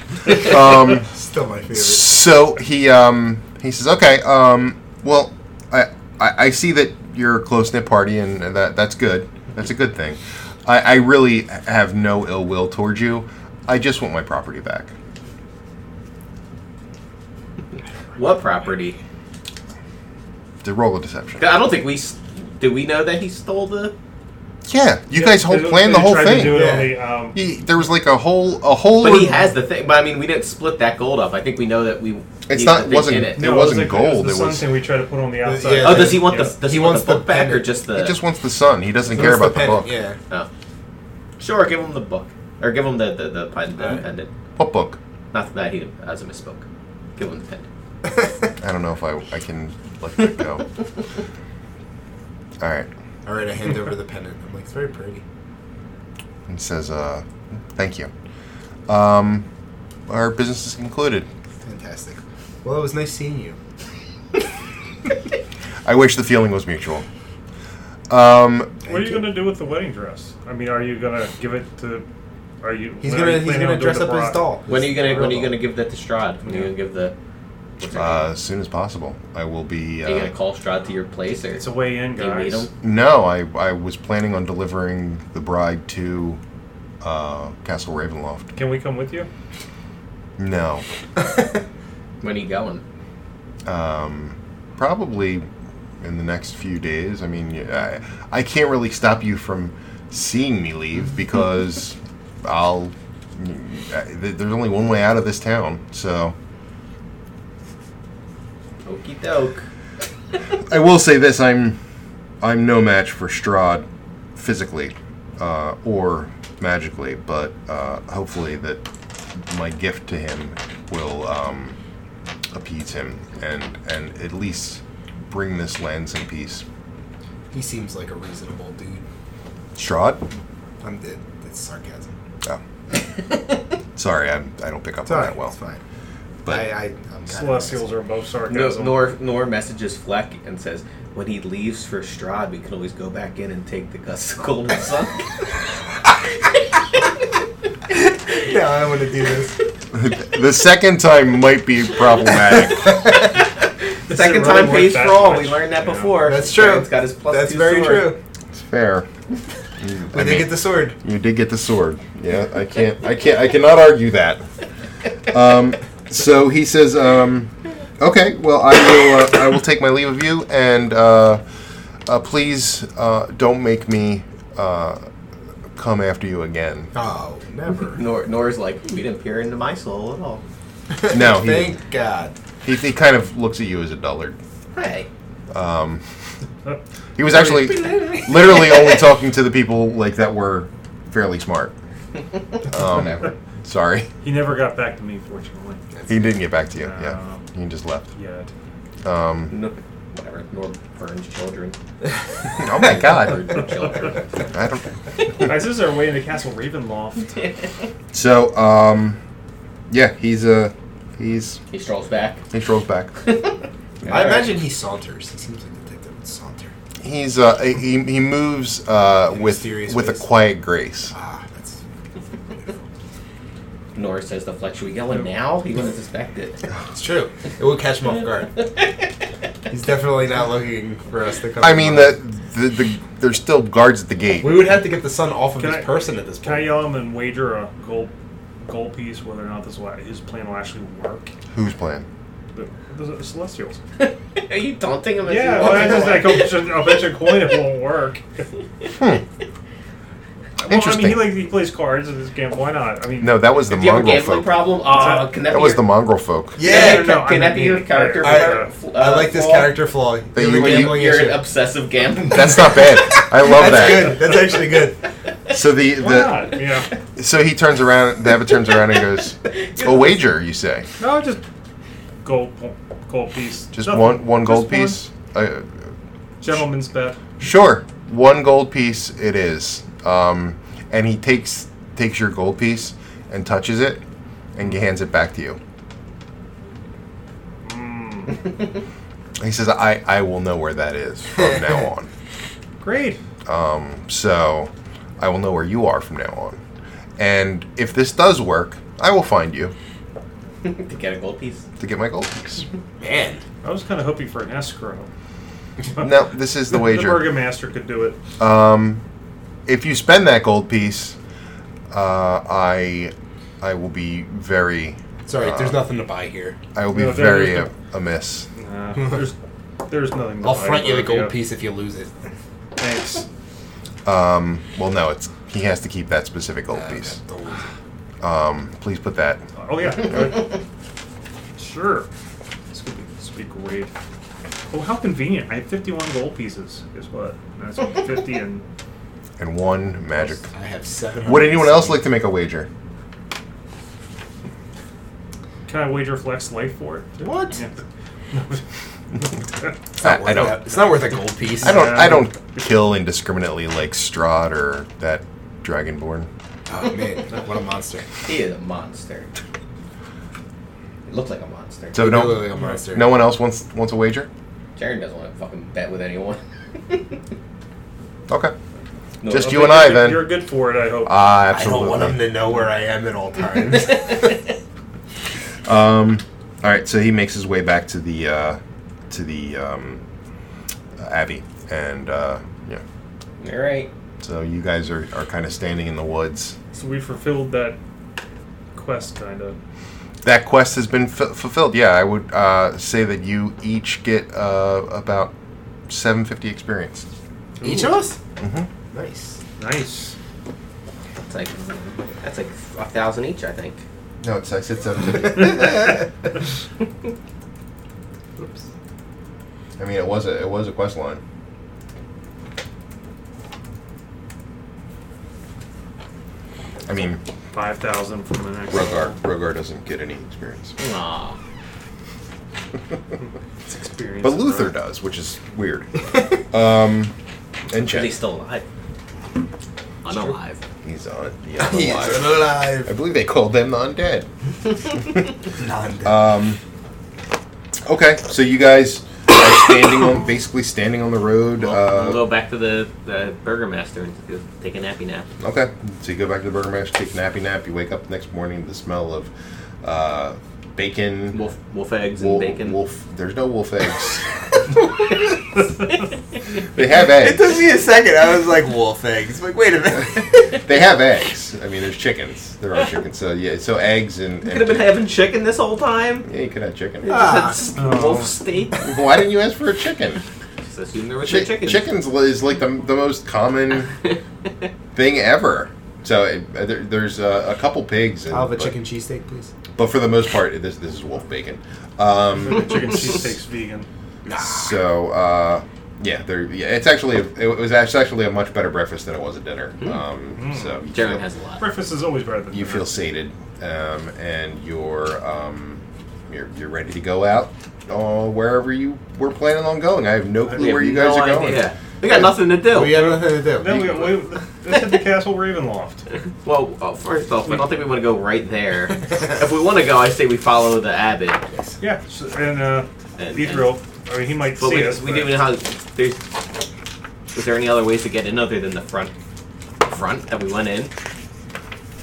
[SPEAKER 2] Um,
[SPEAKER 4] Still my favorite.
[SPEAKER 2] so he, um, he says, okay, um, well, I, I, I see that you're a close knit party, and that, that's good. That's a good thing. I, I really have no ill will towards you. I just want my property back.
[SPEAKER 3] what property?
[SPEAKER 2] The roll of deception.
[SPEAKER 3] I don't think we. s- Do we know that he stole the?
[SPEAKER 2] Yeah, you guys whole planned the whole
[SPEAKER 5] tried To do
[SPEAKER 2] thing.
[SPEAKER 5] it
[SPEAKER 4] Yeah.
[SPEAKER 5] on the, um,
[SPEAKER 2] He, there was like a whole, a whole.
[SPEAKER 3] But he has the thing. But I mean, we didn't split that gold up. I think we know that we.
[SPEAKER 2] It's
[SPEAKER 3] he
[SPEAKER 2] not-
[SPEAKER 3] had the thing
[SPEAKER 2] wasn't-
[SPEAKER 3] in it.
[SPEAKER 2] it wasn't
[SPEAKER 5] like-
[SPEAKER 2] gold,
[SPEAKER 5] It
[SPEAKER 2] it
[SPEAKER 5] was the
[SPEAKER 2] was-
[SPEAKER 5] something we tried to put on the outside.
[SPEAKER 4] yeah.
[SPEAKER 3] Oh, does he want
[SPEAKER 5] Yes.
[SPEAKER 3] the? Does he,
[SPEAKER 4] He
[SPEAKER 3] want
[SPEAKER 4] wants
[SPEAKER 3] the
[SPEAKER 4] the
[SPEAKER 3] book back or
[SPEAKER 4] pendant.
[SPEAKER 3] just the?
[SPEAKER 2] He just wants the sun. He doesn't care
[SPEAKER 4] It's
[SPEAKER 2] about the,
[SPEAKER 4] pendant,
[SPEAKER 2] book.
[SPEAKER 4] Yeah.
[SPEAKER 3] Oh. Sure, give him the book, or give him the the the, pen, the pendant.
[SPEAKER 2] What book?
[SPEAKER 3] Not that he as a misspoke. Give him the pendant.
[SPEAKER 2] I don't know if I, I can let that go. All right.
[SPEAKER 4] All right, I hand over the pendant. I'm like, it's very pretty.
[SPEAKER 2] And says, uh, thank you. Um, our business is concluded.
[SPEAKER 4] Fantastic. Well, it was nice seeing you.
[SPEAKER 2] I wish the feeling was mutual. Um,
[SPEAKER 5] What are you gonna do with the wedding dress? I mean, are you gonna give it to? Are you?
[SPEAKER 4] He's
[SPEAKER 5] when are you
[SPEAKER 4] gonna he's
[SPEAKER 5] planning
[SPEAKER 4] gonna
[SPEAKER 5] on doing
[SPEAKER 4] dress
[SPEAKER 5] the
[SPEAKER 4] up as
[SPEAKER 5] bride?
[SPEAKER 4] doll.
[SPEAKER 3] When are you gonna
[SPEAKER 4] His
[SPEAKER 3] When are you
[SPEAKER 4] doll.
[SPEAKER 3] gonna give that to Strahd? When are you gonna give the? What's her
[SPEAKER 2] uh,
[SPEAKER 3] name?
[SPEAKER 2] as soon as possible. I will be.
[SPEAKER 3] are you gonna
[SPEAKER 2] Uh,
[SPEAKER 3] call Strahd to your place or?
[SPEAKER 5] It's a way in,
[SPEAKER 3] do you meet
[SPEAKER 5] guys.
[SPEAKER 3] him?
[SPEAKER 2] no, I, I was planning on delivering the bride to uh, Castle Ravenloft.
[SPEAKER 5] Can we come with you?
[SPEAKER 2] No.
[SPEAKER 3] When are you going?
[SPEAKER 2] um, probably in the next few days. I mean, I, I can't really stop you from seeing me leave because I'll. I, th- there's only one way out of this town, so
[SPEAKER 3] Okie doke.
[SPEAKER 2] I will say this: I'm I'm no match for Strahd physically uh, or magically, but uh, hopefully that my gift to him will um, appease him and and at least bring this land some peace.
[SPEAKER 4] He seems like a reasonable dude.
[SPEAKER 2] Strahd.
[SPEAKER 4] I'm dead. It's sarcasm. *laughs*
[SPEAKER 2] Oh. Sorry, I'm, I don't pick up
[SPEAKER 4] It's
[SPEAKER 2] on
[SPEAKER 4] all right.
[SPEAKER 2] that well.
[SPEAKER 4] It's fine.
[SPEAKER 1] but
[SPEAKER 4] I, I, I'm
[SPEAKER 2] *laughs*
[SPEAKER 4] kinda-
[SPEAKER 5] Celestials are above
[SPEAKER 3] No,
[SPEAKER 5] sarcasm.
[SPEAKER 3] Nor Nor messages Fleck and says when he leaves for Strahd, we can always go back in and take the *laughs* gusts of golden sun.
[SPEAKER 4] *laughs* No, I want to do
[SPEAKER 2] *laughs*
[SPEAKER 4] this.
[SPEAKER 2] the second time might be problematic.
[SPEAKER 4] *laughs*
[SPEAKER 3] the second
[SPEAKER 5] really
[SPEAKER 3] time
[SPEAKER 5] worth
[SPEAKER 3] pays
[SPEAKER 5] that
[SPEAKER 3] for all.
[SPEAKER 5] much?
[SPEAKER 3] We learned that
[SPEAKER 5] Yeah.
[SPEAKER 3] before.
[SPEAKER 4] That's true.
[SPEAKER 3] It's got his plus
[SPEAKER 4] That's
[SPEAKER 3] two
[SPEAKER 4] very
[SPEAKER 3] sword.
[SPEAKER 4] true.
[SPEAKER 2] It's fair.
[SPEAKER 4] We
[SPEAKER 2] I
[SPEAKER 4] did
[SPEAKER 2] mean-
[SPEAKER 4] get the sword.
[SPEAKER 2] You did get the sword. Yeah, I can't. I can't. I cannot argue
[SPEAKER 4] *laughs*
[SPEAKER 2] that. Um, so he says, um, "Okay, well, I will. Uh, I will take my leave of you, and uh, uh, please uh, don't make me uh, come after you again."
[SPEAKER 4] Oh,
[SPEAKER 2] *laughs*
[SPEAKER 4] *laughs* never.
[SPEAKER 3] *laughs* Nor Nor's like you didn't peer into my soul at all.
[SPEAKER 2] No, he,
[SPEAKER 4] Thank God.
[SPEAKER 2] he he kind of looks at you as a dullard.
[SPEAKER 3] *laughs* Hey,
[SPEAKER 2] Um, he was actually literally only talking to the people like that were fairly smart. Um,
[SPEAKER 3] Whatever.
[SPEAKER 2] sorry,
[SPEAKER 5] He never got back to me, fortunately.
[SPEAKER 2] he didn't get back to you. Yeah, he just left.
[SPEAKER 5] Yet.
[SPEAKER 2] Um,
[SPEAKER 3] No, whatever. Nor burns children.
[SPEAKER 2] *laughs* oh
[SPEAKER 4] *laughs*
[SPEAKER 2] my god!
[SPEAKER 3] Burns children. *laughs*
[SPEAKER 2] I don't.
[SPEAKER 5] Guys, this is our way into Castle
[SPEAKER 3] *laughs*
[SPEAKER 5] Ravenloft.
[SPEAKER 2] So, um, yeah, he's uh, he's
[SPEAKER 3] he strolls *laughs* back.
[SPEAKER 2] he strolls back.
[SPEAKER 4] I imagine he saunters. He seems like a detective would saunter.
[SPEAKER 2] He's uh, he, he moves uh
[SPEAKER 4] In
[SPEAKER 2] with
[SPEAKER 4] mysterious
[SPEAKER 2] with a
[SPEAKER 4] ways.
[SPEAKER 2] quiet grace.
[SPEAKER 4] Ah, that's.
[SPEAKER 3] *laughs* Nor says the Fletch, "Should we go in now?" He wouldn't suspect *laughs* it.
[SPEAKER 4] It's true. It would catch him
[SPEAKER 3] Oh,
[SPEAKER 4] off guard. He's definitely not looking for us to come.
[SPEAKER 2] I mean,
[SPEAKER 4] along.
[SPEAKER 2] the, the the there's still guards at the gate.
[SPEAKER 4] we would have to get the sun off of
[SPEAKER 5] Can
[SPEAKER 4] his
[SPEAKER 5] I-
[SPEAKER 4] person at this
[SPEAKER 5] Can I
[SPEAKER 4] point.
[SPEAKER 5] yell him and wager a gold gold piece whether or not this will, his plan will actually work?
[SPEAKER 2] Who's playing?
[SPEAKER 5] The, the, Celestials.
[SPEAKER 3] *laughs* Are you taunting him? As you
[SPEAKER 5] Yeah,
[SPEAKER 3] walk
[SPEAKER 5] well, I just
[SPEAKER 3] away? *laughs*
[SPEAKER 5] like I'll bet you a coin it won't work.
[SPEAKER 2] Hmm.
[SPEAKER 5] Well, I mean,
[SPEAKER 2] Interesting.
[SPEAKER 5] he like he plays cards in this game. Why not? I mean,
[SPEAKER 2] No, that was the
[SPEAKER 3] Do you have a
[SPEAKER 2] mongrel
[SPEAKER 3] gambling
[SPEAKER 2] folk.
[SPEAKER 3] problem? Uh,
[SPEAKER 5] that?
[SPEAKER 3] can that,
[SPEAKER 2] That
[SPEAKER 3] be
[SPEAKER 2] was
[SPEAKER 3] your-
[SPEAKER 2] the mongrel folk.
[SPEAKER 4] Yeah.
[SPEAKER 5] No, no, no,
[SPEAKER 3] can that be your
[SPEAKER 5] I mean,
[SPEAKER 3] character?
[SPEAKER 5] I-
[SPEAKER 3] for-
[SPEAKER 4] I like this
[SPEAKER 3] for-
[SPEAKER 4] character uh, flaw.
[SPEAKER 2] That
[SPEAKER 4] You're
[SPEAKER 2] you-
[SPEAKER 4] a
[SPEAKER 2] you-
[SPEAKER 4] gambling
[SPEAKER 3] You're an
[SPEAKER 4] issue.
[SPEAKER 3] obsessive *laughs* gambler.
[SPEAKER 2] That's not bad. I love
[SPEAKER 4] That's
[SPEAKER 2] that.
[SPEAKER 4] good. That's actually *laughs* good.
[SPEAKER 2] So the,
[SPEAKER 5] Why
[SPEAKER 2] the *laughs*
[SPEAKER 5] not? Yeah.
[SPEAKER 2] so he turns around. David turns around and
[SPEAKER 5] *laughs*
[SPEAKER 2] goes, "A wager, you say?
[SPEAKER 5] No, just gold po- gold piece.
[SPEAKER 2] Just
[SPEAKER 5] Nothing.
[SPEAKER 2] one one gold
[SPEAKER 5] Just one
[SPEAKER 2] piece? Uh,
[SPEAKER 5] Gentleman's bet.
[SPEAKER 2] Sure, one gold piece it is. Um, and he takes takes your gold piece and touches it, and he hands it back to you.
[SPEAKER 5] Hmm.
[SPEAKER 2] He says, "I I will know where that is
[SPEAKER 5] *laughs*
[SPEAKER 2] from now on.
[SPEAKER 5] Great.
[SPEAKER 2] Um, so I will know where you are from now on. And if this does work, I will find you
[SPEAKER 3] to get a gold piece.
[SPEAKER 2] to get my gold piece.
[SPEAKER 4] Man.
[SPEAKER 5] I was kind of hoping for an escrow.
[SPEAKER 2] no, this is the
[SPEAKER 5] The
[SPEAKER 2] wager.
[SPEAKER 5] burgomaster could do it.
[SPEAKER 2] Um, if you spend that gold piece, uh, I I will be very."
[SPEAKER 4] It's
[SPEAKER 2] Uh,
[SPEAKER 4] alright. There's nothing to buy here.
[SPEAKER 2] I will be
[SPEAKER 5] No, there
[SPEAKER 2] very
[SPEAKER 5] is
[SPEAKER 2] a, amiss.
[SPEAKER 5] Nah, there's there's nothing. to
[SPEAKER 4] I'll
[SPEAKER 5] buy
[SPEAKER 4] front you
[SPEAKER 5] for
[SPEAKER 4] the
[SPEAKER 5] it,
[SPEAKER 4] gold
[SPEAKER 5] yeah.
[SPEAKER 4] piece if you lose it.
[SPEAKER 5] Thanks. *laughs*
[SPEAKER 2] Um, well, no, it's he has to keep that specific gold
[SPEAKER 4] Uh,
[SPEAKER 2] piece.
[SPEAKER 4] don't lose it.
[SPEAKER 2] Um, please put that.
[SPEAKER 5] Oh yeah. good. sure. This could be, this would be great. Oh, how convenient! I have 51 gold pieces. Guess what? That's 50 and
[SPEAKER 2] And one magic.
[SPEAKER 4] I have seven.
[SPEAKER 2] Would anyone else like to make a wager?
[SPEAKER 5] can I wager flex life for it? too?
[SPEAKER 4] What?
[SPEAKER 5] Yeah.
[SPEAKER 3] *laughs*
[SPEAKER 2] I, I don't.
[SPEAKER 4] It's not worth a gold piece.
[SPEAKER 2] I don't. I
[SPEAKER 5] Yeah.
[SPEAKER 2] don't kill indiscriminately like Strahd or that Dragonborn.
[SPEAKER 4] Oh man, what a monster!
[SPEAKER 3] He is a monster. It looks like a monster.
[SPEAKER 2] So
[SPEAKER 4] You
[SPEAKER 2] *laughs*
[SPEAKER 4] look
[SPEAKER 2] no,
[SPEAKER 4] like a monster.
[SPEAKER 2] no one else wants wants a wager.
[SPEAKER 3] Jaren doesn't want to fucking bet with anyone. *laughs*
[SPEAKER 2] Okay,
[SPEAKER 3] No,
[SPEAKER 2] just
[SPEAKER 3] no.
[SPEAKER 2] you and I then.
[SPEAKER 5] You're good for it. I hope.
[SPEAKER 2] Ah,
[SPEAKER 4] I don't want him
[SPEAKER 2] absolutely.
[SPEAKER 4] to know where I am at all times.
[SPEAKER 3] *laughs*
[SPEAKER 4] *laughs*
[SPEAKER 2] Um, all right. So he makes his way back to the uh, to the um, abbey, and uh, yeah.
[SPEAKER 3] All right.
[SPEAKER 2] So you guys are, are kind of standing in the woods.
[SPEAKER 5] so we fulfilled that quest, kind of.
[SPEAKER 2] That quest has been f- fulfilled. Yeah, I would uh, say that you each get uh, about 750 experience.
[SPEAKER 4] Each of *laughs* us?
[SPEAKER 2] Mhm.
[SPEAKER 4] Nice.
[SPEAKER 5] Nice.
[SPEAKER 3] That's like that's like a thousand each, I think.
[SPEAKER 2] No, it's I said
[SPEAKER 4] *laughs*
[SPEAKER 2] 750.
[SPEAKER 3] Oops.
[SPEAKER 2] I mean, it was a it was a quest line. I mean,
[SPEAKER 5] Five thousand from the next.
[SPEAKER 2] Rogar Rogar doesn't get any experience,
[SPEAKER 3] Aw.
[SPEAKER 5] It's experience.
[SPEAKER 2] but Luther
[SPEAKER 5] right?
[SPEAKER 2] does, which is *laughs* weird. Um,
[SPEAKER 3] Is
[SPEAKER 2] and
[SPEAKER 3] he
[SPEAKER 2] Chet.
[SPEAKER 3] still alive? Unalive.
[SPEAKER 2] He's on. *laughs*
[SPEAKER 4] He's
[SPEAKER 2] alive. I
[SPEAKER 4] alive.
[SPEAKER 2] believe they called them the undead.
[SPEAKER 4] Non-dead.
[SPEAKER 2] Um, okay, so you guys are standing on, basically standing on the road.
[SPEAKER 3] We'll
[SPEAKER 2] Uh,
[SPEAKER 3] go back to the, the Burger Master and go take a nappy nap.
[SPEAKER 2] okay, so you go back to the Burger Master, take a nappy nap. You wake up the next morning to the smell of uh, bacon,
[SPEAKER 3] Wolf, wolf eggs and
[SPEAKER 2] wol-
[SPEAKER 3] bacon.
[SPEAKER 2] wolf. There's no
[SPEAKER 3] *laughs*
[SPEAKER 2] wolf eggs. they have eggs.
[SPEAKER 4] it took me a second. I was like, wolf eggs. Like, wait a minute.
[SPEAKER 2] They have eggs. I mean, there's chickens. There are chickens. So yeah, so eggs and.
[SPEAKER 3] Could have been having chicken this whole time.
[SPEAKER 2] yeah, you could have chicken.
[SPEAKER 4] Ah,
[SPEAKER 3] Just had
[SPEAKER 5] no.
[SPEAKER 3] Wolf steak.
[SPEAKER 2] Why didn't you ask for a chicken?
[SPEAKER 3] Just assume there was
[SPEAKER 2] Chi-
[SPEAKER 3] no chicken.
[SPEAKER 2] Chickens is like the, the most
[SPEAKER 3] *laughs*
[SPEAKER 2] common thing ever. So it, there, there's uh, a couple pigs. And,
[SPEAKER 4] I'll have a
[SPEAKER 2] but,
[SPEAKER 4] chicken cheesesteak, please.
[SPEAKER 2] But for the most part, this this is wolf bacon. Um,
[SPEAKER 5] Chicken cheesesteaks vegan.
[SPEAKER 2] so uh, yeah, there. Yeah, it's actually a, it was it's actually a much better breakfast than it was a dinner. Um,
[SPEAKER 4] Hmm.
[SPEAKER 2] So you
[SPEAKER 3] Jared
[SPEAKER 2] feel-
[SPEAKER 3] Hmm. has a lot.
[SPEAKER 5] Breakfast is always better than
[SPEAKER 2] you
[SPEAKER 5] dinner.
[SPEAKER 2] feel sated, um, and you're, um, you're you're ready to go out uh, wherever you were planning on going. I have no clue
[SPEAKER 3] We
[SPEAKER 2] where
[SPEAKER 3] have
[SPEAKER 2] you guys
[SPEAKER 3] no
[SPEAKER 2] are going.
[SPEAKER 3] idea. We got nothing to do.
[SPEAKER 4] We got nothing to do.
[SPEAKER 5] Then we got way, let's hit the Castle Ravenloft.
[SPEAKER 3] Well, uh, first off, I don't think we want to go right
[SPEAKER 2] *laughs*
[SPEAKER 3] there. if we want to go, I say we follow the abbot.
[SPEAKER 5] Yeah, so, and uh,
[SPEAKER 3] And-
[SPEAKER 5] Ethereal. I mean, he might
[SPEAKER 3] But
[SPEAKER 5] see
[SPEAKER 3] we,
[SPEAKER 5] us.
[SPEAKER 3] we
[SPEAKER 5] but-
[SPEAKER 3] do know how there's. Was there any other ways to get in other than the front front that we went in?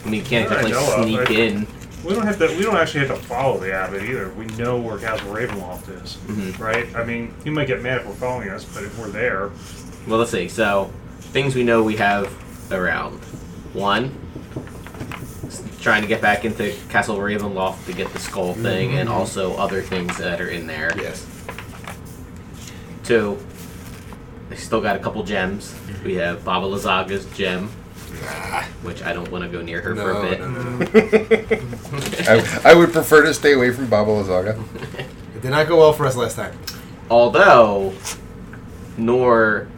[SPEAKER 3] I mean, you can't
[SPEAKER 5] Not that I
[SPEAKER 3] definitely
[SPEAKER 5] know of,
[SPEAKER 3] sneak
[SPEAKER 5] I-
[SPEAKER 3] in.
[SPEAKER 5] We don't have to. We don't actually have to follow the abbot either. We know where Castle Ravenloft is,
[SPEAKER 3] Mm-hmm.
[SPEAKER 5] right? I mean, he might get mad if we're following us, but if we're there,
[SPEAKER 3] Well, let's see. So, things we know we have around. One, s- trying to get back into Castle Ravenloft to get the skull
[SPEAKER 4] Mm-hmm.
[SPEAKER 3] thing, and also other things that are in there.
[SPEAKER 4] Yes.
[SPEAKER 3] Two, I still got a couple gems.
[SPEAKER 4] Mm-hmm.
[SPEAKER 3] We have Baba Lazaga's gem, which I don't want to go near her for a
[SPEAKER 4] No,
[SPEAKER 3] bit.
[SPEAKER 4] no, no, no.
[SPEAKER 2] I, I would prefer to stay away from Baba Lazaga.
[SPEAKER 4] It did not go well for us last time.
[SPEAKER 3] Although, Nor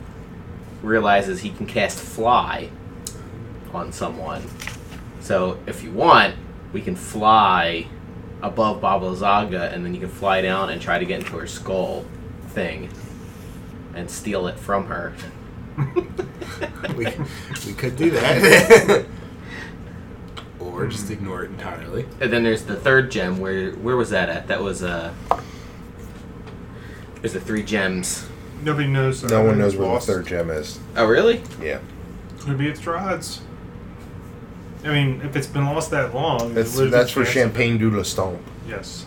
[SPEAKER 3] realizes he can cast Fly on someone. So, if you want, we can fly above Baba Zaga, and then you can fly down and try to get into her skull thing and steal it from her.
[SPEAKER 4] We, we could do that. Hmm. or just ignore it entirely.
[SPEAKER 3] And then there's the third gem. Where where was that at? That was uh. There's the three gems.
[SPEAKER 5] nobody knows.
[SPEAKER 2] No one knows where the
[SPEAKER 5] lost.
[SPEAKER 2] third gem is.
[SPEAKER 3] Oh really?
[SPEAKER 2] Yeah,
[SPEAKER 5] Could be it's Drod's. I mean, if it's been lost that long,
[SPEAKER 2] that's
[SPEAKER 5] there's a
[SPEAKER 2] that's for
[SPEAKER 5] chance-
[SPEAKER 2] Champagne du la Stomp.
[SPEAKER 5] Yes,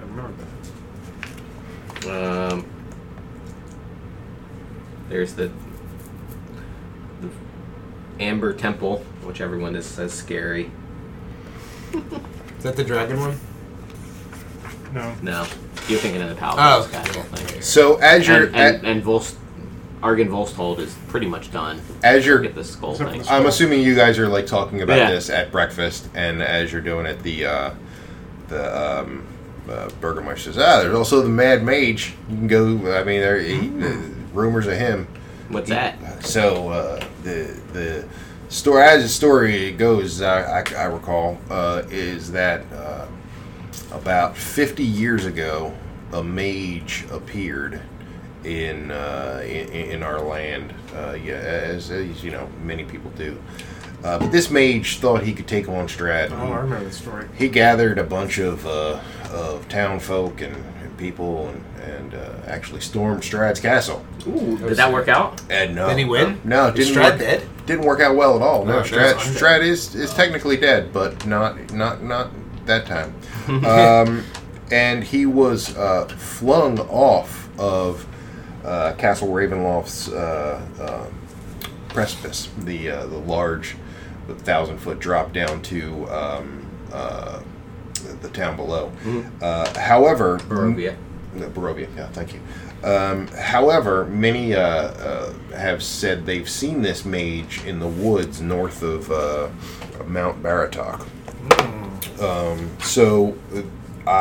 [SPEAKER 5] I remember that.
[SPEAKER 3] Um. There's the. The Amber Temple, which everyone is says scary.
[SPEAKER 4] Is that the dragon one?
[SPEAKER 5] No,
[SPEAKER 3] No, you're thinking of the
[SPEAKER 4] Oh,
[SPEAKER 3] Paladin's Castle *laughs*
[SPEAKER 4] okay.
[SPEAKER 3] thing.
[SPEAKER 2] So as you're
[SPEAKER 3] And and, and Volst, Argon Volsthold is pretty much done.
[SPEAKER 2] as you're,
[SPEAKER 3] Get the skull
[SPEAKER 5] Except for
[SPEAKER 3] thing.
[SPEAKER 5] the
[SPEAKER 2] I'm assuming you guys are like talking about
[SPEAKER 3] Yeah.
[SPEAKER 2] this at breakfast, and as you're doing it, the uh, the um, uh, Burgermeister says, "Ah, there's also the Mad Mage. You can go. I mean, there he, uh, rumors of him."
[SPEAKER 3] What's that?
[SPEAKER 2] So uh, the the story, as the story goes, I, I, I recall, uh, is that uh, about 50 years ago, a mage appeared in uh, in, in our land. Uh, yeah, as, as you know, many people do. Uh, but this mage thought he could take on Strad.
[SPEAKER 5] oh, I remember the story.
[SPEAKER 2] He gathered a bunch of uh, of town folk and, and people and, and uh, actually stormed Strad's castle.
[SPEAKER 3] Ooh, did that work out?
[SPEAKER 2] And no,
[SPEAKER 4] Did he win?
[SPEAKER 2] No, it
[SPEAKER 4] Is
[SPEAKER 2] didn't
[SPEAKER 4] Strad
[SPEAKER 2] work,
[SPEAKER 4] dead? Oh,
[SPEAKER 2] Didn't work out well at all. No,
[SPEAKER 4] No,
[SPEAKER 2] Strad,
[SPEAKER 4] Strad's undead.
[SPEAKER 2] Strad is is technically dead, but not not not that
[SPEAKER 4] *laughs*
[SPEAKER 2] time. um, and he was uh, flung off of uh, Castle Ravenloft's uh, uh, precipice, the uh, the large thousand foot drop down to um, uh, the town below.
[SPEAKER 4] Hmm.
[SPEAKER 2] Uh, however,
[SPEAKER 3] Barovia.
[SPEAKER 2] no, Barovia, yeah, thank you. Um, however, many uh, uh, have said they've seen this mage in the woods north of uh, Mount Baratok. Um, so uh, I,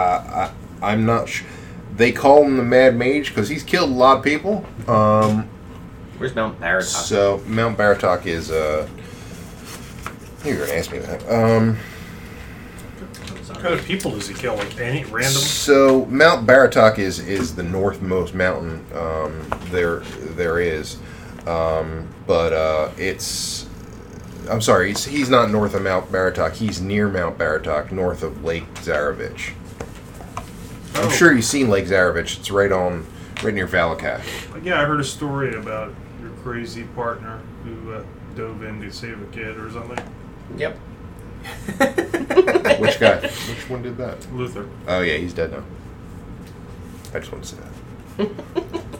[SPEAKER 2] I, I'm not sure. They call him the Mad Mage because he's killed a lot of people. Um,
[SPEAKER 3] Where's Mount Baratok?
[SPEAKER 2] so Mount Baratok is. Uh, you were gonna ask me that. Um,
[SPEAKER 3] I'm
[SPEAKER 5] What
[SPEAKER 3] sorry.
[SPEAKER 5] kind of people does he kill? Like any random?
[SPEAKER 2] So Mount Baratok is is the northmost mountain um, there there is, um, but uh, it's I'm sorry, he's, he's not north of Mount Baratok. He's near Mount Baratok, north of Lake Zarevich.
[SPEAKER 5] Oh,
[SPEAKER 2] I'm sure you've seen Lake Zarevich. It's right on, right near Valakat.
[SPEAKER 5] Yeah, I heard a story about your crazy partner who uh, dove in to save a kid or something.
[SPEAKER 3] Yep.
[SPEAKER 2] Which guy? *laughs*
[SPEAKER 3] *laughs*
[SPEAKER 2] Which one did that?
[SPEAKER 5] Luther.
[SPEAKER 2] Oh yeah, he's dead now. I just want to say that.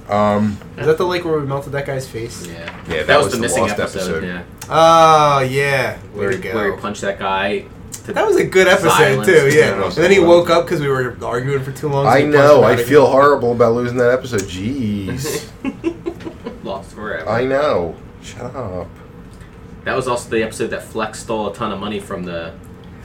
[SPEAKER 2] Um,
[SPEAKER 4] *laughs* Is that the lake where we melted that guy's face?
[SPEAKER 3] Yeah.
[SPEAKER 2] Yeah, that was the lost episode.
[SPEAKER 3] Yeah.
[SPEAKER 4] Oh yeah,
[SPEAKER 3] Where,
[SPEAKER 4] there
[SPEAKER 3] he-
[SPEAKER 4] we
[SPEAKER 3] where
[SPEAKER 4] go.
[SPEAKER 3] he punched that guy. To
[SPEAKER 4] That was a good episode
[SPEAKER 3] Silence.
[SPEAKER 4] too.
[SPEAKER 2] Yeah, that
[SPEAKER 4] Yeah, and
[SPEAKER 2] was
[SPEAKER 4] then he
[SPEAKER 2] good.
[SPEAKER 4] woke up because we were arguing for too long. so
[SPEAKER 2] Um, I
[SPEAKER 4] he punched
[SPEAKER 2] know.
[SPEAKER 4] him out
[SPEAKER 2] I
[SPEAKER 4] again.
[SPEAKER 2] feel horrible about losing that episode. *laughs* Jeez.
[SPEAKER 3] Lost forever.
[SPEAKER 2] I know. Shut up.
[SPEAKER 3] that was also the episode that Flex stole a ton of money from the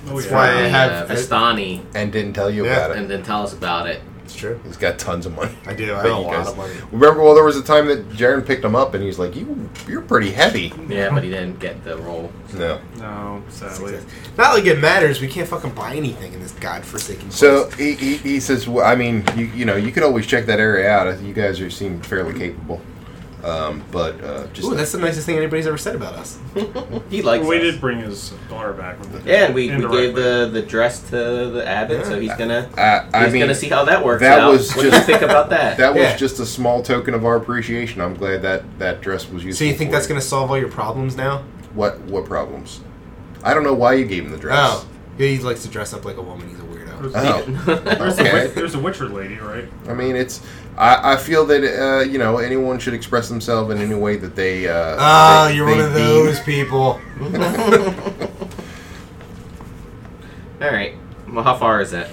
[SPEAKER 5] Oh, yeah.
[SPEAKER 4] why I
[SPEAKER 3] from,
[SPEAKER 4] have-
[SPEAKER 3] uh, Vistani
[SPEAKER 2] And didn't tell you
[SPEAKER 4] Yeah.
[SPEAKER 2] about it.
[SPEAKER 3] and then tell us about it.
[SPEAKER 4] It's true.
[SPEAKER 2] He's got tons of money.
[SPEAKER 4] I do. I
[SPEAKER 2] Bet
[SPEAKER 4] have a
[SPEAKER 2] you
[SPEAKER 4] lot
[SPEAKER 2] guys-
[SPEAKER 4] of money. *laughs*
[SPEAKER 2] Remember, well, there was a time that Jaron picked him up, and he's like, "You, you're pretty heavy."
[SPEAKER 3] Yeah, but he didn't get the role.
[SPEAKER 2] No.
[SPEAKER 5] No, sadly.
[SPEAKER 4] Not like it matters. We can't fucking buy anything in this godforsaken.
[SPEAKER 2] So
[SPEAKER 4] place.
[SPEAKER 2] he, he, he says, well, I mean, you, you know, you could always check that area out. You guys are seem fairly capable. Um, but uh, just
[SPEAKER 4] Ooh, that's the nicest thing anybody's ever said about us.
[SPEAKER 3] He likes.
[SPEAKER 5] we
[SPEAKER 3] us.
[SPEAKER 5] did bring his daughter back. With the
[SPEAKER 3] Yeah, and we, we
[SPEAKER 5] indirectly.
[SPEAKER 3] gave the, the dress to the abbot, so he's gonna
[SPEAKER 2] I, I
[SPEAKER 3] he's
[SPEAKER 2] mean,
[SPEAKER 3] gonna see how that works
[SPEAKER 2] that
[SPEAKER 3] out.
[SPEAKER 2] was
[SPEAKER 3] what do you
[SPEAKER 2] just-
[SPEAKER 3] think about that?
[SPEAKER 2] that was
[SPEAKER 4] Yeah.
[SPEAKER 2] just a small token of our appreciation. I'm glad that that dress was used.
[SPEAKER 4] So you think that's gonna solve all your problems now?
[SPEAKER 2] what what problems? I don't know why you gave him the dress.
[SPEAKER 4] Oh, yeah, he likes to dress up like a woman. He's a weirdo.
[SPEAKER 5] There's,
[SPEAKER 2] Oh,
[SPEAKER 3] *laughs*
[SPEAKER 5] there's, the,
[SPEAKER 2] okay.
[SPEAKER 5] wit- there's a Witcher lady, right?
[SPEAKER 2] I mean, it's. I, I feel that uh, you know anyone should express themselves in any way that they. Uh,
[SPEAKER 4] Ah,
[SPEAKER 2] they-
[SPEAKER 4] you're
[SPEAKER 2] they
[SPEAKER 4] one of
[SPEAKER 2] deem-
[SPEAKER 4] those
[SPEAKER 2] *laughs*
[SPEAKER 4] people. *laughs*
[SPEAKER 3] *laughs* All right. Well, how far is that?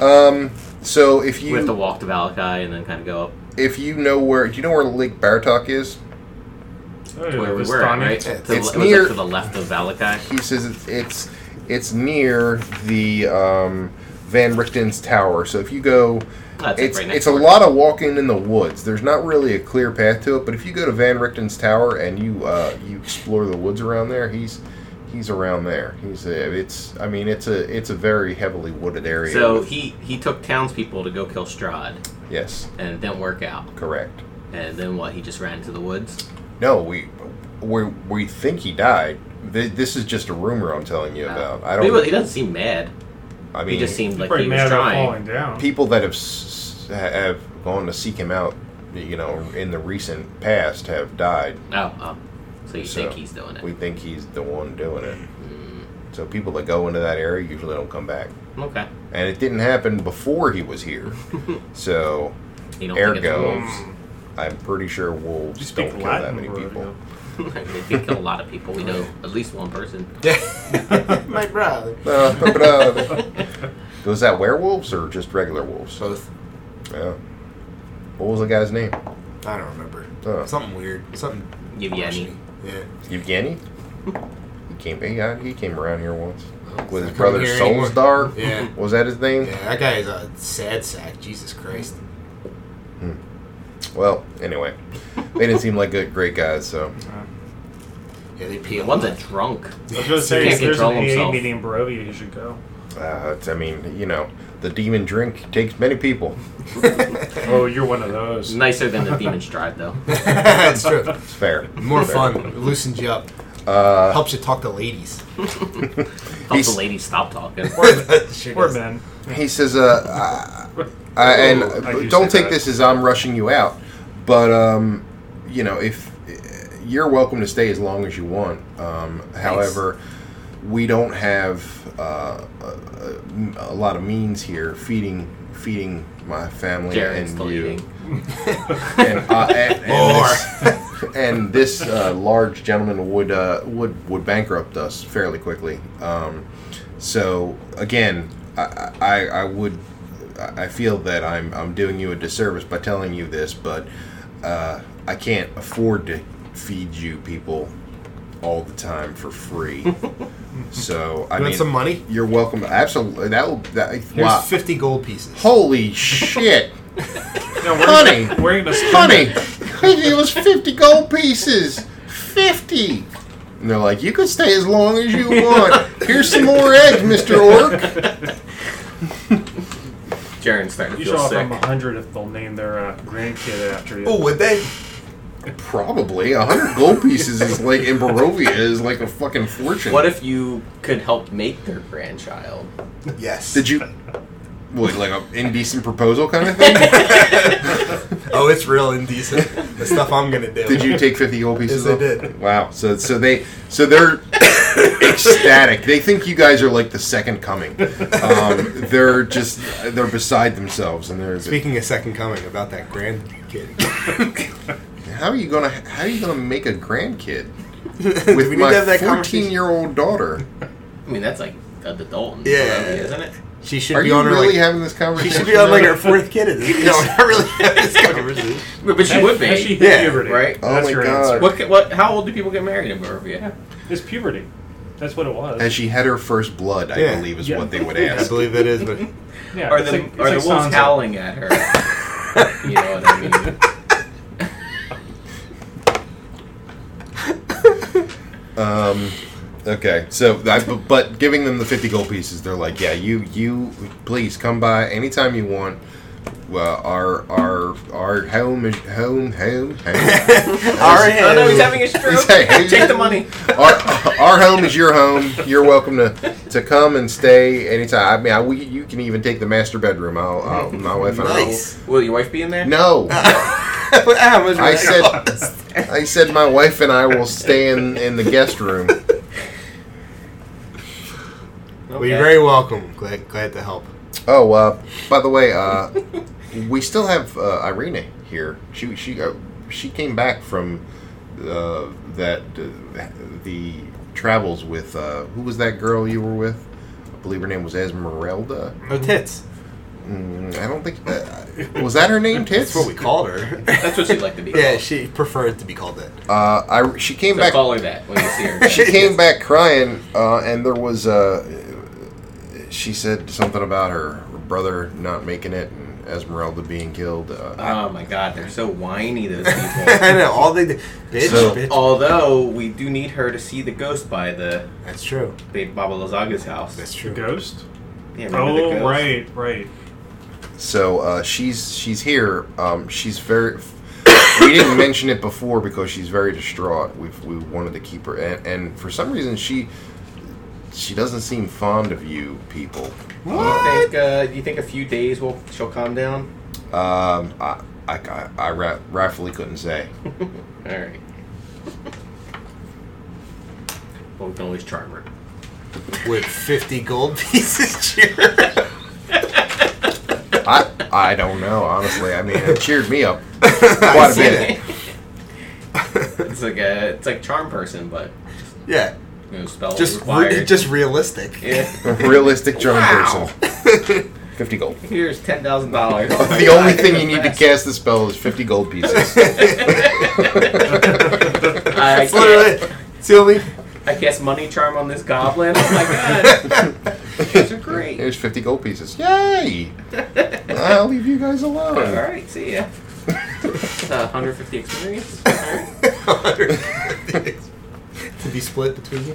[SPEAKER 2] Um. So if
[SPEAKER 3] We have to
[SPEAKER 2] you
[SPEAKER 3] walk to Valakai and then kind of go up
[SPEAKER 2] if you know where do you know where Lake Baratok is?
[SPEAKER 5] Oh, yeah,
[SPEAKER 3] to where we
[SPEAKER 5] this
[SPEAKER 3] were, at,
[SPEAKER 5] Donnie.
[SPEAKER 3] right? To the,
[SPEAKER 2] It's
[SPEAKER 3] was it
[SPEAKER 2] near-
[SPEAKER 3] to the left of Valakai.
[SPEAKER 2] He says it's it's, it's near the um, Van Richten's Tower. So if you go.
[SPEAKER 3] That's
[SPEAKER 2] It's,
[SPEAKER 3] it right next
[SPEAKER 2] it's a
[SPEAKER 3] door.
[SPEAKER 2] lot of walking in the woods. There's not really a clear path to it, but if you go to Van Richten's tower and you uh, you explore the woods around there, he's he's around there. He's a, it's I mean it's a it's a very heavily wooded area.
[SPEAKER 3] So
[SPEAKER 2] with-
[SPEAKER 3] he he took townspeople to go kill Strahd,
[SPEAKER 2] yes,
[SPEAKER 3] and it didn't work out.
[SPEAKER 2] correct.
[SPEAKER 3] And then what? He just ran into the woods.
[SPEAKER 2] No, we we we think he died. Th- This is just a rumor I'm telling you about. I
[SPEAKER 3] Uh, But he, wa-
[SPEAKER 2] don't.
[SPEAKER 3] he doesn't seem mad.
[SPEAKER 2] I mean,
[SPEAKER 3] He just seemed
[SPEAKER 5] He's
[SPEAKER 3] like
[SPEAKER 5] probably
[SPEAKER 3] he
[SPEAKER 5] mad
[SPEAKER 3] was
[SPEAKER 5] about
[SPEAKER 3] trying.
[SPEAKER 5] falling down.
[SPEAKER 2] people that have s- have gone to seek him out, you know, in the recent past have died.
[SPEAKER 3] Oh, oh. so you
[SPEAKER 2] So,
[SPEAKER 3] think he's doing it?
[SPEAKER 2] We think he's the one doing it. So people that go into that area usually don't come back.
[SPEAKER 3] okay.
[SPEAKER 2] And it didn't happen before he was
[SPEAKER 4] *laughs*
[SPEAKER 2] here. so
[SPEAKER 3] You don't
[SPEAKER 2] ergo,
[SPEAKER 3] think
[SPEAKER 2] I'm pretty sure
[SPEAKER 5] You
[SPEAKER 2] wolves
[SPEAKER 5] speak
[SPEAKER 2] don't kill that
[SPEAKER 5] Latin
[SPEAKER 2] many
[SPEAKER 5] already,
[SPEAKER 2] people.
[SPEAKER 5] though.
[SPEAKER 3] it's wolves. *laughs* I mean, they kill a lot of people. We know at least one
[SPEAKER 2] *laughs*
[SPEAKER 3] person.
[SPEAKER 4] Yeah, my brother.
[SPEAKER 2] Uh,
[SPEAKER 5] *laughs*
[SPEAKER 3] *laughs*
[SPEAKER 2] but, uh, was that werewolves or just regular wolves?
[SPEAKER 4] Both.
[SPEAKER 2] Yeah. What was the guy's name?
[SPEAKER 4] I don't remember.
[SPEAKER 2] Uh,
[SPEAKER 4] Something weird. Something.
[SPEAKER 3] Yevgeny.
[SPEAKER 4] Yeah.
[SPEAKER 2] Evgeny? He came. He, got, he came around here once with
[SPEAKER 4] I
[SPEAKER 2] his
[SPEAKER 4] couldn't
[SPEAKER 2] brother
[SPEAKER 4] hear anymore.
[SPEAKER 2] Solsdar. *laughs*
[SPEAKER 4] Yeah.
[SPEAKER 2] Was that his name?
[SPEAKER 4] Yeah, that guy is a sad sack. Jesus Christ.
[SPEAKER 2] Well, anyway, they didn't seem like good, great guys. So
[SPEAKER 4] Yeah, they pee
[SPEAKER 3] The
[SPEAKER 4] a
[SPEAKER 3] one's
[SPEAKER 4] *laughs* lot.
[SPEAKER 3] a drunk.
[SPEAKER 5] I was going to say,
[SPEAKER 3] can't
[SPEAKER 5] if there's
[SPEAKER 3] control
[SPEAKER 5] an AA
[SPEAKER 3] himself.
[SPEAKER 5] meeting in Barovia, he should go.
[SPEAKER 2] uh, it's, I mean, you know, the demon drink takes many people.
[SPEAKER 5] *laughs* Oh, you're one of those.
[SPEAKER 3] Nicer than the Demon's Stride,
[SPEAKER 2] *laughs*
[SPEAKER 3] though.
[SPEAKER 4] it's true.
[SPEAKER 2] It's fair.
[SPEAKER 4] More
[SPEAKER 2] Fair.
[SPEAKER 4] fun. It loosens you up.
[SPEAKER 2] Uh,
[SPEAKER 4] Helps you talk
[SPEAKER 2] *laughs*
[SPEAKER 4] to ladies.
[SPEAKER 3] Help the ladies stop talking. *laughs*
[SPEAKER 4] Sure
[SPEAKER 5] Poor
[SPEAKER 4] does.
[SPEAKER 5] men.
[SPEAKER 2] he says, uh, uh, I, and
[SPEAKER 5] Ooh, Oh, I do
[SPEAKER 2] don't
[SPEAKER 5] say
[SPEAKER 2] take
[SPEAKER 5] that.
[SPEAKER 2] this as I'm rushing you out, but um, you know, if you're welcome to stay as long as you want. Um, however, we don't have uh, a, a lot of means here feeding feeding my family
[SPEAKER 3] Jared's
[SPEAKER 2] and
[SPEAKER 3] still
[SPEAKER 2] you.
[SPEAKER 3] eating.
[SPEAKER 2] and,
[SPEAKER 4] *laughs*
[SPEAKER 2] uh, and,
[SPEAKER 4] More.
[SPEAKER 2] and this, *laughs* and this uh, large gentleman would uh, would would bankrupt us fairly quickly. Um, so again, I, I I would I I feel that I'm I'm doing you a disservice by telling you this, but uh, I can't afford to feed you people all the time for
[SPEAKER 4] *laughs*
[SPEAKER 2] free. so I
[SPEAKER 4] You
[SPEAKER 2] mean,
[SPEAKER 4] want some money?
[SPEAKER 2] you're welcome. Absolutely, that will that
[SPEAKER 4] Here's
[SPEAKER 2] wow.
[SPEAKER 4] 50 gold pieces.
[SPEAKER 2] Holy shit!
[SPEAKER 5] No, we're
[SPEAKER 2] Honey.
[SPEAKER 5] Gonna,
[SPEAKER 3] *laughs*
[SPEAKER 5] we're gonna spend
[SPEAKER 2] Honey, *laughs* it was 50 gold pieces. 50. And they're like, you can stay as long as you want. Here's some more eggs, Mr. Orc.
[SPEAKER 3] Jaren's starting to
[SPEAKER 5] You
[SPEAKER 3] feel
[SPEAKER 5] show off
[SPEAKER 3] sick. Oh,
[SPEAKER 5] them a hundred if they'll name their uh, grandkid after you.
[SPEAKER 4] Oh, would they?
[SPEAKER 2] Probably a hundred gold pieces is like in Barovia is like a fucking fortune.
[SPEAKER 3] What if you could help make their grandchild?
[SPEAKER 4] *laughs* Yes.
[SPEAKER 2] did you? What, like an indecent proposal kind of thing?
[SPEAKER 4] Oh, it's real indecent. the stuff I'm gonna do.
[SPEAKER 2] did you take fifty gold pieces?
[SPEAKER 4] Yes, I
[SPEAKER 2] off?
[SPEAKER 4] did.
[SPEAKER 2] Wow. So so they so they're ecstatic. They think you guys are like the second coming. Um, they're just they're beside themselves and they're
[SPEAKER 4] Speaking of second coming, about that
[SPEAKER 2] *laughs*
[SPEAKER 4] grandkid.
[SPEAKER 2] How are you gonna How are you gonna make a grandkid
[SPEAKER 4] *laughs* Do
[SPEAKER 2] with
[SPEAKER 4] we need to have
[SPEAKER 2] my
[SPEAKER 4] that
[SPEAKER 2] fourteen
[SPEAKER 4] conversation?
[SPEAKER 2] year old daughter?
[SPEAKER 3] I mean, that's like an adult, in
[SPEAKER 4] Yeah.
[SPEAKER 3] Barovia, isn't it?
[SPEAKER 4] She should
[SPEAKER 2] Are
[SPEAKER 4] be
[SPEAKER 2] you
[SPEAKER 4] on her.
[SPEAKER 2] really
[SPEAKER 4] like,
[SPEAKER 2] having this
[SPEAKER 4] she
[SPEAKER 2] conversation?
[SPEAKER 4] should be on like
[SPEAKER 2] now?
[SPEAKER 4] her
[SPEAKER 2] *laughs*
[SPEAKER 4] fourth kid. At *laughs* this. no, we're not really having this conversation.
[SPEAKER 3] But but she
[SPEAKER 5] Has-
[SPEAKER 3] would be.
[SPEAKER 5] has she hit
[SPEAKER 4] Yeah,
[SPEAKER 5] puberty?
[SPEAKER 3] right?
[SPEAKER 2] Oh
[SPEAKER 5] That's
[SPEAKER 2] my
[SPEAKER 5] your
[SPEAKER 2] God.
[SPEAKER 5] answer.
[SPEAKER 3] What? ca- What? How old do people get married in Barovia?
[SPEAKER 5] Yeah, it's puberty. That's what it was.
[SPEAKER 2] Has she had her first blood? I
[SPEAKER 4] *laughs* Yeah.
[SPEAKER 2] believe is
[SPEAKER 5] Yeah.
[SPEAKER 2] what they would
[SPEAKER 4] I
[SPEAKER 2] ask.
[SPEAKER 4] believe that
[SPEAKER 2] *laughs*
[SPEAKER 4] is, but
[SPEAKER 5] yeah,
[SPEAKER 3] Are
[SPEAKER 5] it's
[SPEAKER 3] the
[SPEAKER 5] like- it's
[SPEAKER 3] are
[SPEAKER 5] like
[SPEAKER 3] the wolves
[SPEAKER 5] Sansa.
[SPEAKER 3] howling at *laughs* her? you know what *laughs* I mean.
[SPEAKER 2] Um, okay, so I, bu- but giving them the fifty gold pieces, they're like, yeah, you you please come by anytime you want. Well, our our our home is home home home.
[SPEAKER 4] *laughs* our
[SPEAKER 3] Oh no, he's having a stroke.
[SPEAKER 2] Hey, hey,
[SPEAKER 3] Take the
[SPEAKER 2] you-
[SPEAKER 3] money.
[SPEAKER 2] our, our home is your home. You're welcome to, to come and stay anytime. I mean, I, we, you can even take the master bedroom. I'll, I'll, my wife and
[SPEAKER 4] nice.
[SPEAKER 3] Will your wife be in there?
[SPEAKER 2] I. will No,
[SPEAKER 4] *laughs* How much
[SPEAKER 2] I
[SPEAKER 4] money?
[SPEAKER 2] said I said my wife and I will stay in, in the guest room.
[SPEAKER 4] Well, you're very welcome. Glad, glad to help.
[SPEAKER 2] Oh, uh, by the way, uh, we still have uh, Irina here. She she uh, she came back from uh, that uh, the travels with uh, who was that girl you were with? I believe her name was Esmeralda.
[SPEAKER 4] No tits.
[SPEAKER 2] Mm, I don't think uh, was that her name. Tits.
[SPEAKER 4] That's what we
[SPEAKER 2] *laughs*
[SPEAKER 4] called
[SPEAKER 3] *laughs*
[SPEAKER 4] her.
[SPEAKER 3] That's what she'd like to be.
[SPEAKER 4] *laughs* yeah,
[SPEAKER 3] called.
[SPEAKER 4] she preferred to be called that.
[SPEAKER 2] Uh, I she came
[SPEAKER 3] So
[SPEAKER 2] back.
[SPEAKER 3] call her that when you see her.
[SPEAKER 2] *laughs* She came back crying, uh, and there was Uh, she said something about her, her brother not making it and Esmeralda being killed. Uh,
[SPEAKER 3] Oh my god, they're so whiny those
[SPEAKER 4] *laughs* I
[SPEAKER 3] people.
[SPEAKER 4] know all they do. Bitch,
[SPEAKER 2] So- Oh.
[SPEAKER 4] bitch.
[SPEAKER 3] Although we do need her to see the ghost by the
[SPEAKER 4] That's true.
[SPEAKER 3] Big Baba Lazaga's house.
[SPEAKER 4] That's
[SPEAKER 5] The
[SPEAKER 4] true.
[SPEAKER 5] ghost?
[SPEAKER 3] Yeah, remember the
[SPEAKER 5] Oh,
[SPEAKER 3] ghost?
[SPEAKER 5] right, right.
[SPEAKER 2] so uh, she's she's here. Um, she's very. we didn't mention it before because she's very distraught. We we wanted to keep her, and, and for some reason she she doesn't seem fond of you people.
[SPEAKER 3] Do you think? Uh, do you think a few days will she'll calm down? *laughs*
[SPEAKER 2] Um, I I I, I ra- rightfully couldn't say.
[SPEAKER 3] All right. Well, we can always charm her.
[SPEAKER 4] With 50 gold *laughs* pieces, cheer.
[SPEAKER 2] I I don't know, honestly. I mean, it cheered me up quite a
[SPEAKER 4] see
[SPEAKER 2] bit.
[SPEAKER 3] *laughs* it's like a it's like charm person, but
[SPEAKER 4] Yeah,
[SPEAKER 3] you know, spells
[SPEAKER 4] just
[SPEAKER 3] required.
[SPEAKER 2] *laughs*
[SPEAKER 4] re- just realistic. *laughs*
[SPEAKER 3] yeah.
[SPEAKER 2] A realistic charm
[SPEAKER 4] Wow.
[SPEAKER 2] person. Fifty gold. *laughs*
[SPEAKER 3] Here's ten thousand dollars.
[SPEAKER 2] The only thing you need to cast the spell is fifty gold
[SPEAKER 3] *laughs*
[SPEAKER 2] pieces.
[SPEAKER 3] I
[SPEAKER 4] That's literally
[SPEAKER 3] cast,
[SPEAKER 4] it's the only.
[SPEAKER 3] *laughs* I cast money charm on this goblin. Oh
[SPEAKER 2] *laughs*
[SPEAKER 3] my
[SPEAKER 4] *laughs*
[SPEAKER 3] god, these are great.
[SPEAKER 2] Here's fifty gold pieces. Yay! I'll leave you guys alone.
[SPEAKER 3] All right, see ya. Uh, 150
[SPEAKER 2] *laughs*
[SPEAKER 3] experience. All right.
[SPEAKER 4] to be split between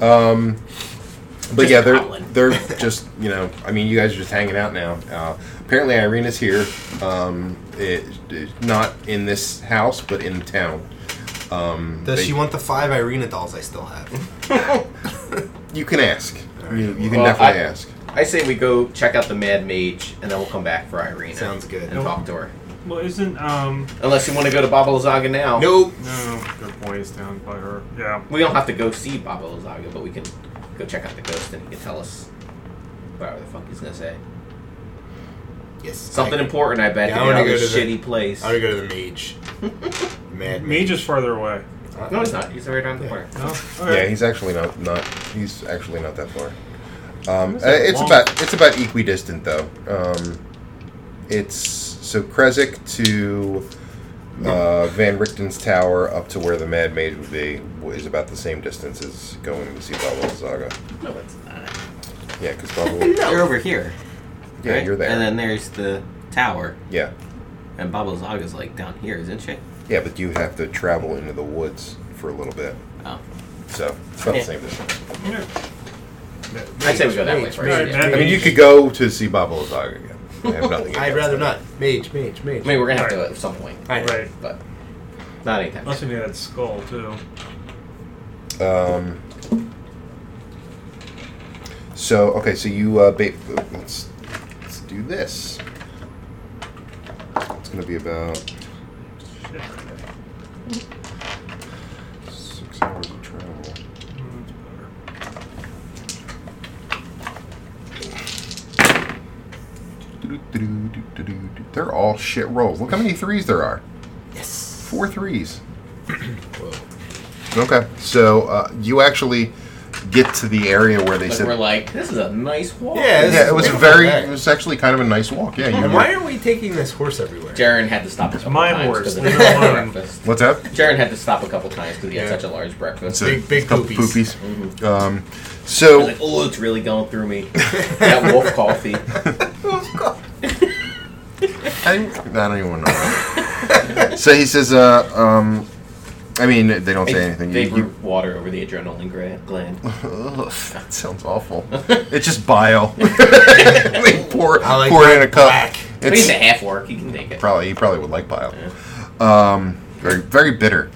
[SPEAKER 4] you.
[SPEAKER 2] Um, *laughs* but
[SPEAKER 3] Just
[SPEAKER 2] yeah, they're
[SPEAKER 3] growling.
[SPEAKER 2] they're just you know, I mean, you guys are just hanging out now. Uh, apparently, Irina's here. Um, it, it- not in this house, but in town. Um,
[SPEAKER 4] Does
[SPEAKER 2] they-
[SPEAKER 4] she want the five Irina dolls I still have?
[SPEAKER 2] You can ask. You, you can
[SPEAKER 3] Well,
[SPEAKER 2] definitely
[SPEAKER 3] I-
[SPEAKER 2] ask.
[SPEAKER 3] I say we go check out the Mad Mage, and then we'll come back for Irene.
[SPEAKER 4] Sounds good.
[SPEAKER 3] And talk to her.
[SPEAKER 5] Well, isn't, um,
[SPEAKER 3] Unless you want to go to Baba Lazaga now.
[SPEAKER 4] Nope.
[SPEAKER 5] no, good point is down by her. Yeah.
[SPEAKER 3] We don't have to go see Baba Lazaga, but we can go check out the ghost, and he can tell us whatever the fuck he's gonna say.
[SPEAKER 4] Yes.
[SPEAKER 3] Something
[SPEAKER 4] I,
[SPEAKER 3] important, I bet.
[SPEAKER 4] Yeah, I
[SPEAKER 3] to get
[SPEAKER 4] wanna
[SPEAKER 3] out of
[SPEAKER 4] go
[SPEAKER 3] this
[SPEAKER 4] to the-
[SPEAKER 3] shitty place.
[SPEAKER 4] I would go to the mage. Mad
[SPEAKER 5] Mage is farther away.
[SPEAKER 3] No, he's not. He's right around the corner.
[SPEAKER 5] No?
[SPEAKER 2] Yeah,
[SPEAKER 5] Alright.
[SPEAKER 2] he's actually not not he's actually not that far. Um,
[SPEAKER 5] That's
[SPEAKER 2] uh,
[SPEAKER 5] a
[SPEAKER 2] it's
[SPEAKER 5] long-
[SPEAKER 2] about it's about equidistant though. Um, it's so Kresik to uh, Van Richten's tower up to where the Mad Mage would be is about the same distance as going to see Baba Saga.
[SPEAKER 3] No, it's not.
[SPEAKER 2] Yeah, because Baba.
[SPEAKER 3] *laughs* You're over here.
[SPEAKER 2] yeah,
[SPEAKER 3] right?
[SPEAKER 2] you're there.
[SPEAKER 3] And then there's the tower,
[SPEAKER 2] yeah,
[SPEAKER 3] and Baba Lazaga's like down here, isn't she?
[SPEAKER 2] yeah, but you have to travel into the woods for a little bit,
[SPEAKER 3] Oh.
[SPEAKER 2] so it's about
[SPEAKER 3] Yeah.
[SPEAKER 2] the same distance.
[SPEAKER 5] Yeah.
[SPEAKER 3] I'd say we go that way
[SPEAKER 4] mage,
[SPEAKER 3] first.
[SPEAKER 5] mage,
[SPEAKER 3] yeah.
[SPEAKER 5] mage.
[SPEAKER 2] I mean, you could go to see Baba Saga again. I have nothing.
[SPEAKER 4] *laughs* I'd
[SPEAKER 2] against
[SPEAKER 4] rather
[SPEAKER 2] that.
[SPEAKER 4] not. Mage, mage, mage.
[SPEAKER 3] I mean, we're gonna have to at some point.
[SPEAKER 4] I know.
[SPEAKER 5] Right.
[SPEAKER 3] But Not anytime.
[SPEAKER 5] Must have been that skull too.
[SPEAKER 2] Um, so okay, so you uh, bait. Let's let's do this. It's gonna be about
[SPEAKER 5] Shit.
[SPEAKER 2] six hours of travel.
[SPEAKER 5] Mm, it's better.
[SPEAKER 2] They're all shit rolls. Look how many threes there are.
[SPEAKER 4] Yes.
[SPEAKER 2] Four threes. Okay, so uh, you actually get to the area where they
[SPEAKER 3] But
[SPEAKER 2] said.
[SPEAKER 3] we're like, this is a nice wall.
[SPEAKER 4] Yeah,
[SPEAKER 2] yeah, it was
[SPEAKER 4] This is
[SPEAKER 2] very.
[SPEAKER 4] way
[SPEAKER 2] It was actually kind of a nice walk. Yeah, you.
[SPEAKER 4] And
[SPEAKER 2] were-
[SPEAKER 4] Oh, why are we taking this horse everywhere?
[SPEAKER 3] Jaren had to stop a couple
[SPEAKER 5] Mine
[SPEAKER 3] times
[SPEAKER 5] works.
[SPEAKER 3] because of
[SPEAKER 5] Leave
[SPEAKER 3] his *laughs*
[SPEAKER 5] it alone.
[SPEAKER 3] breakfast.
[SPEAKER 2] What's up?
[SPEAKER 3] Jaren had to stop a couple times because he had
[SPEAKER 4] Yeah.
[SPEAKER 3] such a large breakfast.
[SPEAKER 2] It's a
[SPEAKER 4] Big- big
[SPEAKER 2] couple
[SPEAKER 4] poopies. Mm-hmm.
[SPEAKER 2] poopies. Um, so.
[SPEAKER 3] He's like, oh, it's really going through me. that wolf coffee.
[SPEAKER 2] I, I don't even know. *laughs* so he says, uh, um, I mean, they don't say anything.
[SPEAKER 3] They
[SPEAKER 2] You-
[SPEAKER 3] brew water over the adrenaline gra- gland.
[SPEAKER 2] *laughs* Ugh, that sounds *laughs* awful. it's just *laughs* bile. they pour,
[SPEAKER 4] I like
[SPEAKER 2] pour
[SPEAKER 4] that
[SPEAKER 2] it in a cup.
[SPEAKER 4] black.
[SPEAKER 3] But he's a
[SPEAKER 2] It's
[SPEAKER 3] half orc. He can take it.
[SPEAKER 2] probably he probably would like bile. Um, very very bitter.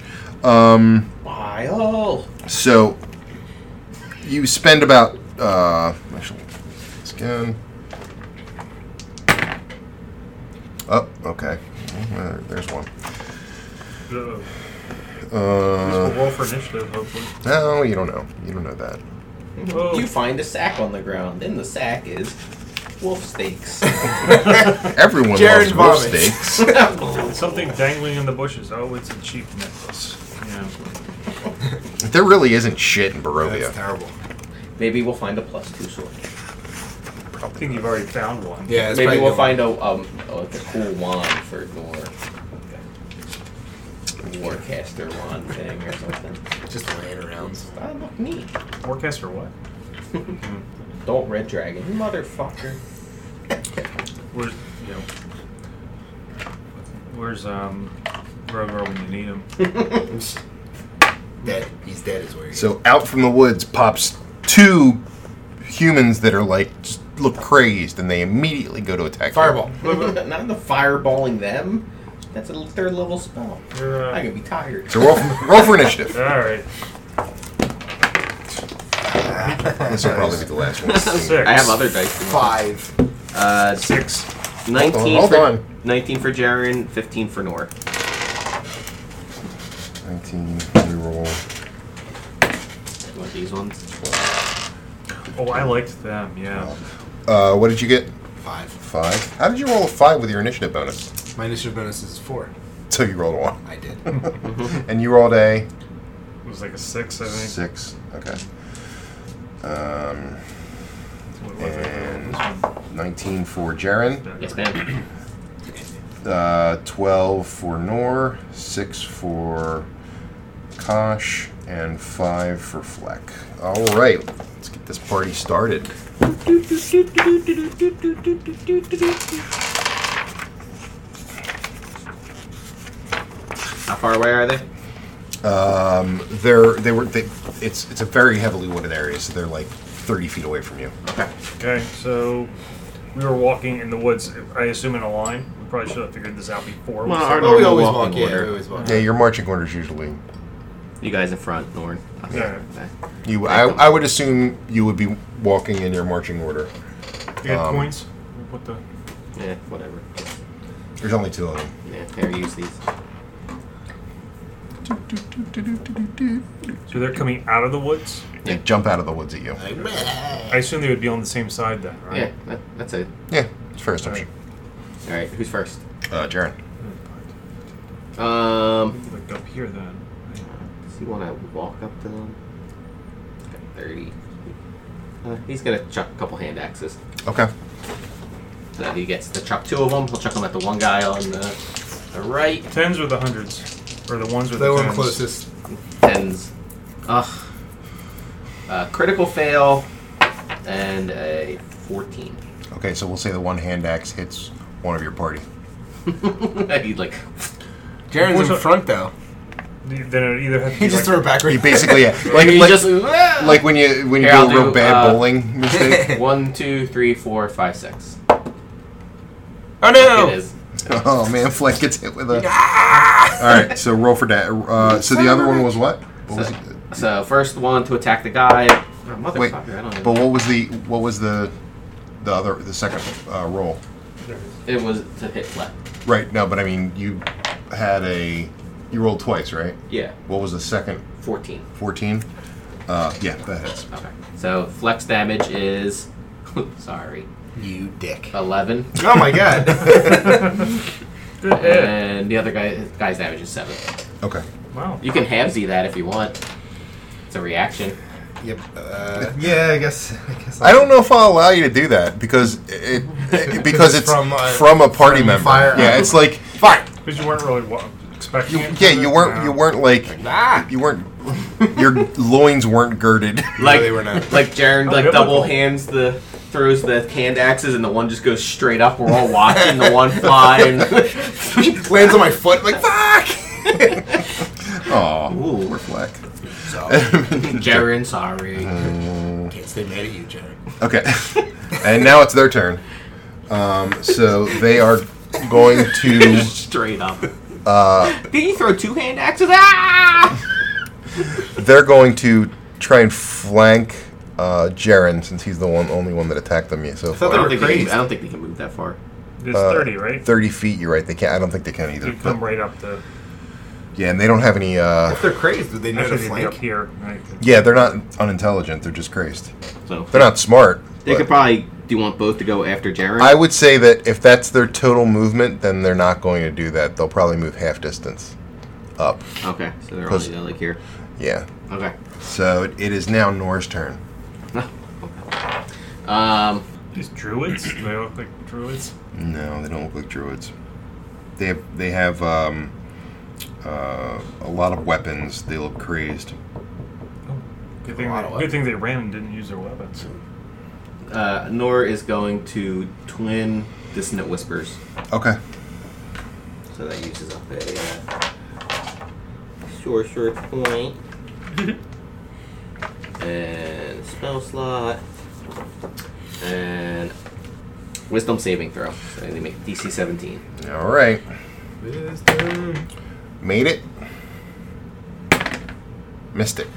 [SPEAKER 2] Um,
[SPEAKER 3] Bile.
[SPEAKER 2] so you spend about uh, actually, let's go. Oh, okay. There- There's one.
[SPEAKER 5] Uh, This
[SPEAKER 2] Uh,
[SPEAKER 5] will roll for initiative, hopefully.
[SPEAKER 2] No, you don't know. You don't know that.
[SPEAKER 5] Oh.
[SPEAKER 3] You find a sack on the ground. In the sack is wolf steaks. *laughs*
[SPEAKER 2] Everyone
[SPEAKER 4] Jared
[SPEAKER 2] loves wolf
[SPEAKER 4] vomits.
[SPEAKER 2] steaks.
[SPEAKER 5] Something dangling in the bushes. Oh, it's a cheap necklace. Yeah.
[SPEAKER 2] there really isn't shit in
[SPEAKER 4] That's
[SPEAKER 2] Barovia.
[SPEAKER 4] terrible.
[SPEAKER 3] Maybe we'll find a plus two sword.
[SPEAKER 5] I think you've already found one.
[SPEAKER 4] Yeah, it's
[SPEAKER 3] Maybe
[SPEAKER 4] probably
[SPEAKER 3] we'll
[SPEAKER 4] good.
[SPEAKER 3] find a um like a cool wand for Nor. Warcaster wand thing or something.
[SPEAKER 4] just laying around.
[SPEAKER 3] That look neat.
[SPEAKER 5] Orchestra what?
[SPEAKER 3] Adult red dragon, motherfucker.
[SPEAKER 5] Where's you know? Where's um, Rover when you need
[SPEAKER 3] *laughs*
[SPEAKER 5] him?
[SPEAKER 4] Dead. He's dead is where he
[SPEAKER 2] So out from the woods pops two humans that are like just look crazed, and they immediately go to attack. you.
[SPEAKER 4] Fireball.
[SPEAKER 3] *laughs* Not the fireballing them. That's a third level spell.
[SPEAKER 5] You're, uh,
[SPEAKER 3] I'm gonna be tired.
[SPEAKER 2] So roll, roll for initiative.
[SPEAKER 4] *laughs*
[SPEAKER 5] All right.
[SPEAKER 2] This will probably be the last one.
[SPEAKER 5] Six.
[SPEAKER 3] I have other dice. for Nor.
[SPEAKER 4] Five.
[SPEAKER 3] Uh,
[SPEAKER 5] Six.
[SPEAKER 3] 19
[SPEAKER 2] hold
[SPEAKER 3] for,
[SPEAKER 2] on.
[SPEAKER 3] 19 for Jaren, 15 for Nor.
[SPEAKER 2] Nineteen. We roll.
[SPEAKER 3] What, these ones?
[SPEAKER 5] Oh, I liked them. Yeah.
[SPEAKER 2] Uh, what did you get?
[SPEAKER 4] Five.
[SPEAKER 2] Five. How did you roll a five with your initiative bonus?
[SPEAKER 4] My initiative bonus is four.
[SPEAKER 2] So you rolled a
[SPEAKER 4] *laughs*
[SPEAKER 2] one,
[SPEAKER 4] I did.
[SPEAKER 2] and you rolled a
[SPEAKER 5] It was like a six, I think.
[SPEAKER 2] six. Okay. Um,
[SPEAKER 5] What was it?
[SPEAKER 2] And-
[SPEAKER 5] This one.
[SPEAKER 2] nineteen for Jaren.
[SPEAKER 3] Yes, ma'am.
[SPEAKER 2] uh, 12 for Nor, 6 for Kosh, and 5 for Fleck. All right, let's get this party started.
[SPEAKER 3] How far away are they?
[SPEAKER 2] Um, they're, they were, they, it's, it's a very heavily wooded area, so they're like 30 feet away from you.
[SPEAKER 3] Okay.
[SPEAKER 5] Okay, so we were walking in the woods. I assume in a line. We probably should have figured this out before. we
[SPEAKER 3] Well,
[SPEAKER 5] started.
[SPEAKER 4] Oh, we
[SPEAKER 3] Normal
[SPEAKER 4] always walk.
[SPEAKER 3] walking
[SPEAKER 4] Yeah,
[SPEAKER 3] order.
[SPEAKER 4] we always walk.
[SPEAKER 2] Yeah, your marching orders usually.
[SPEAKER 3] You guys in front, Norn.
[SPEAKER 5] Yeah.
[SPEAKER 3] Okay.
[SPEAKER 2] You, I, I would assume you would be walking in your marching order.
[SPEAKER 5] You got
[SPEAKER 2] Um,
[SPEAKER 5] coins? What the?
[SPEAKER 3] Yeah, whatever.
[SPEAKER 2] There's only two of them.
[SPEAKER 3] Yeah, here, use these.
[SPEAKER 5] So they're coming out of the woods.
[SPEAKER 2] They jump out of the woods at you.
[SPEAKER 4] Like, meh.
[SPEAKER 5] I assume they would be on the same side then, right?
[SPEAKER 3] Yeah, that, that's it.
[SPEAKER 2] Yeah, it's a fair assumption.
[SPEAKER 3] All right, who's first?
[SPEAKER 2] Uh, Jaren.
[SPEAKER 3] Um,
[SPEAKER 5] Like up here then.
[SPEAKER 3] does he want to walk up to them? Okay, Thirty. Uh, he's gonna chuck a couple hand axes.
[SPEAKER 2] Okay.
[SPEAKER 3] So he gets to chuck two of them. He'll chuck them at the one guy on the, the right.
[SPEAKER 5] Tens or the hundreds? Or the ones with
[SPEAKER 4] They
[SPEAKER 5] the
[SPEAKER 4] were
[SPEAKER 5] tens?
[SPEAKER 4] closest.
[SPEAKER 3] Tens. Ugh. Uh, critical fail and a fourteen. *laughs*
[SPEAKER 2] Okay, so we'll say the one hand axe hits one of your party.
[SPEAKER 3] he like
[SPEAKER 4] Jaren's in
[SPEAKER 5] Unfortunately-
[SPEAKER 4] front though.
[SPEAKER 5] Then it either have
[SPEAKER 4] *laughs*
[SPEAKER 5] to
[SPEAKER 4] He
[SPEAKER 5] be
[SPEAKER 4] just
[SPEAKER 5] like,
[SPEAKER 4] threw it
[SPEAKER 2] *laughs*
[SPEAKER 4] backward.
[SPEAKER 2] You
[SPEAKER 3] *laughs*
[SPEAKER 2] basically yeah, like
[SPEAKER 3] he
[SPEAKER 2] like,
[SPEAKER 3] just
[SPEAKER 2] like when you when you
[SPEAKER 3] Here,
[SPEAKER 2] do
[SPEAKER 3] I'll
[SPEAKER 2] a real
[SPEAKER 3] do,
[SPEAKER 2] bad
[SPEAKER 3] uh, *laughs*
[SPEAKER 2] bowling mistake.
[SPEAKER 3] one, two, three, four, five, six.
[SPEAKER 4] *laughs* oh no!
[SPEAKER 3] It is.
[SPEAKER 2] oh man, *laughs* Flint gets hit
[SPEAKER 3] *laughs*
[SPEAKER 2] with a. *laughs* All right, so roll for that. Uh, so the other one was what? What was
[SPEAKER 3] So,
[SPEAKER 2] it?
[SPEAKER 3] so first one to attack the guy. Oh, motherfucker,
[SPEAKER 2] Wait,
[SPEAKER 3] I don't
[SPEAKER 2] but
[SPEAKER 3] know.
[SPEAKER 2] what was the what was the the other the second uh, roll?
[SPEAKER 3] It was to hit left.
[SPEAKER 2] Right. No, but I mean you had a you rolled twice, right?
[SPEAKER 3] Yeah,
[SPEAKER 2] What was the second?
[SPEAKER 3] 14.
[SPEAKER 2] Fourteen. Uh, yeah, that hits.
[SPEAKER 3] Okay. So flex damage is. *laughs* sorry.
[SPEAKER 4] You dick.
[SPEAKER 3] 11.
[SPEAKER 4] Oh my god.
[SPEAKER 5] Good head.
[SPEAKER 3] And the other guy, guy's damage is 7.
[SPEAKER 2] Okay.
[SPEAKER 5] Wow.
[SPEAKER 3] You can halvesy that if you want. It's a reaction.
[SPEAKER 4] *laughs* yep. Uh, yeah, I guess. I guess.
[SPEAKER 2] I don't know if I'll allow you to do that because it, it- because it's from
[SPEAKER 4] From
[SPEAKER 2] a,
[SPEAKER 4] a-
[SPEAKER 2] party
[SPEAKER 4] from
[SPEAKER 2] member.
[SPEAKER 4] fire-
[SPEAKER 2] yeah, it's like
[SPEAKER 4] Fine.
[SPEAKER 5] Because you weren't really wa- expecting
[SPEAKER 2] you,
[SPEAKER 5] it.
[SPEAKER 2] yeah, you weren't
[SPEAKER 5] No.
[SPEAKER 2] you weren't like
[SPEAKER 4] Ah.
[SPEAKER 2] you weren't your loins weren't girded.
[SPEAKER 3] Like,
[SPEAKER 4] they were *laughs* not.
[SPEAKER 3] like Jaren, like
[SPEAKER 5] biblical.
[SPEAKER 3] double hands the throws the canned axes, and the one just goes straight up. We're all watching the one fly.
[SPEAKER 4] *laughs*
[SPEAKER 3] And
[SPEAKER 4] Lands on my foot. Like *laughs* fuck.
[SPEAKER 2] Oh,
[SPEAKER 3] Ooh,
[SPEAKER 2] poor Fleck.
[SPEAKER 4] so
[SPEAKER 3] Jaren, sorry.
[SPEAKER 4] Uh-huh. can't stay mad at you, Jared.
[SPEAKER 2] Okay, *laughs* and now it's their turn. Um, so they are going to.
[SPEAKER 3] *laughs* straight up.
[SPEAKER 4] Uh,
[SPEAKER 3] Did you throw two hand axes? Ah!
[SPEAKER 2] They're going to try and flank uh, Jaren since he's the one only one that attacked them yet so
[SPEAKER 4] thought
[SPEAKER 3] I
[SPEAKER 2] far.
[SPEAKER 3] don't
[SPEAKER 4] were
[SPEAKER 3] think they can,
[SPEAKER 4] crazed.
[SPEAKER 3] I don't think they can move that far.
[SPEAKER 5] It's 30, right?
[SPEAKER 2] Thirty feet, you're right. They can't. I don't think they can either.
[SPEAKER 5] You come
[SPEAKER 2] but-
[SPEAKER 5] right up the.
[SPEAKER 2] yeah, and they don't have any. Uh,
[SPEAKER 4] If they're crazed, would they know to
[SPEAKER 5] Actually, you'd be up
[SPEAKER 4] flank?
[SPEAKER 5] here. Right?
[SPEAKER 2] yeah, they're not unintelligent. They're just crazed.
[SPEAKER 3] So
[SPEAKER 2] They're not smart.
[SPEAKER 3] They could
[SPEAKER 2] but
[SPEAKER 3] probably. Do you want both to go after Jaren?
[SPEAKER 2] I would say that if that's their total movement, then they're not going to do that. They'll probably move half distance up.
[SPEAKER 3] okay, so they're
[SPEAKER 2] Cause-
[SPEAKER 3] only like here.
[SPEAKER 2] Yeah.
[SPEAKER 3] Okay. *laughs*
[SPEAKER 2] So it it is now Nor's turn.
[SPEAKER 3] Um,
[SPEAKER 5] These druids? Do they look like druids?
[SPEAKER 2] No, they don't look like druids. They have they have um, uh, a lot of weapons. They look crazed.
[SPEAKER 5] Good thing,
[SPEAKER 4] A lot of
[SPEAKER 5] they, good thing they ran and didn't use their weapons.
[SPEAKER 3] uh, Nor is going to twin dissonant whispers,
[SPEAKER 2] Okay.
[SPEAKER 3] so that uses up a uh, sorcerer *laughs* point and spell slot and wisdom saving throw. So they make DC 17.
[SPEAKER 2] All right.
[SPEAKER 4] Wisdom.
[SPEAKER 2] Made it. Missed it.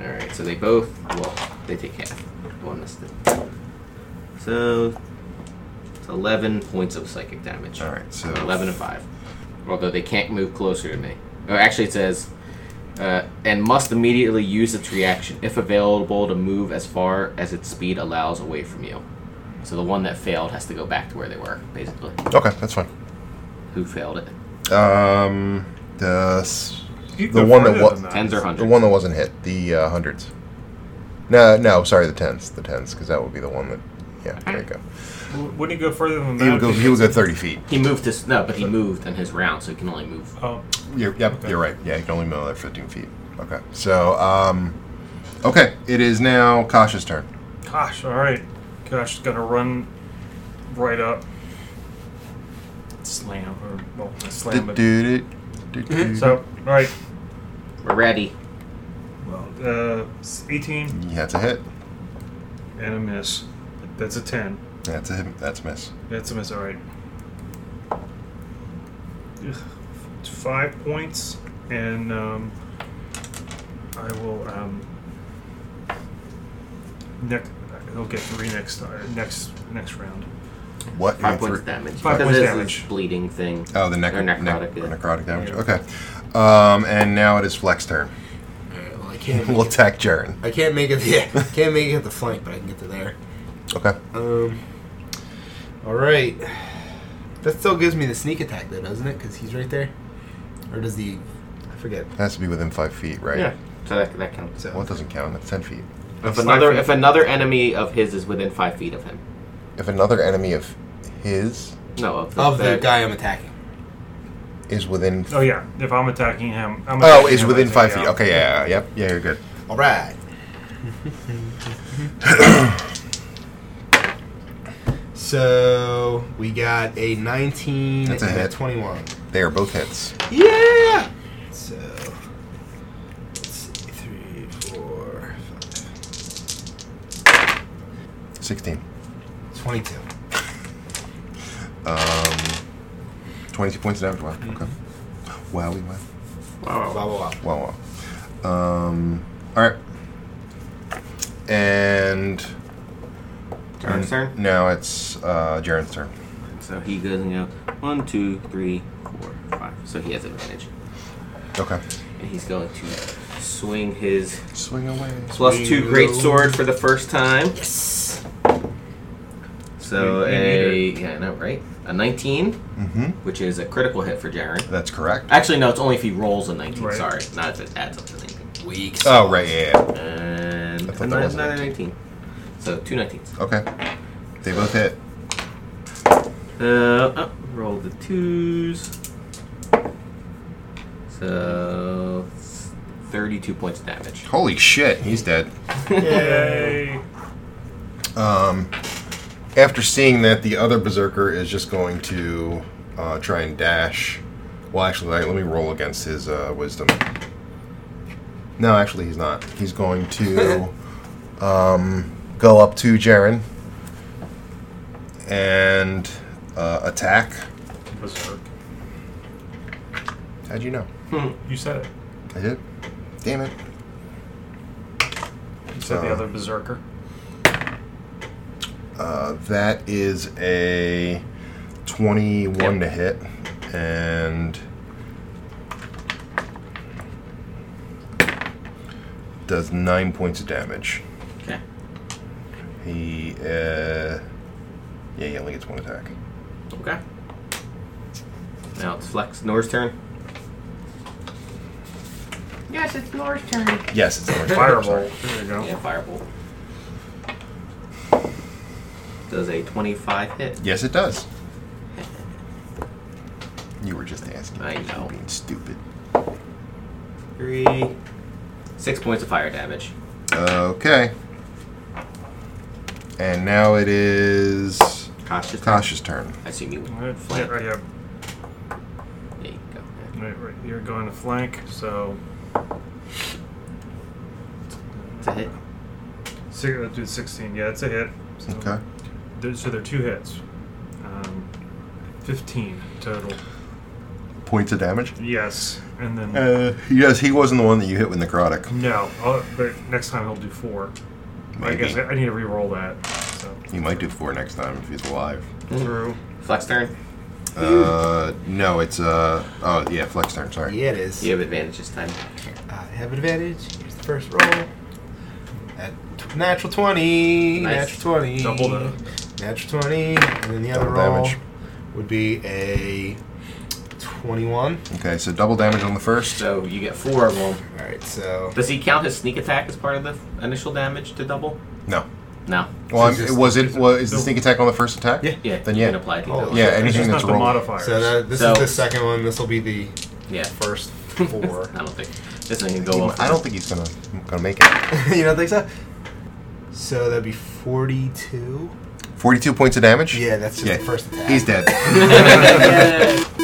[SPEAKER 3] All right, so they both well, they take half. One missed it. So it's eleven points of psychic damage.
[SPEAKER 2] All right. So
[SPEAKER 3] eleven and five. Although they can't move closer to me. Oh, actually, it says. Uh, and must immediately use its reaction if available to move as far as its speed allows away from you. So the one that failed has to go back to where they were, basically.
[SPEAKER 2] Okay, that's fine.
[SPEAKER 3] Who failed it?
[SPEAKER 2] Um, the s-
[SPEAKER 5] You
[SPEAKER 2] The
[SPEAKER 5] go
[SPEAKER 2] one that
[SPEAKER 5] further
[SPEAKER 2] wa-
[SPEAKER 5] than
[SPEAKER 3] Tens or hundreds?
[SPEAKER 2] the one that wasn't hit, the uh, hundreds. No, no, sorry, the tens, the tens, because that would be the one that. Yeah, there you go.
[SPEAKER 5] W- Wouldn't you go further than that?
[SPEAKER 2] He would go. He would go thirty feet.
[SPEAKER 3] He moved his no, but he moved in his round, so he can only move.
[SPEAKER 5] Oh,
[SPEAKER 2] You're, yep, you're right. Yeah, you can only move another 15 feet. Okay. So, um, okay, it is now Kasha's turn.
[SPEAKER 5] gosh, alright. Gosh, gonna run right up. Slam, or, well, not slam, but.
[SPEAKER 2] Du-du-du-du-du.
[SPEAKER 5] So, alright.
[SPEAKER 3] We're ready.
[SPEAKER 5] Well, uh, it's 18
[SPEAKER 2] Yeah, that's a hit.
[SPEAKER 5] and a miss. That's a 10.
[SPEAKER 2] That's a hit. That's a miss.
[SPEAKER 5] That's a miss, alright. Ugh, Five points, and um, I will. Um, next, he'll get three next uh, next next round.
[SPEAKER 2] What?
[SPEAKER 3] Five
[SPEAKER 2] You
[SPEAKER 3] points
[SPEAKER 2] threw-
[SPEAKER 3] damage.
[SPEAKER 5] Five
[SPEAKER 3] because
[SPEAKER 5] points
[SPEAKER 3] this is
[SPEAKER 5] damage.
[SPEAKER 3] bleeding thing.
[SPEAKER 2] Oh, the nec-
[SPEAKER 3] Or
[SPEAKER 2] nec-
[SPEAKER 3] necrotic, yeah.
[SPEAKER 2] necrotic damage.
[SPEAKER 5] Yeah.
[SPEAKER 2] Okay. Um, and now it is Flex turn. *laughs*
[SPEAKER 4] Alright, well, I can't.
[SPEAKER 2] We'll attack Jaren.
[SPEAKER 4] I can't make it. *laughs* Yeah, can't make it at the flank, but I can get to there.
[SPEAKER 2] Okay.
[SPEAKER 4] Um. All right. That still gives me the sneak attack, though, doesn't it? Because he's right there. Or does the? I forget.
[SPEAKER 2] Has to be within five feet, right?
[SPEAKER 3] Yeah, so that, that counts.
[SPEAKER 4] So
[SPEAKER 2] Well, it doesn't count. That's ten feet.
[SPEAKER 3] If
[SPEAKER 5] Five
[SPEAKER 3] another
[SPEAKER 5] feet.
[SPEAKER 3] if another enemy of his is within five feet of him,
[SPEAKER 2] If another enemy of his
[SPEAKER 3] no, of the,
[SPEAKER 4] of the
[SPEAKER 3] the-
[SPEAKER 4] guy I'm attacking.
[SPEAKER 2] is within.
[SPEAKER 5] Oh yeah, if I'm attacking him, I'm
[SPEAKER 2] Oh,
[SPEAKER 5] attacking
[SPEAKER 2] is
[SPEAKER 5] him,
[SPEAKER 2] within
[SPEAKER 5] I
[SPEAKER 2] five
[SPEAKER 5] take
[SPEAKER 2] feet.
[SPEAKER 5] out.
[SPEAKER 2] Okay. Yeah. yeah, Yep. Yeah. You're good.
[SPEAKER 4] All right. *laughs* so we got a 19
[SPEAKER 2] That's a
[SPEAKER 4] and
[SPEAKER 2] hit.
[SPEAKER 4] 21.
[SPEAKER 2] They are both hits.
[SPEAKER 4] Yeah. So let's see, three, four, five,
[SPEAKER 2] Sixteen.
[SPEAKER 4] 22.
[SPEAKER 2] Um, 22 points of damage. Wow. Okay. Wowie, wow.
[SPEAKER 4] Blah, blah, blah.
[SPEAKER 2] Wow, wow. Um, all right. And
[SPEAKER 3] Dark's turn.
[SPEAKER 2] now it's uh, Jaren's turn.
[SPEAKER 3] So he goes and goes one, two, three, four, five. So he has advantage,
[SPEAKER 2] Okay.
[SPEAKER 3] and he's going to swing his
[SPEAKER 2] Swing away.
[SPEAKER 3] plus
[SPEAKER 4] Swing
[SPEAKER 3] two
[SPEAKER 4] low.
[SPEAKER 3] great sword for the first time. Yes. So
[SPEAKER 5] You- you
[SPEAKER 3] a
[SPEAKER 5] need
[SPEAKER 3] yeah, I know, right? A nineteen,
[SPEAKER 2] Mm-hmm.
[SPEAKER 3] which is a critical hit for Jaren.
[SPEAKER 2] That's correct.
[SPEAKER 3] Actually, no, it's only if he rolls a nineteen.
[SPEAKER 5] Right.
[SPEAKER 3] Sorry, not if it adds up to nineteen.
[SPEAKER 4] Weak.
[SPEAKER 2] Oh, right. Yeah. yeah.
[SPEAKER 3] And
[SPEAKER 2] I
[SPEAKER 3] a
[SPEAKER 2] thought that
[SPEAKER 3] nine-
[SPEAKER 2] was a
[SPEAKER 3] nine and nineteen. So two 19s.
[SPEAKER 2] Okay. They both hit.
[SPEAKER 3] Uh, oh, roll the twos. So, it's 32 points of damage.
[SPEAKER 2] Holy shit, he's dead.
[SPEAKER 5] Yay.
[SPEAKER 2] Um, after seeing that, the other berserker is just going to uh, try and dash. Well, actually, like, let me roll against his uh, wisdom. No, actually, he's not. He's going
[SPEAKER 4] *laughs*
[SPEAKER 2] to um, go up to Jaren and uh, attack.
[SPEAKER 5] Berserk.
[SPEAKER 2] How'd you know?
[SPEAKER 3] Hmm,
[SPEAKER 5] You said it.
[SPEAKER 2] I did. Damn it.
[SPEAKER 5] You said the
[SPEAKER 2] Uh,
[SPEAKER 5] other *laughs* berserker.
[SPEAKER 2] Uh, that is a 21 to hit, and does nine points of damage.
[SPEAKER 3] Okay.
[SPEAKER 2] He, uh, yeah, he only gets one attack.
[SPEAKER 3] Okay. Now it's Flex Nor's turn. Yes, it's Nor's turn.
[SPEAKER 2] Yes, it's only
[SPEAKER 5] Fireball. There you go.
[SPEAKER 3] Oh, Yeah, Firebolt. Does a 25 hit?
[SPEAKER 2] Yes, it does. You were just asking.
[SPEAKER 3] I know.
[SPEAKER 2] You're being stupid.
[SPEAKER 3] Three. Six points of fire damage.
[SPEAKER 2] Okay. And now it is
[SPEAKER 3] Cautious.
[SPEAKER 2] Kasha's turn.
[SPEAKER 3] I assume you
[SPEAKER 5] All
[SPEAKER 3] would.
[SPEAKER 5] right,
[SPEAKER 3] Flank.
[SPEAKER 5] Right, yeah.
[SPEAKER 3] There you go.
[SPEAKER 5] Right, right. You're going to flank, so
[SPEAKER 3] It's a hit.
[SPEAKER 5] Six, uh, do 16. Yeah, it's a hit. So
[SPEAKER 2] Okay.
[SPEAKER 5] There, so there are two hits. Um, 15 total.
[SPEAKER 2] Points of damage.
[SPEAKER 5] Yes. And then.
[SPEAKER 2] Uh, yes, he wasn't the one that you hit with necrotic.
[SPEAKER 5] no. I'll, but next time he'll do four. I
[SPEAKER 2] Maybe
[SPEAKER 5] guess I, I need to re-roll that. So.
[SPEAKER 2] he might do four next time if he's alive.
[SPEAKER 5] Through.
[SPEAKER 3] Mm-hmm. Flex turn.
[SPEAKER 2] Uh, no, it's uh, oh yeah, flex turn. Sorry.
[SPEAKER 4] Yeah, it is.
[SPEAKER 3] You have advantage this time.
[SPEAKER 4] I have advantage. Here's the first roll. At t- natural 20.
[SPEAKER 3] Nice.
[SPEAKER 4] Natural 20.
[SPEAKER 5] Double the-
[SPEAKER 4] Natural 20. And then the other
[SPEAKER 2] Double
[SPEAKER 4] roll
[SPEAKER 2] damage.
[SPEAKER 4] would be a 21.
[SPEAKER 2] Okay, so double damage on the first.
[SPEAKER 3] So you get four of them.
[SPEAKER 4] Alright, so.
[SPEAKER 3] Does he count his sneak attack as part of the initial damage to double?
[SPEAKER 2] No.
[SPEAKER 3] No.
[SPEAKER 2] Well, I'm,
[SPEAKER 4] just-
[SPEAKER 2] was it was is the
[SPEAKER 5] so-
[SPEAKER 2] sneak attack on the first attack?
[SPEAKER 4] Yeah.
[SPEAKER 3] Yeah.
[SPEAKER 2] Then
[SPEAKER 3] you
[SPEAKER 2] yeah.
[SPEAKER 3] can apply it to
[SPEAKER 4] Oh,
[SPEAKER 3] double.
[SPEAKER 2] Yeah,
[SPEAKER 5] It's
[SPEAKER 2] anything
[SPEAKER 5] just not
[SPEAKER 2] that's
[SPEAKER 5] the
[SPEAKER 2] rolled.
[SPEAKER 5] modifiers.
[SPEAKER 4] So that, this
[SPEAKER 3] So-
[SPEAKER 4] is the second one. This will be the
[SPEAKER 3] Yeah.
[SPEAKER 4] first four.
[SPEAKER 3] I don't think this thing can go well.
[SPEAKER 2] *laughs* I don't think he's gonna gonna make it.
[SPEAKER 4] *laughs* you don't think so? So that'd be 42.
[SPEAKER 2] Forty-two points of damage.
[SPEAKER 4] Yeah, that's just the first attack.
[SPEAKER 2] He's dead.
[SPEAKER 3] Yeah.